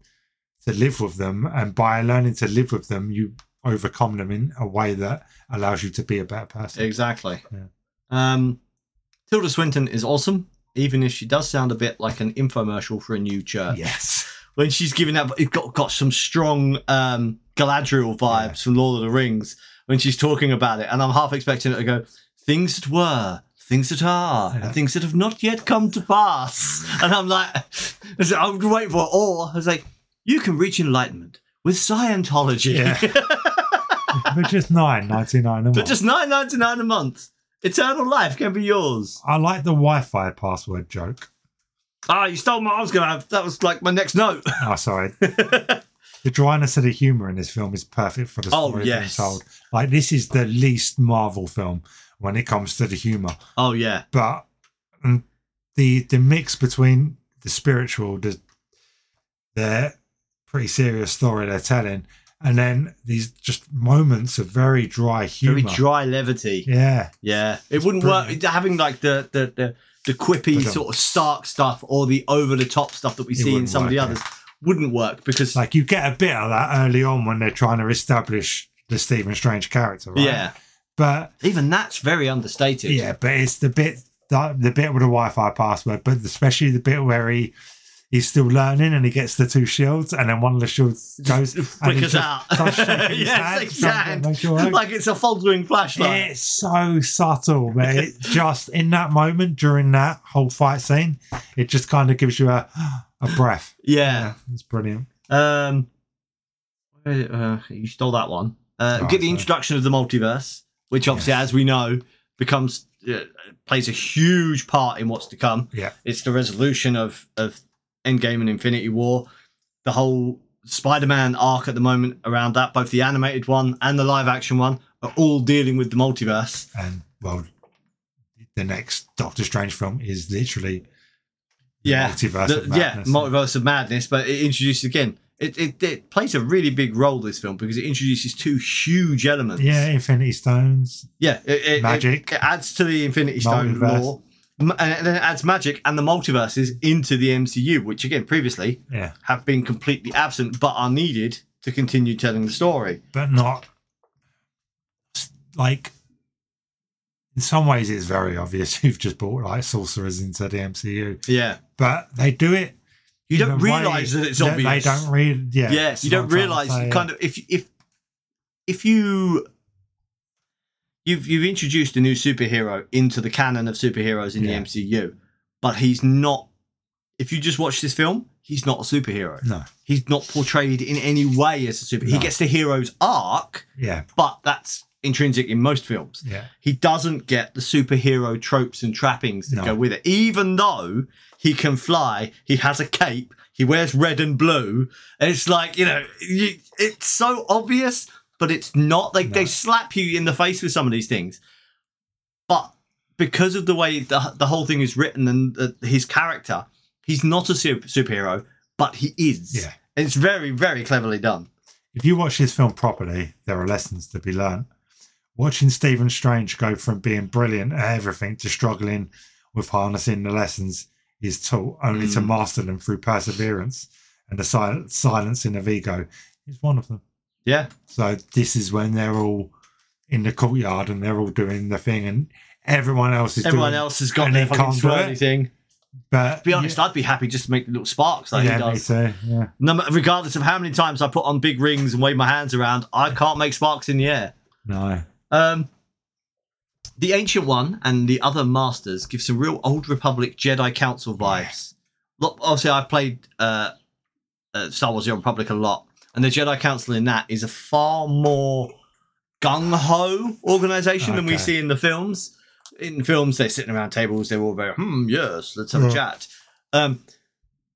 to live with them, and by learning to live with them, you overcome them in a way that allows you to be a better person.
Exactly.
Yeah.
Um, Tilda Swinton is awesome, even if she does sound a bit like an infomercial for a new church.
Yes,
When she's giving that, it got got some strong um, Galadriel vibes
Yeah.
from Lord of the Rings when she's talking about it, and I'm half expecting it to go things that were. Things that are,
Yeah.
and things that have not yet come to pass, and I'm like, I'm waiting for it. Or I was like, you can reach enlightenment with Scientology.
but just nine ninety nine a
But
month.
just nine ninety nine a month. Eternal life can be yours.
I like the Wi-Fi password joke.
Ah, you stole my. I was gonna have. That was like my next note.
Oh, sorry. the dryness of the humor in this film is perfect for the
Oh,
story being
yes.
told. Like this is the least Marvel film when it comes to the humor,
oh yeah,
but mm, the the mix between the spiritual, the the pretty serious story they're telling, and then these just moments of very dry humor.
very dry levity. Yeah,
Yeah,
it wouldn't
brilliant.
work having like the the the, the quippy
But, um,
sort of stark stuff or the over the top stuff that we
It
see in
wouldn't
some of
work,
the
yeah.
others wouldn't work because
like you get a bit of that early on when they're trying to establish the Stephen Strange character, right?
yeah,
but
even that's very understated.
Yeah, but it's the bit the, the bit with the Wi-Fi password, but especially the bit where he he's still learning and he gets the two shields, and then one of the shields goes and he
Flickers
just
out.
starts shaking his
yes,
hand, trying
exactly.
to make it work.
Like it's a foldering flashlight.
It's so subtle, but it just in that moment during that whole fight scene, it just kind of gives you a a breath.
yeah.
it's brilliant.
Um, uh, you stole Uh, that one. Uh,
Oh,
get the
sorry.
introduction of the multiverse, which obviously, as we know, becomes uh, plays a huge part in what's to come.
Yeah.
it's the resolution of of Endgame and Infinity War, the whole Spider-Man arc at the moment around that, both the animated one and the live-action one, are all dealing with the multiverse.
And well, the next Doctor Strange film is literally the
Yeah,
multiverse
The-
of
yeah,
madness.
multiverse of madness, but it introduces again. It, it, it plays a really big role this film because it introduces two huge elements.
yeah, Infinity Stones.
yeah, it, it,
Magic.
It, it adds to the Infinity Stone
Multiverse.
lore, m- and then it adds magic and the multiverses into the MCU, which again previously
Yeah,
have been completely absent but are needed to continue telling the story.
but not like. In some ways, it's very obvious you've just brought like sorcerers into the MCU,
Yeah,
but they do it.
you
in
don't
a way
realize that it's
that
obvious.
They don't read. Yeah,
yes, you don't realize kind of if if if you you've you've introduced a new superhero into the canon of superheroes in
Yeah.
the MCU, but he's not. If you just watch this film, he's not a superhero.
No.
He's not portrayed in any way as a super. He
No.
gets the hero's arc,
Yeah,
but that's intrinsic in most films.
yeah,
He doesn't get the superhero tropes and trappings that
No.
go with it. Even though he can fly, he has a cape, he wears red and blue. and It's like, you know, you, it's so obvious, but it's not. They, they
No.
slap you in the face with some of these things. But because of the way the, the whole thing is written and the, his character, he's not a super, superhero, but he is.
yeah.
And it's very, very cleverly done.
If you watch this film properly, there are lessons to be learnt. Watching Stephen Strange go from being brilliant at everything to struggling with harnessing the lessons he's taught, only to
Mm.
master them through perseverance and the sil- silencing of ego, is one of them.
Yeah.
So this is when they're all in the courtyard and they're all doing the thing, and everyone else is
Everyone
doing,
else has got
and
their
he
fucking
can't do it.
swirly thing.
But
To be honest, I'd be happy just to make the little sparks
yeah,
like
yeah,
he
me
does.
too. Yeah,
No, ma- regardless of how many times I put on big rings and wave my hands around, I can't make sparks in the air.
no,
Um, the Ancient One and the other Masters give some real Old Republic Jedi Council vibes. Look, obviously, I've played uh, uh, Star Wars: The Old Republic a lot, and the Jedi Council in that is a far more gung ho organization than we
Okay.
see in the films. In films, they're sitting around tables, they're all very, hmm, yes, let's have a
Yeah.
chat. Um,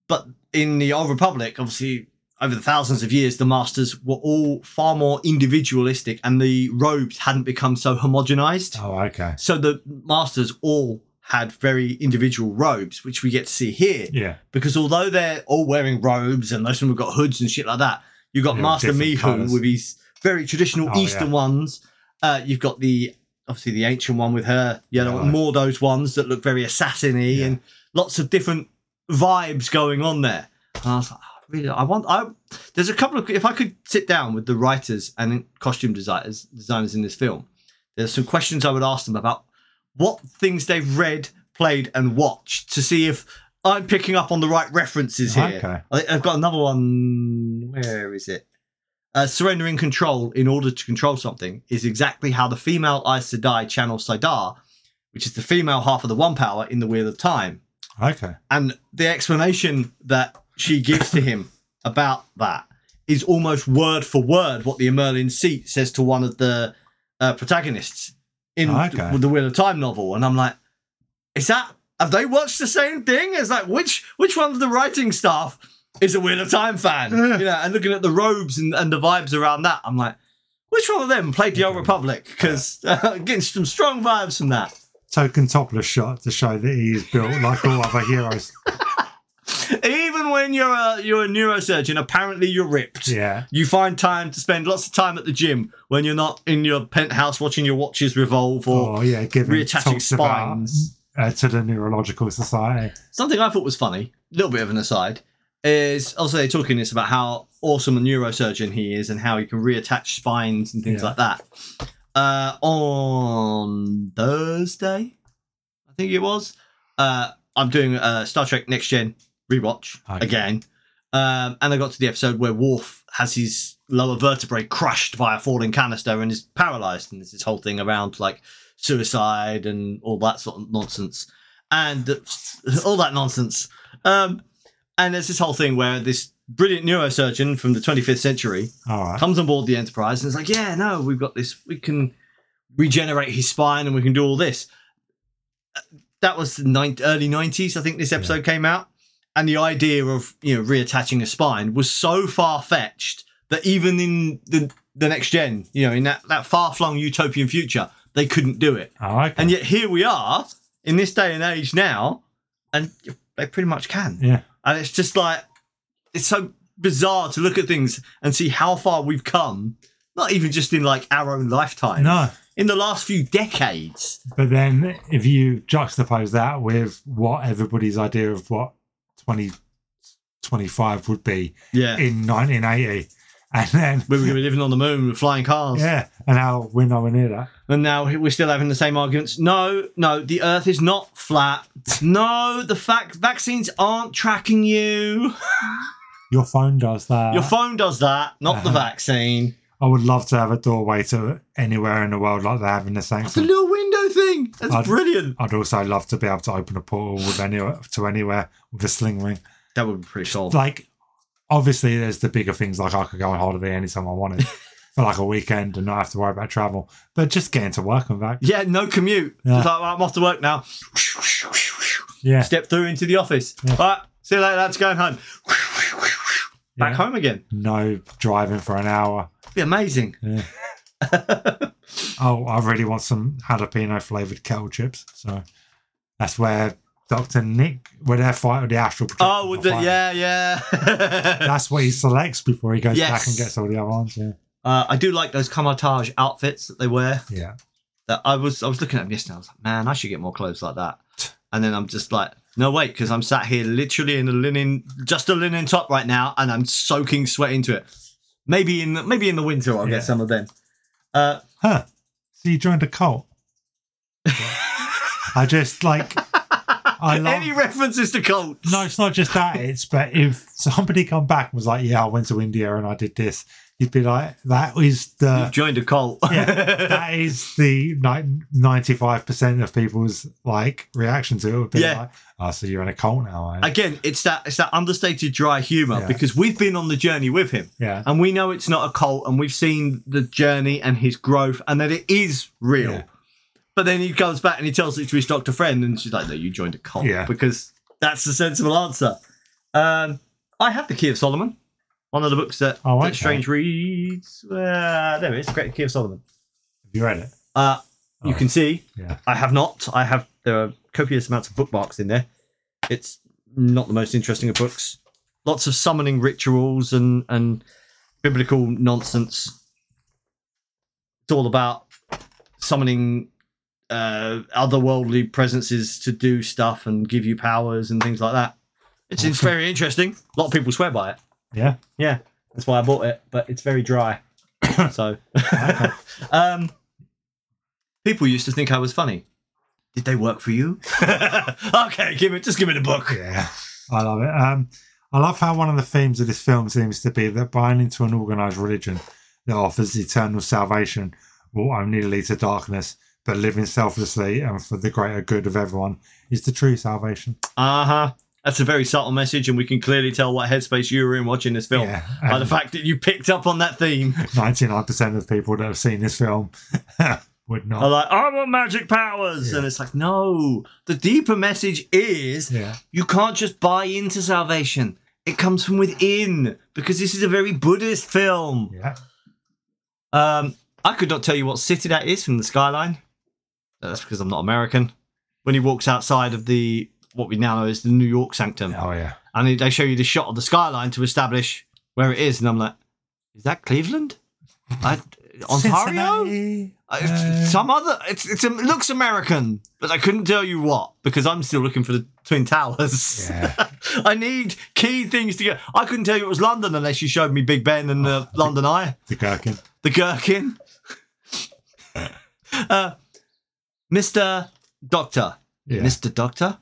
but in the Old Republic, obviously, over the thousands of years, the masters were all far more individualistic and the robes hadn't become so homogenized.
oh okay,
So the masters all had very individual robes, which we get to see here.
yeah,
Because although they're all wearing robes and most of them have got hoods and shit like that, you've got
Yeah,
Master
different
Mihu
colours.
with his very traditional
Oh,
Eastern
yeah.
ones. Uh, you've got the obviously the ancient one with her yellow
Yeah.
Mordo's ones that look very assassiny
Yeah.
and lots of different vibes going on there. And I was like, "Oh, really, I want. I there's a couple of if I could sit down with the writers and costume designers designers in this film, there's some questions I would ask them about what things they've read, played, and watched to see if I'm picking up on the right references here.
okay,
I think I've got another one. Where is it? Uh, surrendering control in order to control something is exactly how the female Aes Sedai channels Sidar, which is the female half of the One Power in the Wheel of Time.
okay,
And the explanation that she gives to him about that is almost word for word what the Merlin seat says to one of the uh, protagonists in
Oh, okay.
the, the Wheel of Time novel. And I'm like, is that have they watched the same thing? It's like which which one of the writing staff is a Wheel of Time fan?
Yeah.
You know, and looking at the robes and, and the vibes around that, I'm like, which one of them played the Old
Okay.
Republic? Because uh, getting some strong vibes from that.
token topless shot to show that he is built like all other heroes.
Even when you're a you're a neurosurgeon, apparently you're ripped.
Yeah.
You find time to spend lots of time at the gym when you're not in your penthouse watching your watches revolve or
Oh, yeah. Giving
reattaching
talks about
spines.
uh, to the Neurological Society.
Something I thought was funny, a little bit of an aside, is also they're talking this about how awesome a neurosurgeon he is and how he can reattach spines and things
Yeah.
like that. Uh, on Thursday, I think it was, uh, I'm doing a Star Trek Next Gen rewatch
Okay.
again. Um, and I got to the episode where Worf has his lower vertebrae crushed by a falling canister and is paralyzed. And there's this whole thing around like suicide and all that sort of nonsense. And all that nonsense. Um, and there's this whole thing where this brilliant neurosurgeon from the 25th century
All right.
comes on board the Enterprise and is like, "Yeah, no, we've got this. We can regenerate his spine and we can do all this. That was the nine early 90s, I think this episode came out. And the idea of, you know, reattaching a spine was so far fetched that even in the, the next gen, you know, in that, that far flung utopian future, they couldn't do it.
I like
And
that.
yet here we are in this day and age now, and they pretty much can.
Yeah.
And it's just like it's so bizarre to look at things and see how far we've come. Not even just in like our own lifetime.
No,
In the last few decades.
but then if you juxtapose that with what everybody's idea of what 20, 25 would be
Yeah.
in 1980, and then
we were going to be living on the moon with flying cars.
yeah, and now we're nowhere near that.
And now we're still having the same arguments. No, no, the earth is not flat. No, the fact vaccines aren't tracking you.
Your phone does that.
Your phone does that, not the
Uh-huh.
vaccine.
I would love to have a doorway to anywhere in the world like they have in the
The
sanctum.
little window thing. That's
I'd-
brilliant.
I'd also love to be able to open a portal with anywhere to anywhere with a sling ring.
That would be pretty cool.
Like, obviously, there's the bigger things. Like, I could go on holiday anytime I wanted for like a weekend and not have to worry about travel. But just getting to work and back.
yeah, no commute.
Yeah.
It's like, "Right, I'm off to work now.
Yeah,
Step through into the office.
Yeah.
All right, see you later. That's going home. Back
Yeah.
home again.
no driving for an hour.
Be amazing.
Yeah. oh, I really want some jalapeno flavored kettle chips. So that's where Doctor Nick, where they're fighting the astral. projector
Oh, with the,
fighting.
yeah, yeah.
That's what he selects before he goes
Yes.
back and gets all the other ones. Yeah.
uh, I do like those Kamatage outfits that they wear.
Yeah.
That I was, I was looking at them yesterday. I was like, man, I should get more clothes like that. And then I'm just like, no, wait, because I'm sat here literally in a linen, just a linen top right now, and I'm soaking sweat into it. Maybe in, the, maybe in the winter I'll
Yeah.
get some of them. Uh,
Huh. So you joined a cult. I just like I love
Any references to cults?
No, it's not just that, it's but if somebody come back and was like, Yeah, I went to India and I did this, you'd be like, That is
You've
the
joined a cult. Yeah.
that is the ninety five percent of people's like reaction to it would be
Yeah.
like, Oh, so you're in a cult now, eh?
Again, it's that it's that understated dry humor
Yeah.
because we've been on the journey with him
Yeah.
and we know it's not a cult and we've seen the journey and his growth and that it is real.
Yeah.
But then he comes back and he tells it to his doctor friend and she's like, "No, you joined a cult
Yeah.
because that's the sensible answer." Um, I have the Key of Solomon, one of the books that,
Oh,
that
okay.
Strange reads. Uh, there it is, Great Key of Solomon.
Have you read it?
Uh, you
Oh.
can see
Yeah.
I have not. I have there are copious amounts of bookmarks in there. It's not the most interesting of books. Lots of summoning rituals and and biblical nonsense. It's all about summoning uh, otherworldly presences to do stuff and give you powers and things like that. It's, it's very interesting. A lot of people swear by it.
Yeah.
Yeah, that's why I bought it, but it's very dry. so, um, people used to think I was funny. Did they work for you? okay, give me just give me the book.
Yeah, I love it. Um, I love how one of the themes of this film seems to be that buying into an organized religion that offers eternal salvation will only lead to darkness, but living selflessly and for the greater good of everyone is the true salvation.
Uh huh. That's a very subtle message, and we can clearly tell what headspace you were in watching this film
Yeah,
by the
and
fact that you picked up on that theme.
99% of people that have seen this film would
Are
not.
like, I want magic powers,
Yeah.
and it's like, no. The deeper message is
Yeah,
you can't just buy into salvation. It comes from within because this is a very Buddhist film.
yeah.
Um, I could not tell you what city that is from the skyline. Uh, That's because I'm not American. When he walks outside of the what we now know is the New York Sanctum,
Oh, yeah.
and they- they show you the shot of the skyline to establish where it is, and I'm like, is that Cleveland? I, Ontario?
Cincinnati,
I-
uh,
some other? It's, it's it looks American, but I couldn't tell you what because I'm still looking for the Twin Towers.
Yeah.
I need key things to get. I couldn't tell you it was London unless you showed me Big Ben and
Oh,
the London Eye
The Gherkin.
the gherkin. uh, Mr. Doctor.
Yeah.
Mr. Doctor?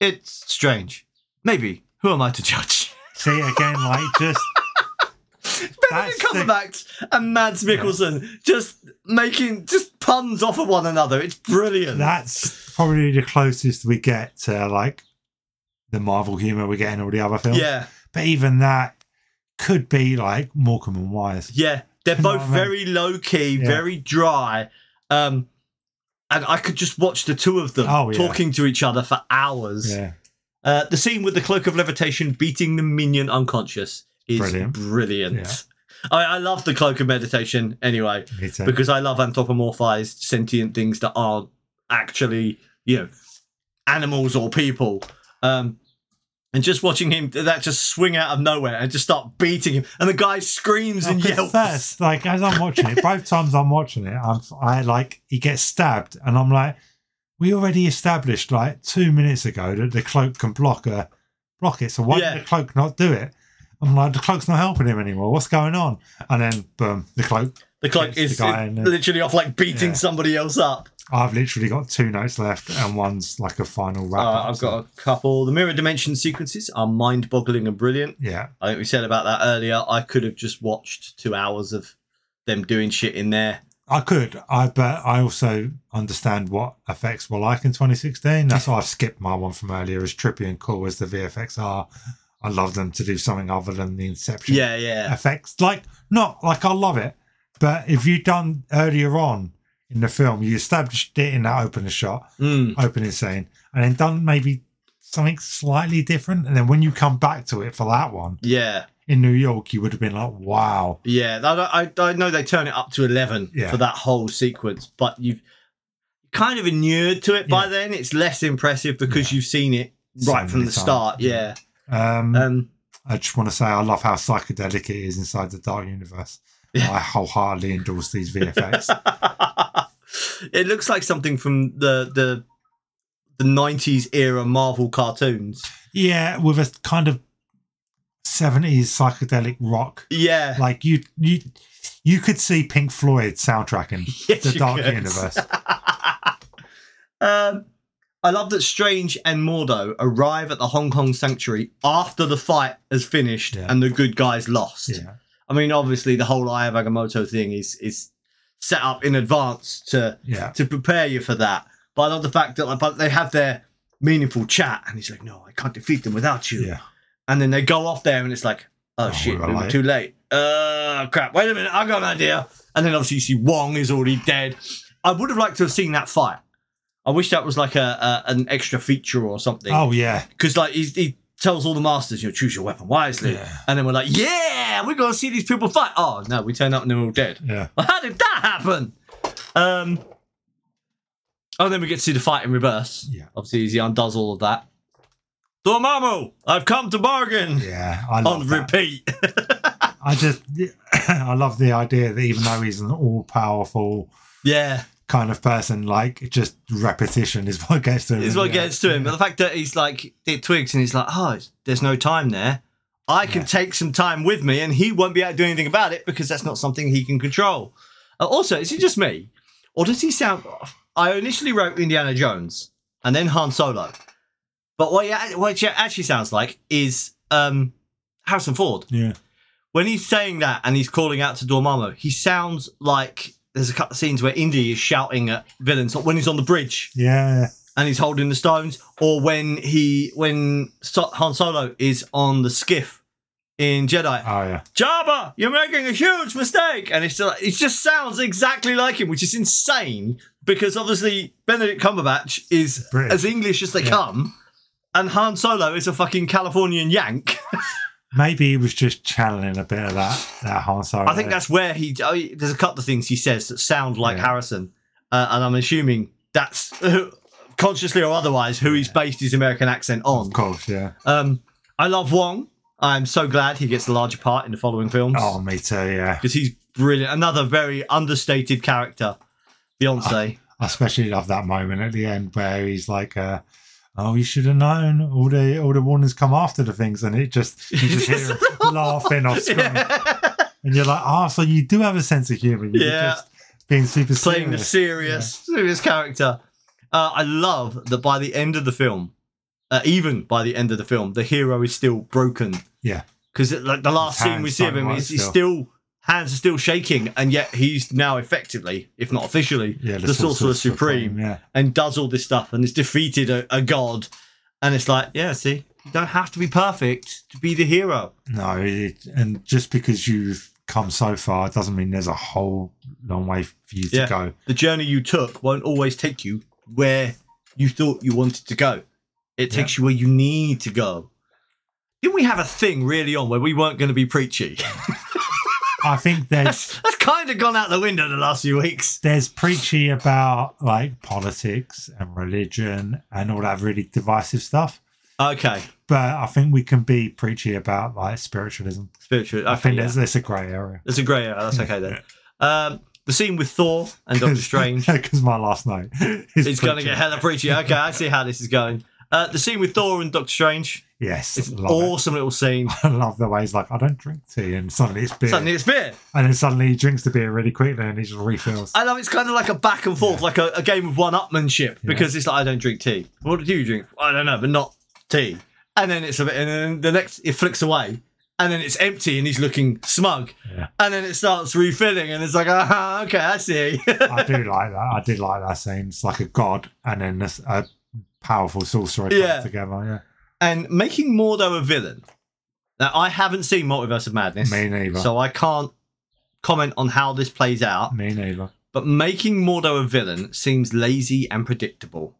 It's strange. Maybe. Who am I to judge?
See, again, like, just.
Benedict
That's the-
Cumberbatch and Mads Mikkelsen just making just puns off of one another. It's brilliant.
that's probably the closest we get to like the Marvel humor we get in all the other films.
yeah,
But even that could be like Morecambe and Wise.
yeah. They're
You know
both
what I mean?
very low key,
Yeah.
very dry. Um, and I could just watch the two of them
Oh, yeah.
talking to each other for hours.
Yeah.
Uh, the scene with the cloak of levitation beating the minion unconscious is brilliant.
Brilliant. Yeah.
I, I love the cloak of meditation anyway
Me too.
because I love anthropomorphized sentient things that aren't actually, you know, animals or people. Um, and just watching him that just swing out of nowhere and just start beating him, and the guy screams and
Like, at
yelps.
Oh, First, like as I'm watching it, both times I'm watching it, I'm I like he gets stabbed, and I'm like, we already established like two minutes ago that the cloak can block a block it. So why
Yeah.
did the cloak not do it? I'm like, the cloak's not helping him anymore. What's going on? And then boom, the cloak.
The cloak
hits the
is
guy in the-
literally off like beating
Yeah.
somebody else up.
I've literally got two notes left, and one's like a final wrap.
Uh,
up,
I've
so-
got a couple. The mirror dimension sequences are mind boggling and brilliant.
yeah,
I think we said about that earlier. I could have just watched two hours of them doing shit in there.
I could. I but I also understand what effects were like in 2016. That's why I've skipped my one from earlier. As trippy and cool as the VFX are, I love them to do something other than the Inception
Yeah, yeah.
effects. Like not like I love it, but if you'd done earlier on in the film, you established it in that opening shot,
Mm.
opening scene, and then done maybe something slightly different, and then when you come back to it for that one
Yeah,
in New York, you would have been like, wow.
yeah. I, I, I know they turn it up to 11
Yeah.
for that whole sequence, but you've kind of inured to it by then. It's less impressive because you've seen it
So
right from
many
the
times.
start. Yeah.
Um,
Um,
I just want to say I love how psychedelic it is inside the Dark Universe.
Yeah.
I wholeheartedly endorse these VFX.
Um, it looks like something from the, the, the 90s era Marvel cartoons.
yeah, with a kind of seventies psychedelic rock.
Yeah.
Like you, you, you could see Pink Floyd soundtracking
Yes,
the
you
Dark
could.
Universe.
um, I love that Strange and Mordo arrive at the Hong Kong sanctuary after the fight has finished
Yeah.
and the good guys lost.
Yeah,
I mean, obviously, the whole Eye of Agamotto thing is is set up in advance to
yeah,
to prepare you for that. But I love the fact that like, but they have their meaningful chat, and he's like, "No, I can't defeat them without you."
yeah.
And then they go off there, and it's like, "Oh,
Oh,
shit,
we were
we were
late."
too late." Uh, crap. Wait a minute, I got an idea. And then obviously, you see Wong is already dead. I would have liked to have seen that fight. I wish that was like a, a an extra feature or something
Oh yeah,
because like he's, he tells all the masters, you know, choose your weapon wisely.
Yeah.
And then we're like, yeah, we're gonna see these people fight. Oh no, we turn up and they're all dead.
yeah.
Well, how did that happen? Um. Oh, then we get to see the fight in reverse.
Yeah.
Obviously, he undoes all of that. Dormammu, I've come to bargain.
Yeah, I
On
love that.
repeat.
I just, I love the idea that even though he's an all-powerful
yeah,
kind of person, like just repetition is what gets to him.
is what
Yeah.
gets to him. But the fact that he's like, it twigs and he's like, oh, it's- there's no time there. I can
Yeah.
take some time with me and he won't be able to do anything about it because that's not something he can control. Uh, also, is it just me? Or does he sound. I initially wrote Indiana Jones and then Han Solo. But what he, a- what he actually sounds like is um, Harrison Ford.
Yeah.
When he's saying that and he's calling out to Dormammu, he sounds like there's a couple of scenes where Indy is shouting at villains, like when he's on the bridge
Yeah.
and he's holding the stones, or when he when so- Han Solo is on the skiff in Jedi.
Oh yeah.
Jabba, you're making a huge mistake, and it's just, it just sounds exactly like him, which is insane because obviously Benedict Cumberbatch is
British.
as English as they
Yeah.
come, and Han Solo is a fucking Californian yank.
Maybe he was just channeling a bit of that that Han Solo.
I think that's where he. oh, he- there's a couple of things he says that sound like
Yeah.
Harrison, uh, and I'm assuming that's. Consciously or otherwise, who he's based his American accent on.
of course, yeah.
Um, I love Wong. I'm so glad he gets the larger part in the following films
Oh, me too. Yeah,
because he's brilliant. Another very understated character, Beyonce.
I especially love that moment at the end where he's like, uh, "Oh, you should have known. All the all the warnings come after the things," and it just you just hear him laughing off screen,
Yeah.
and you're like, "Oh, so you do have a sense of humor. You're
Yeah.
just being super
Playing the serious,
serious."
serious character. Uh, I love that by the end of the film, uh, even by the end of the film, the hero is still broken.
Yeah.
Because like the last
His
scene we
hands
see of
don't
him
work
is he's
still.
still hands are still shaking, and yet he's now effectively, if not officially,
yeah,
the Sorcerer Supreme.
Yeah,
and does all this stuff and has defeated a, a god. And it's like, yeah, see, you don't have to be perfect to be the hero.
no, it, and just because you've come so far it doesn't mean there's a whole long way for you
Yeah.
to go.
the journey you took won't always take you where you thought you wanted to go. It
Yeah.
takes you where you need to go. Didn't we have a thing really on where we weren't going to be preachy?
I think there's
that's that's kind of gone out the window the last few weeks.
there's preachy about like politics and religion and all that really divisive stuff.
Okay,
But I think we can be preachy about like spiritualism.
spiritual.
I think
Okay,
there's there's a grey area.
That's a grey area. That's okay then. Um, the scene with Thor and Doctor Strange
Because my last note is
is going to get
preaching.
hella preachy. Okay, I see how this is going. Uh, the scene with Thor and Doctor Strange
Yes,
is an
love it.
awesome little scene.
I love the way he's like, I don't drink tea, and suddenly it's beer,
Suddenly it's beer.
and then suddenly he drinks the beer really quickly, and he just refills.
I love it's kind of like a back and forth, like a, a game of one upmanship,
Yeah.
because it's like I don't drink tea. What do you drink? I don't know, but not tea. And then it's a bit, and then the next it flicks away, and then it's empty, and he's looking smug,
Yeah.
and then it starts refilling, and it's like, ah, okay, I see.
I do like that. I did like that scene. It's like a god and then this, a powerful sorcerer
Yeah.
come together.
and making Mordo a villain. Now I haven't seen Multiverse of
Yeah,
Madness,
me neither.
so I can't comment on how this plays out.
me neither.
But making Mordo a villain seems lazy and predictable.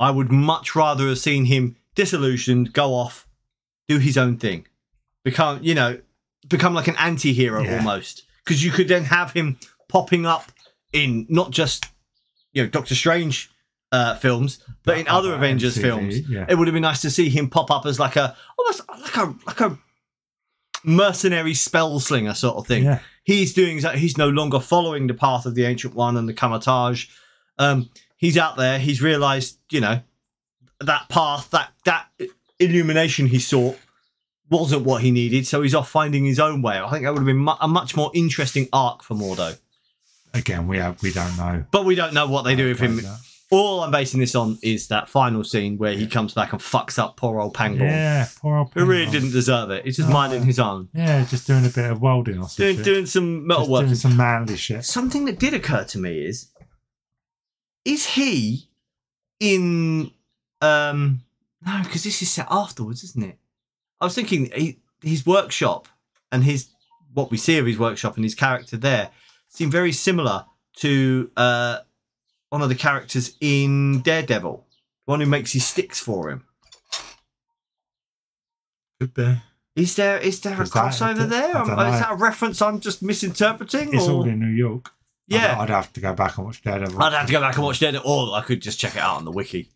I would much rather have seen him disillusioned, go off, do his own thing, become, you know, become like an anti hero
Yeah.
almost. Because you could then have him popping up in not just, you know, Doctor Strange uh, films, but in
uh,
other Avengers
MCU,
films.
yeah.
It would have been nice to see him pop up as like a, almost like a, like a mercenary spell slinger sort of thing
Yeah.
he's doing that he's no longer following the path of the ancient one and the kamatage um he's out there he's realized you know that path that that illumination he sought wasn't what he needed so he's off finding his own way i think that would have been mu- a much more interesting arc for mordo
Again, we have, we don't know.
but we don't know what they do with him
Yeah.
all i'm basing this on is that final scene where he comes back and fucks up poor old pangborn
Yeah, poor old
who really
Pangborn.
didn't deserve it he's just
No.
minding his own
Yeah, just doing a bit of welding or something.
doing doing some metal
just
work
doing some manly shit.
Something that did occur to me is is he in um no because this is set afterwards isn't it i was thinking he, his workshop and his what we see of his workshop and his character there seem very similar to uh one of the characters in daredevil the one who makes his sticks for him
Could be.
is there is there a
Is that-
crossover there?
I
Um,
don't
Is
know.
that a reference I'm just misinterpreting?
It's
or-
all in New York. I'd-
Oh. yeah,
I'd, have to go back and watch Daredevil.
I'd have to go back and watch that, or I could just check it out on the wiki.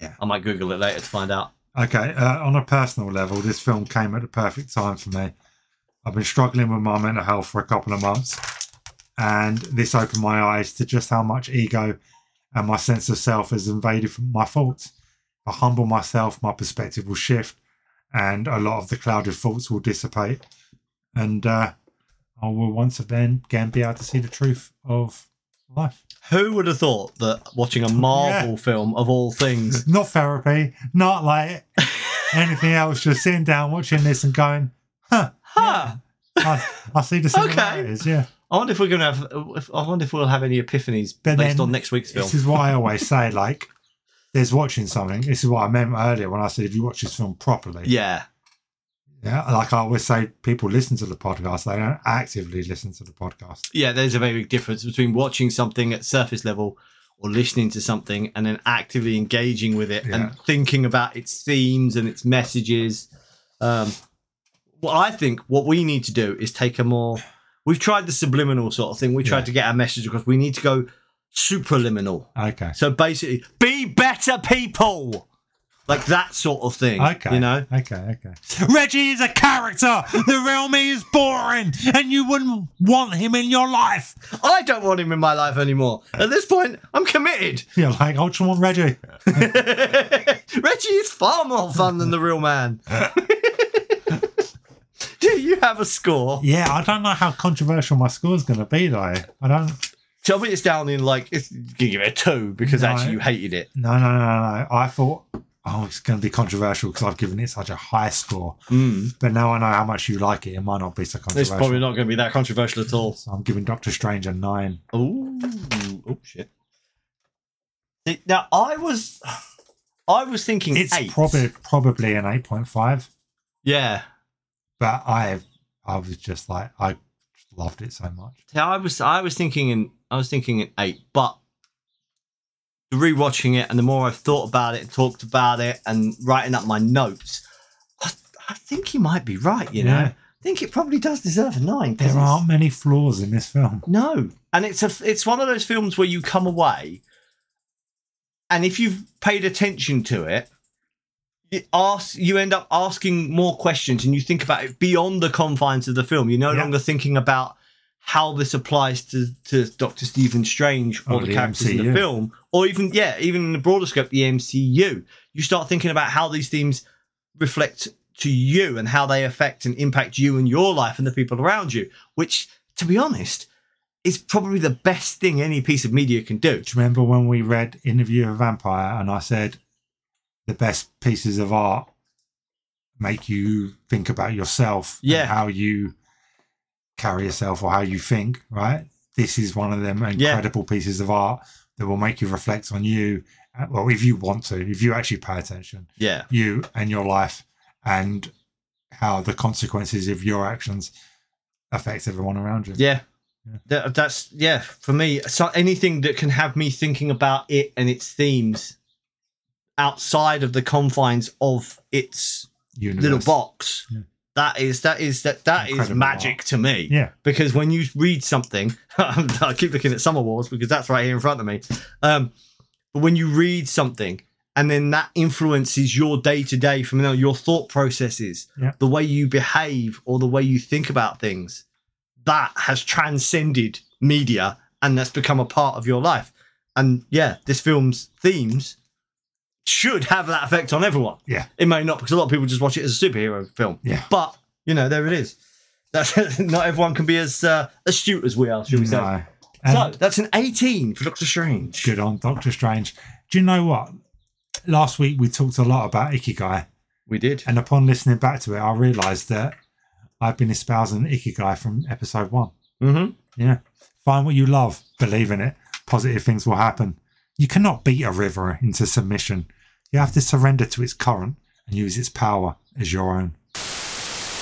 Yeah.
I might Google it later to find out.
Okay, uh, on a personal level, this film came at the perfect time for me. I've been struggling with my mental health for a couple of months, and this opened my eyes to just how much ego and my sense of self has invaded from my thoughts. If I humble myself, my perspective will shift, and a lot of the clouded thoughts will dissipate. And uh, I will once again, again be able to see the truth of life.
Who would have thought that watching a Marvel film of all things?
Not therapy, not like anything else, just sitting down, watching this, and going, huh.
Huh.
I, I see the
Okay.
similarities. Yeah,
I wonder if we're gonna have. if- I wonder if we'll have any epiphanies
But
based
then-
on next week's film.
this is why I always say like, there's watching something. This is what I meant earlier when I said if you watch this film properly.
yeah,
yeah. Like I always say, people listen to the podcast. They don't actively listen to the podcast.
yeah. There's a very big difference between watching something at surface level or listening to something and then actively engaging with it
Yeah.
and thinking about its themes and its messages. Um, well, I think what we need to do is take a more. We've tried the subliminal sort of thing. We tried
Yeah.
to get our message across. We need to go supraliminal.
Okay.
So basically, be better people, like that sort of thing.
Okay.
you know.
Okay. Okay. Reggie is a character. The real me is boring, and you wouldn't want him in your life.
I don't want him in my life anymore. At this point, I'm committed.
You're like Ultra want Reggie.
Reggie is far more fun than the real man. Do you have a score?
Yeah, I don't know how controversial my score's going to be though. I don't.
Tell me it's down in like it's you can give it a two because
No.
actually you hated it.
No, no, no, no. no. I thought, oh, it's going to be controversial because I've given it such a high score. But now I know how much you like it. It might not be so
It's
controversial.
probably not going to be that controversial at all.
So I'm giving Doctor Strange a nine.
Ooh, oh shit. See, Now I was, I was thinking
It's
eight.
probably probably an eight point five.
yeah.
But I I was just like I loved it so much.
Yeah, I was I was thinking in I was thinking in eight, but rewatching it and the more I've thought about it, talked about it, and writing up my notes, I, I think he might be right. You know,
Yeah.
I think it probably does deserve a nine. 'cause
There
it's-
aren't many flaws in this film.
No, and it's a it's one of those films where you come away, and if you've paid attention to it, it asks you end up asking more questions, and you think about it beyond the confines of the film. You're no
Yeah.
longer thinking about how this applies to to Doctor Stephen Strange or
Or
Oh, the,
the
characters in the
MCU.
film, or even yeah, even in the broader scope, the MCU. You start thinking about how these themes reflect to you and how they affect and impact you and your life and the people around you. Which, to be honest, is probably the best thing any piece of media can do.
Do you remember when we read Interview with a Vampire and I said the best pieces of art make you think about yourself
Yeah.
and how you carry yourself or how you think, right? This is one of them incredible pieces of art that will make you reflect on you. uh, Well, if you want to, if you actually pay attention,
Yeah,
you and your life and how the consequences of your actions affect everyone around you.
yeah.
Yeah.
That, that's yeah for me. So anything that can have me thinking about it and its themes outside of the confines of its
Universe.
little box.
Yeah.
That is that is that that is
Incredible
magic to me.
Yeah.
Because when you read something, I keep looking at Summer Wars because that's right here in front of me. Um, but when you read something and then that influences your day to day, from you know, your thought processes,
Yeah.
the way you behave or the way you think about things, that has transcended media and that's become a part of your life. And yeah, this film's themes should have that effect on everyone.
Yeah.
It may not because a lot of people just watch it as a superhero film.
Yeah.
But, you know, there it is. That's, not everyone can be as uh, astute as we are, should we say?
No. And-
so that's an 18 for Doctor Strange.
Good on Doctor Strange. Do you know what? Last week we talked a lot about Ikigai,
We did.
and upon listening back to it, I realised that I've been espousing Ikigai from episode one.
Mm-hmm.
Yeah. Find what you love, believe in it, positive things will happen. You cannot beat a river into submission. You have to surrender to its current and use its power as your own.